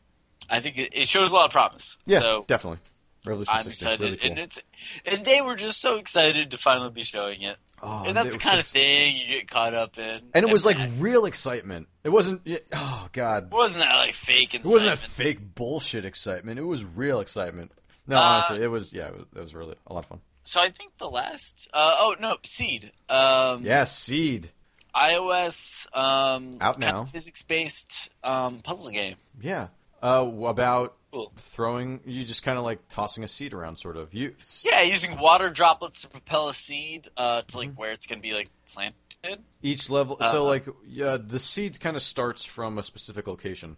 A: I think it, it shows a lot of promise.
B: Yeah,
A: so
B: definitely. Revolution
A: I'm
B: 16.
A: excited,
B: Really cool.
A: and it's and they were just so excited to finally be showing it,
B: Oh,
A: and that's
B: they
A: the
B: were
A: kind
B: so-
A: of thing you get caught up in.
B: And it was like
A: it
B: real excitement. It wasn't. y- Oh God.
A: wasn't that like fake and
B: It wasn't that fake bullshit excitement. It was real excitement. No,
A: Uh,
B: honestly, it was. Yeah, it was, it was really a lot of fun.
A: So I think the last, uh, oh no, Seed, um,
B: Yeah, Seed.
A: iOS um,
B: Out now.
A: physics based um, puzzle game.
B: Yeah. Uh, about
A: Cool.
B: throwing. You just kind of like tossing a seed around, sort of. You. s-
A: Yeah, using water droplets to propel a seed uh, to
B: Mm-hmm.
A: like where it's gonna be like planted.
B: Each level. so
A: Uh,
B: like, yeah, the seed kind of starts from a specific location,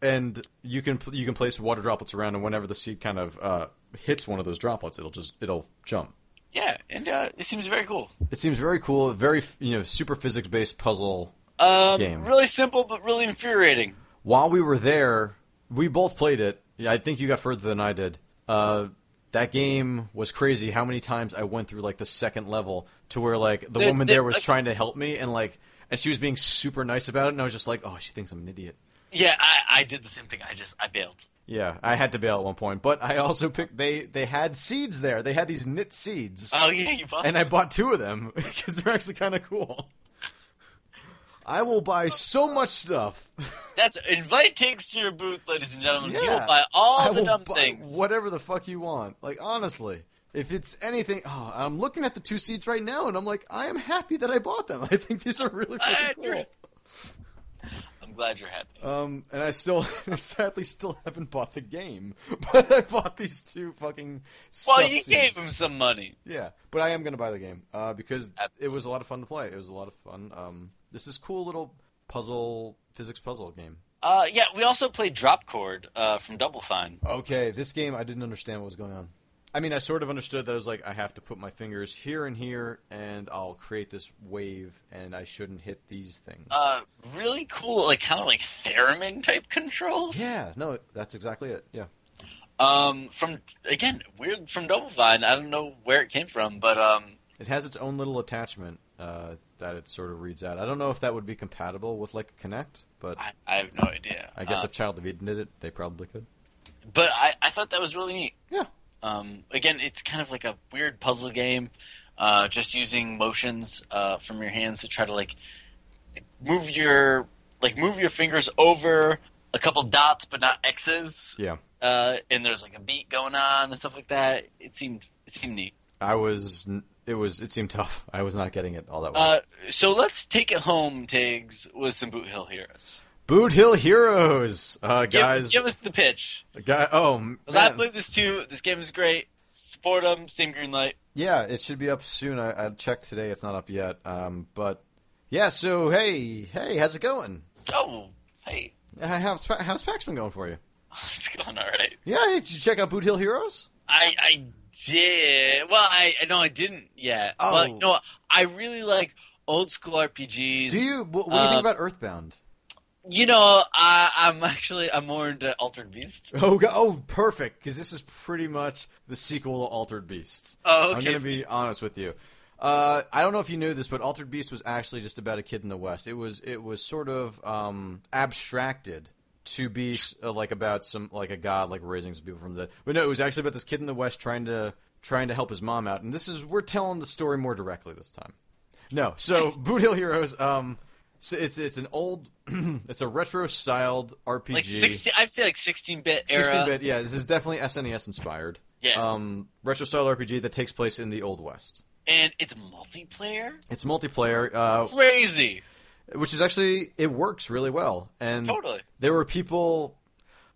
B: and you can pl- you can place water droplets around, and whenever the seed kind of uh, hits one of those droplets, it'll just it'll jump.
A: Yeah, and uh, it seems very cool.
B: It seems very cool. Very f- you know super physics based puzzle
A: Um,
B: Game.
A: really simple but really infuriating.
B: while we were there, we both played it. Yeah, I think you got further than I did. Uh, that game was crazy. How many times I went through like the second level to where like the
A: There-
B: woman
A: there-
B: there was
A: like-
B: trying to help me and like and she was being super nice about it, and I was just like, oh, she thinks I'm an idiot.
A: Yeah, I, I did the same thing. I just I bailed.
B: Yeah, I had to bail at one point, but I also picked they they had seeds there. They had these knit seeds,
A: Oh yeah, you bought.
B: and I bought two of them because they're actually kind of cool. I will buy so much stuff.
A: That's invite takes to your booth, ladies and gentlemen. You
B: Yeah.
A: will buy all
B: I
A: the
B: will
A: dumb
B: buy
A: things.
B: Whatever the fuck you want. Like honestly, if it's anything, oh, I'm looking at the two seeds right now, and I'm like, I am happy that I bought them. I think these are really
A: I
B: fucking cool.
A: agree. I'm glad you're happy.
B: Um, and I still, I sadly, still haven't bought the game, but I bought these two fucking.
A: well,
B: stuffed
A: you
B: seeds.
A: gave him some money.
B: Yeah, but I am gonna buy the game uh, because
A: Ab-
B: it was a lot of fun to play. It was a lot of fun. Um, this is cool little puzzle physics puzzle game.
A: Uh, yeah, we also played Drop Chord uh, from Double Fine.
B: Okay, this game I didn't understand what was going on. I mean, I sort of understood that I was like, I have to put my fingers here and here, and I'll create this wave, and I shouldn't hit these things.
A: Uh, really cool, like kind of like theremin type controls.
B: yeah, no, that's exactly it. Yeah,
A: Um, from again, weird from Double Fine. I don't know where it came from, but um,
B: it has its own little attachment uh, that it sort of reads out. I don't know if that would be compatible with like Connect, but
A: I, I have no idea.
B: I guess
A: Uh,
B: if Child of Eden did it, they probably could.
A: but I, I thought that was really neat.
B: Yeah,
A: Um, again, it's kind of like a weird puzzle game, uh, just using motions uh, from your hands to try to like move your like move your fingers over a couple dots, but not X's.
B: yeah.
A: Uh, and there's like a beat going on and stuff like that. It seemed it seemed neat.
B: I was. n- It was. It seemed tough. I was not getting it all that well.
A: Uh, so let's take it home, Tiggs, with some Boot Hill Heroes.
B: Boot Hill Heroes, uh,
A: Give,
B: guys.
A: give us the pitch.
B: guy, oh, man.
A: 'Cause I played this too. This game is great. Support them. Steam green light.
B: Yeah, it should be up soon. I, I checked today; it's not up yet. Um, but yeah, so hey, hey, how's it going?
A: Oh, hey,
B: Uh, How's Pa- how's PAX been going for you?
A: it's going all right.
B: Yeah, did you check out Boot Hill Heroes?
A: I I did. Well, I I- no, I didn't yet.
B: Oh.
A: But no, I really like old school RPGs.
B: Do you? What, what do you think
A: Uh,
B: about Earthbound?
A: You know, I I'm actually I'm more into Altered Beast.
B: Oh, go- oh, perfect, because this is pretty much the sequel to Altered Beasts.
A: Oh,
B: I'm
A: okay.
B: gonna be honest with you. Uh, I don't know if you knew this, but Altered Beast was actually just about a kid in the West. It was it was sort of um, abstracted to be s- uh, like about some like a god like raising some people from the dead. But no, it was actually about this kid in the West trying to trying to help his mom out. And this is we're telling the story more directly this time. No, so Boot Hill Heroes. Um, so it's it's an old, it's a retro styled RPG.
A: Like sixteen, I'd say like sixteen bit era.
B: 16 bit, yeah. This is definitely SNES inspired.
A: Yeah.
B: Um, retro style RPG that takes place in the Old West.
A: and it's multiplayer.
B: It's multiplayer, uh,
A: Crazy.
B: which is actually it works really well. And
A: Totally.
B: there were people.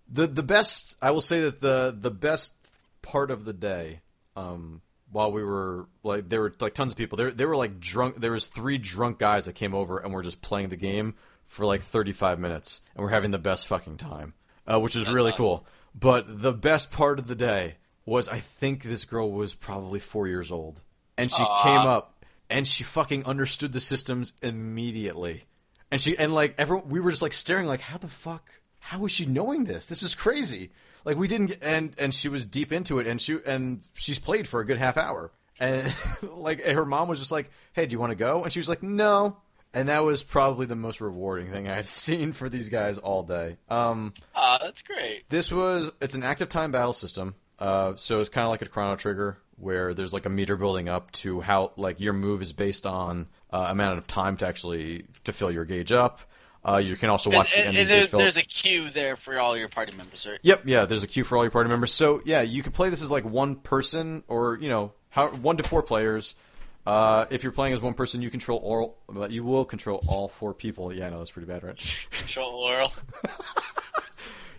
B: the The best, I will say that the the best part of the day, um, while we were like there were like tons of people. There there were like drunk. There was three drunk guys that came over and were just playing the game for like thirty five minutes, and we're having the best fucking time, uh, which was really cool. But the best part of the day was I think this girl was probably four years old, and she came up and she fucking understood the systems immediately. And she and like everyone, we were just like staring, like how the fuck, how is she knowing this? This is crazy. Like we didn't, get, and and she was deep into it, and she and she's played for a good half hour, and like and her mom was just like, hey, do you want to go? And she was like, no. And that was probably the most rewarding thing I had seen for these guys all day. Um,
A: Ah, that's great.
B: this was it's an active time battle system. Uh, so it's kind of like a Chrono Trigger where there's like a meter building up to how like your move is based on uh, amount of time to actually to fill your gauge up. Uh, you can also watch
A: and,
B: the
A: and,
B: enemy's
A: and
B: gauge
A: there's,
B: fill.
A: there's a queue there for all your party members, right?
B: Yep, yeah, there's a queue for all your party members. So, yeah, you could play this as like one person or, you know, how, one to four players. Uh, if you're playing as one person, you control all, but you will control all four people. Yeah, I know that's pretty bad, right?
A: Control Laurel.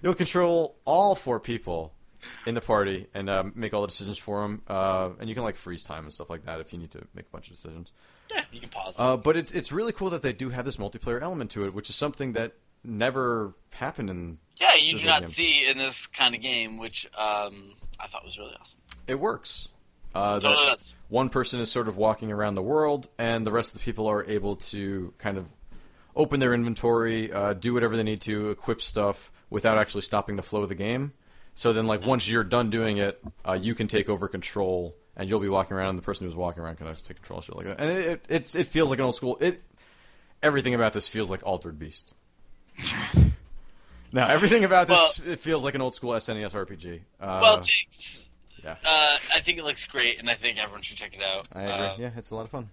B: You'll control all four people in the party and uh, make all the decisions for them. Uh, and you can like freeze time and stuff like that if you need to make a bunch of decisions.
A: Yeah, you can pause.
B: Uh, but it's it's really cool that they do have this multiplayer element to it, which is something that never happened in.
A: yeah, you
B: there's
A: do
B: no
A: not
B: game.
A: see in this kind of game, which um, I thought was really awesome.
B: It works. Uh, that-
A: Totally nuts.
B: one person is sort of walking around the world, and the rest of the people are able to kind of open their inventory, uh, do whatever they need to, equip stuff without actually stopping the flow of the game. So then, like once you're done doing it, uh, you can take over control, and you'll be walking around, and the person who's walking around can actually take control, and shit like that. And it, it it's it feels like an old school. It everything about this feels like Altered Beast. now everything about this it feels like an old school SNES RPG. Uh,
A: well, Jinx,
B: yeah.
A: uh, I think it looks great, and I think everyone should check it out.
B: I agree.
A: Uh,
B: yeah, it's a lot of fun.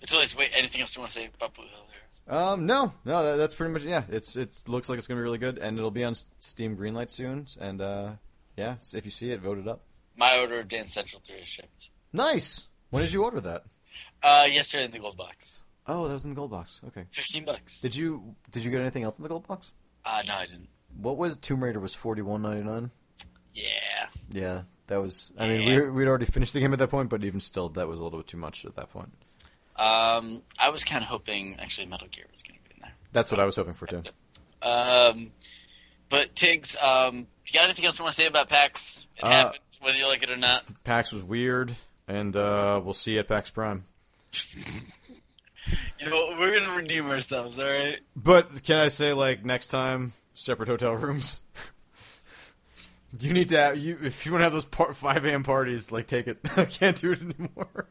A: It's really wait. Anything else you want to say about Blue Hill? There?
B: Um, no, no, that, that's pretty much yeah. It's it's looks like it's gonna be really good, and it'll be on S- Steam Greenlight soon. And uh, yeah, s- if you see it, vote it up.
A: My order of Dance Central Three is shipped.
B: Nice. When did you order that?
A: Uh, yesterday in the gold box,
B: Oh, that was in the gold box. Okay.
A: fifteen bucks.
B: Did you did you get anything else in the gold box?
A: Uh, no, I didn't.
B: What was Tomb Raider was forty one ninety nine.
A: Yeah,
B: Yeah, that was. I mean, we were- we'd already finished the game at that point, but even still, that was a little bit too much at that point.
A: um, I was kind of hoping actually Metal Gear was going to be in there.
B: That's what I was hoping for too.
A: Um, but Tiggs, um, you got anything else you want to say about PAX? It
B: Uh,
A: happened, whether you like it or not.
B: PAX was weird, and uh, we'll see you at PAX Prime.
A: You know, what, we're gonna redeem ourselves, all right?
B: But can I say like next time separate hotel rooms? you need to have, you if you want to have those par- 5 a.m. parties like take it. I can't do it anymore.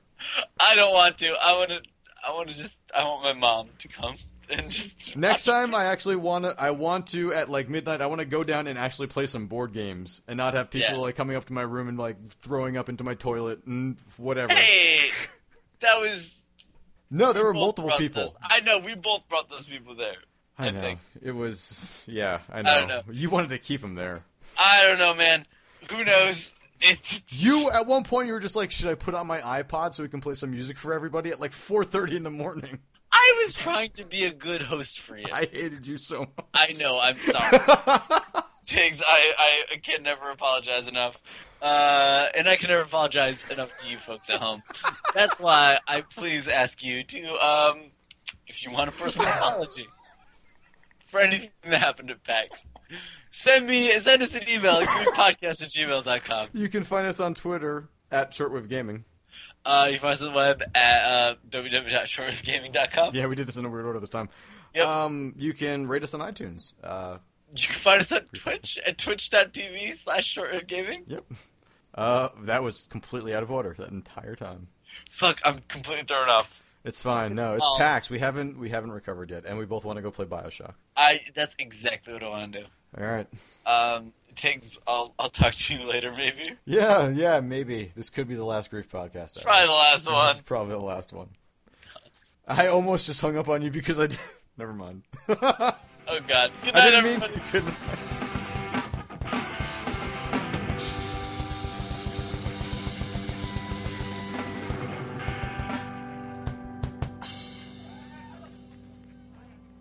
A: I don't want to. I want to. I want to just. I want my mom to come and just.
B: Next time I actually want to I want to at like midnight I want to go down and actually play some board games and not have people
A: Yeah.
B: like coming up to my room and like throwing up into my toilet and whatever.
A: Hey, that was.
B: no, there
A: we
B: were
A: both
B: multiple
A: brought
B: people.
A: those- I know we both brought those people there.
B: I
A: I
B: know.
A: think.
B: It was yeah, I know.
A: don't know.
B: You wanted to keep them there.
A: I don't know, man. Who knows? It's
B: You at one point you were just like, should I put on my iPod so we can play some music for everybody at like 4:30 in the morning?
A: I was trying to be a good host for you. I,
B: I hated you so much.
A: know. I'm sorry, Tiggs. I, I can never apologize enough, uh, and I can never apologize enough to you folks at home. That's why I please ask you to, um, if you want a personal apology for anything that happened at PAX, send me send us an email at greenpodcast at gmail.com.
B: you can find us on Twitter at Shortwave Gaming.
A: Uh, you can find us on the web at uh, www.shortwavegaming.com.
B: Yeah, we did this in a weird order this time.
A: Yep.
B: Um, you can rate us on iTunes. Uh,
A: You can find us on Twitch at twitch.tv slash shortwavegaming.
B: yep. Uh, that was completely out of order that entire time.
A: Fuck, I'm completely thrown off.
B: It's fine. No, it's
A: Oh.
B: PAX. We haven't we haven't recovered yet, and we both want to go play Bioshock.
A: I that's exactly what I want to do.
B: All right.
A: Um, Tiggs, I'll I'll talk to you later, maybe.
B: Yeah, yeah, maybe this could be the last grief podcast. ever.
A: Probably the last one.
B: This is probably the last one. I almost just hung up on you because I. Never mind.
A: Oh God. Good night,
B: I didn't mean
A: everybody.
B: to. Good night.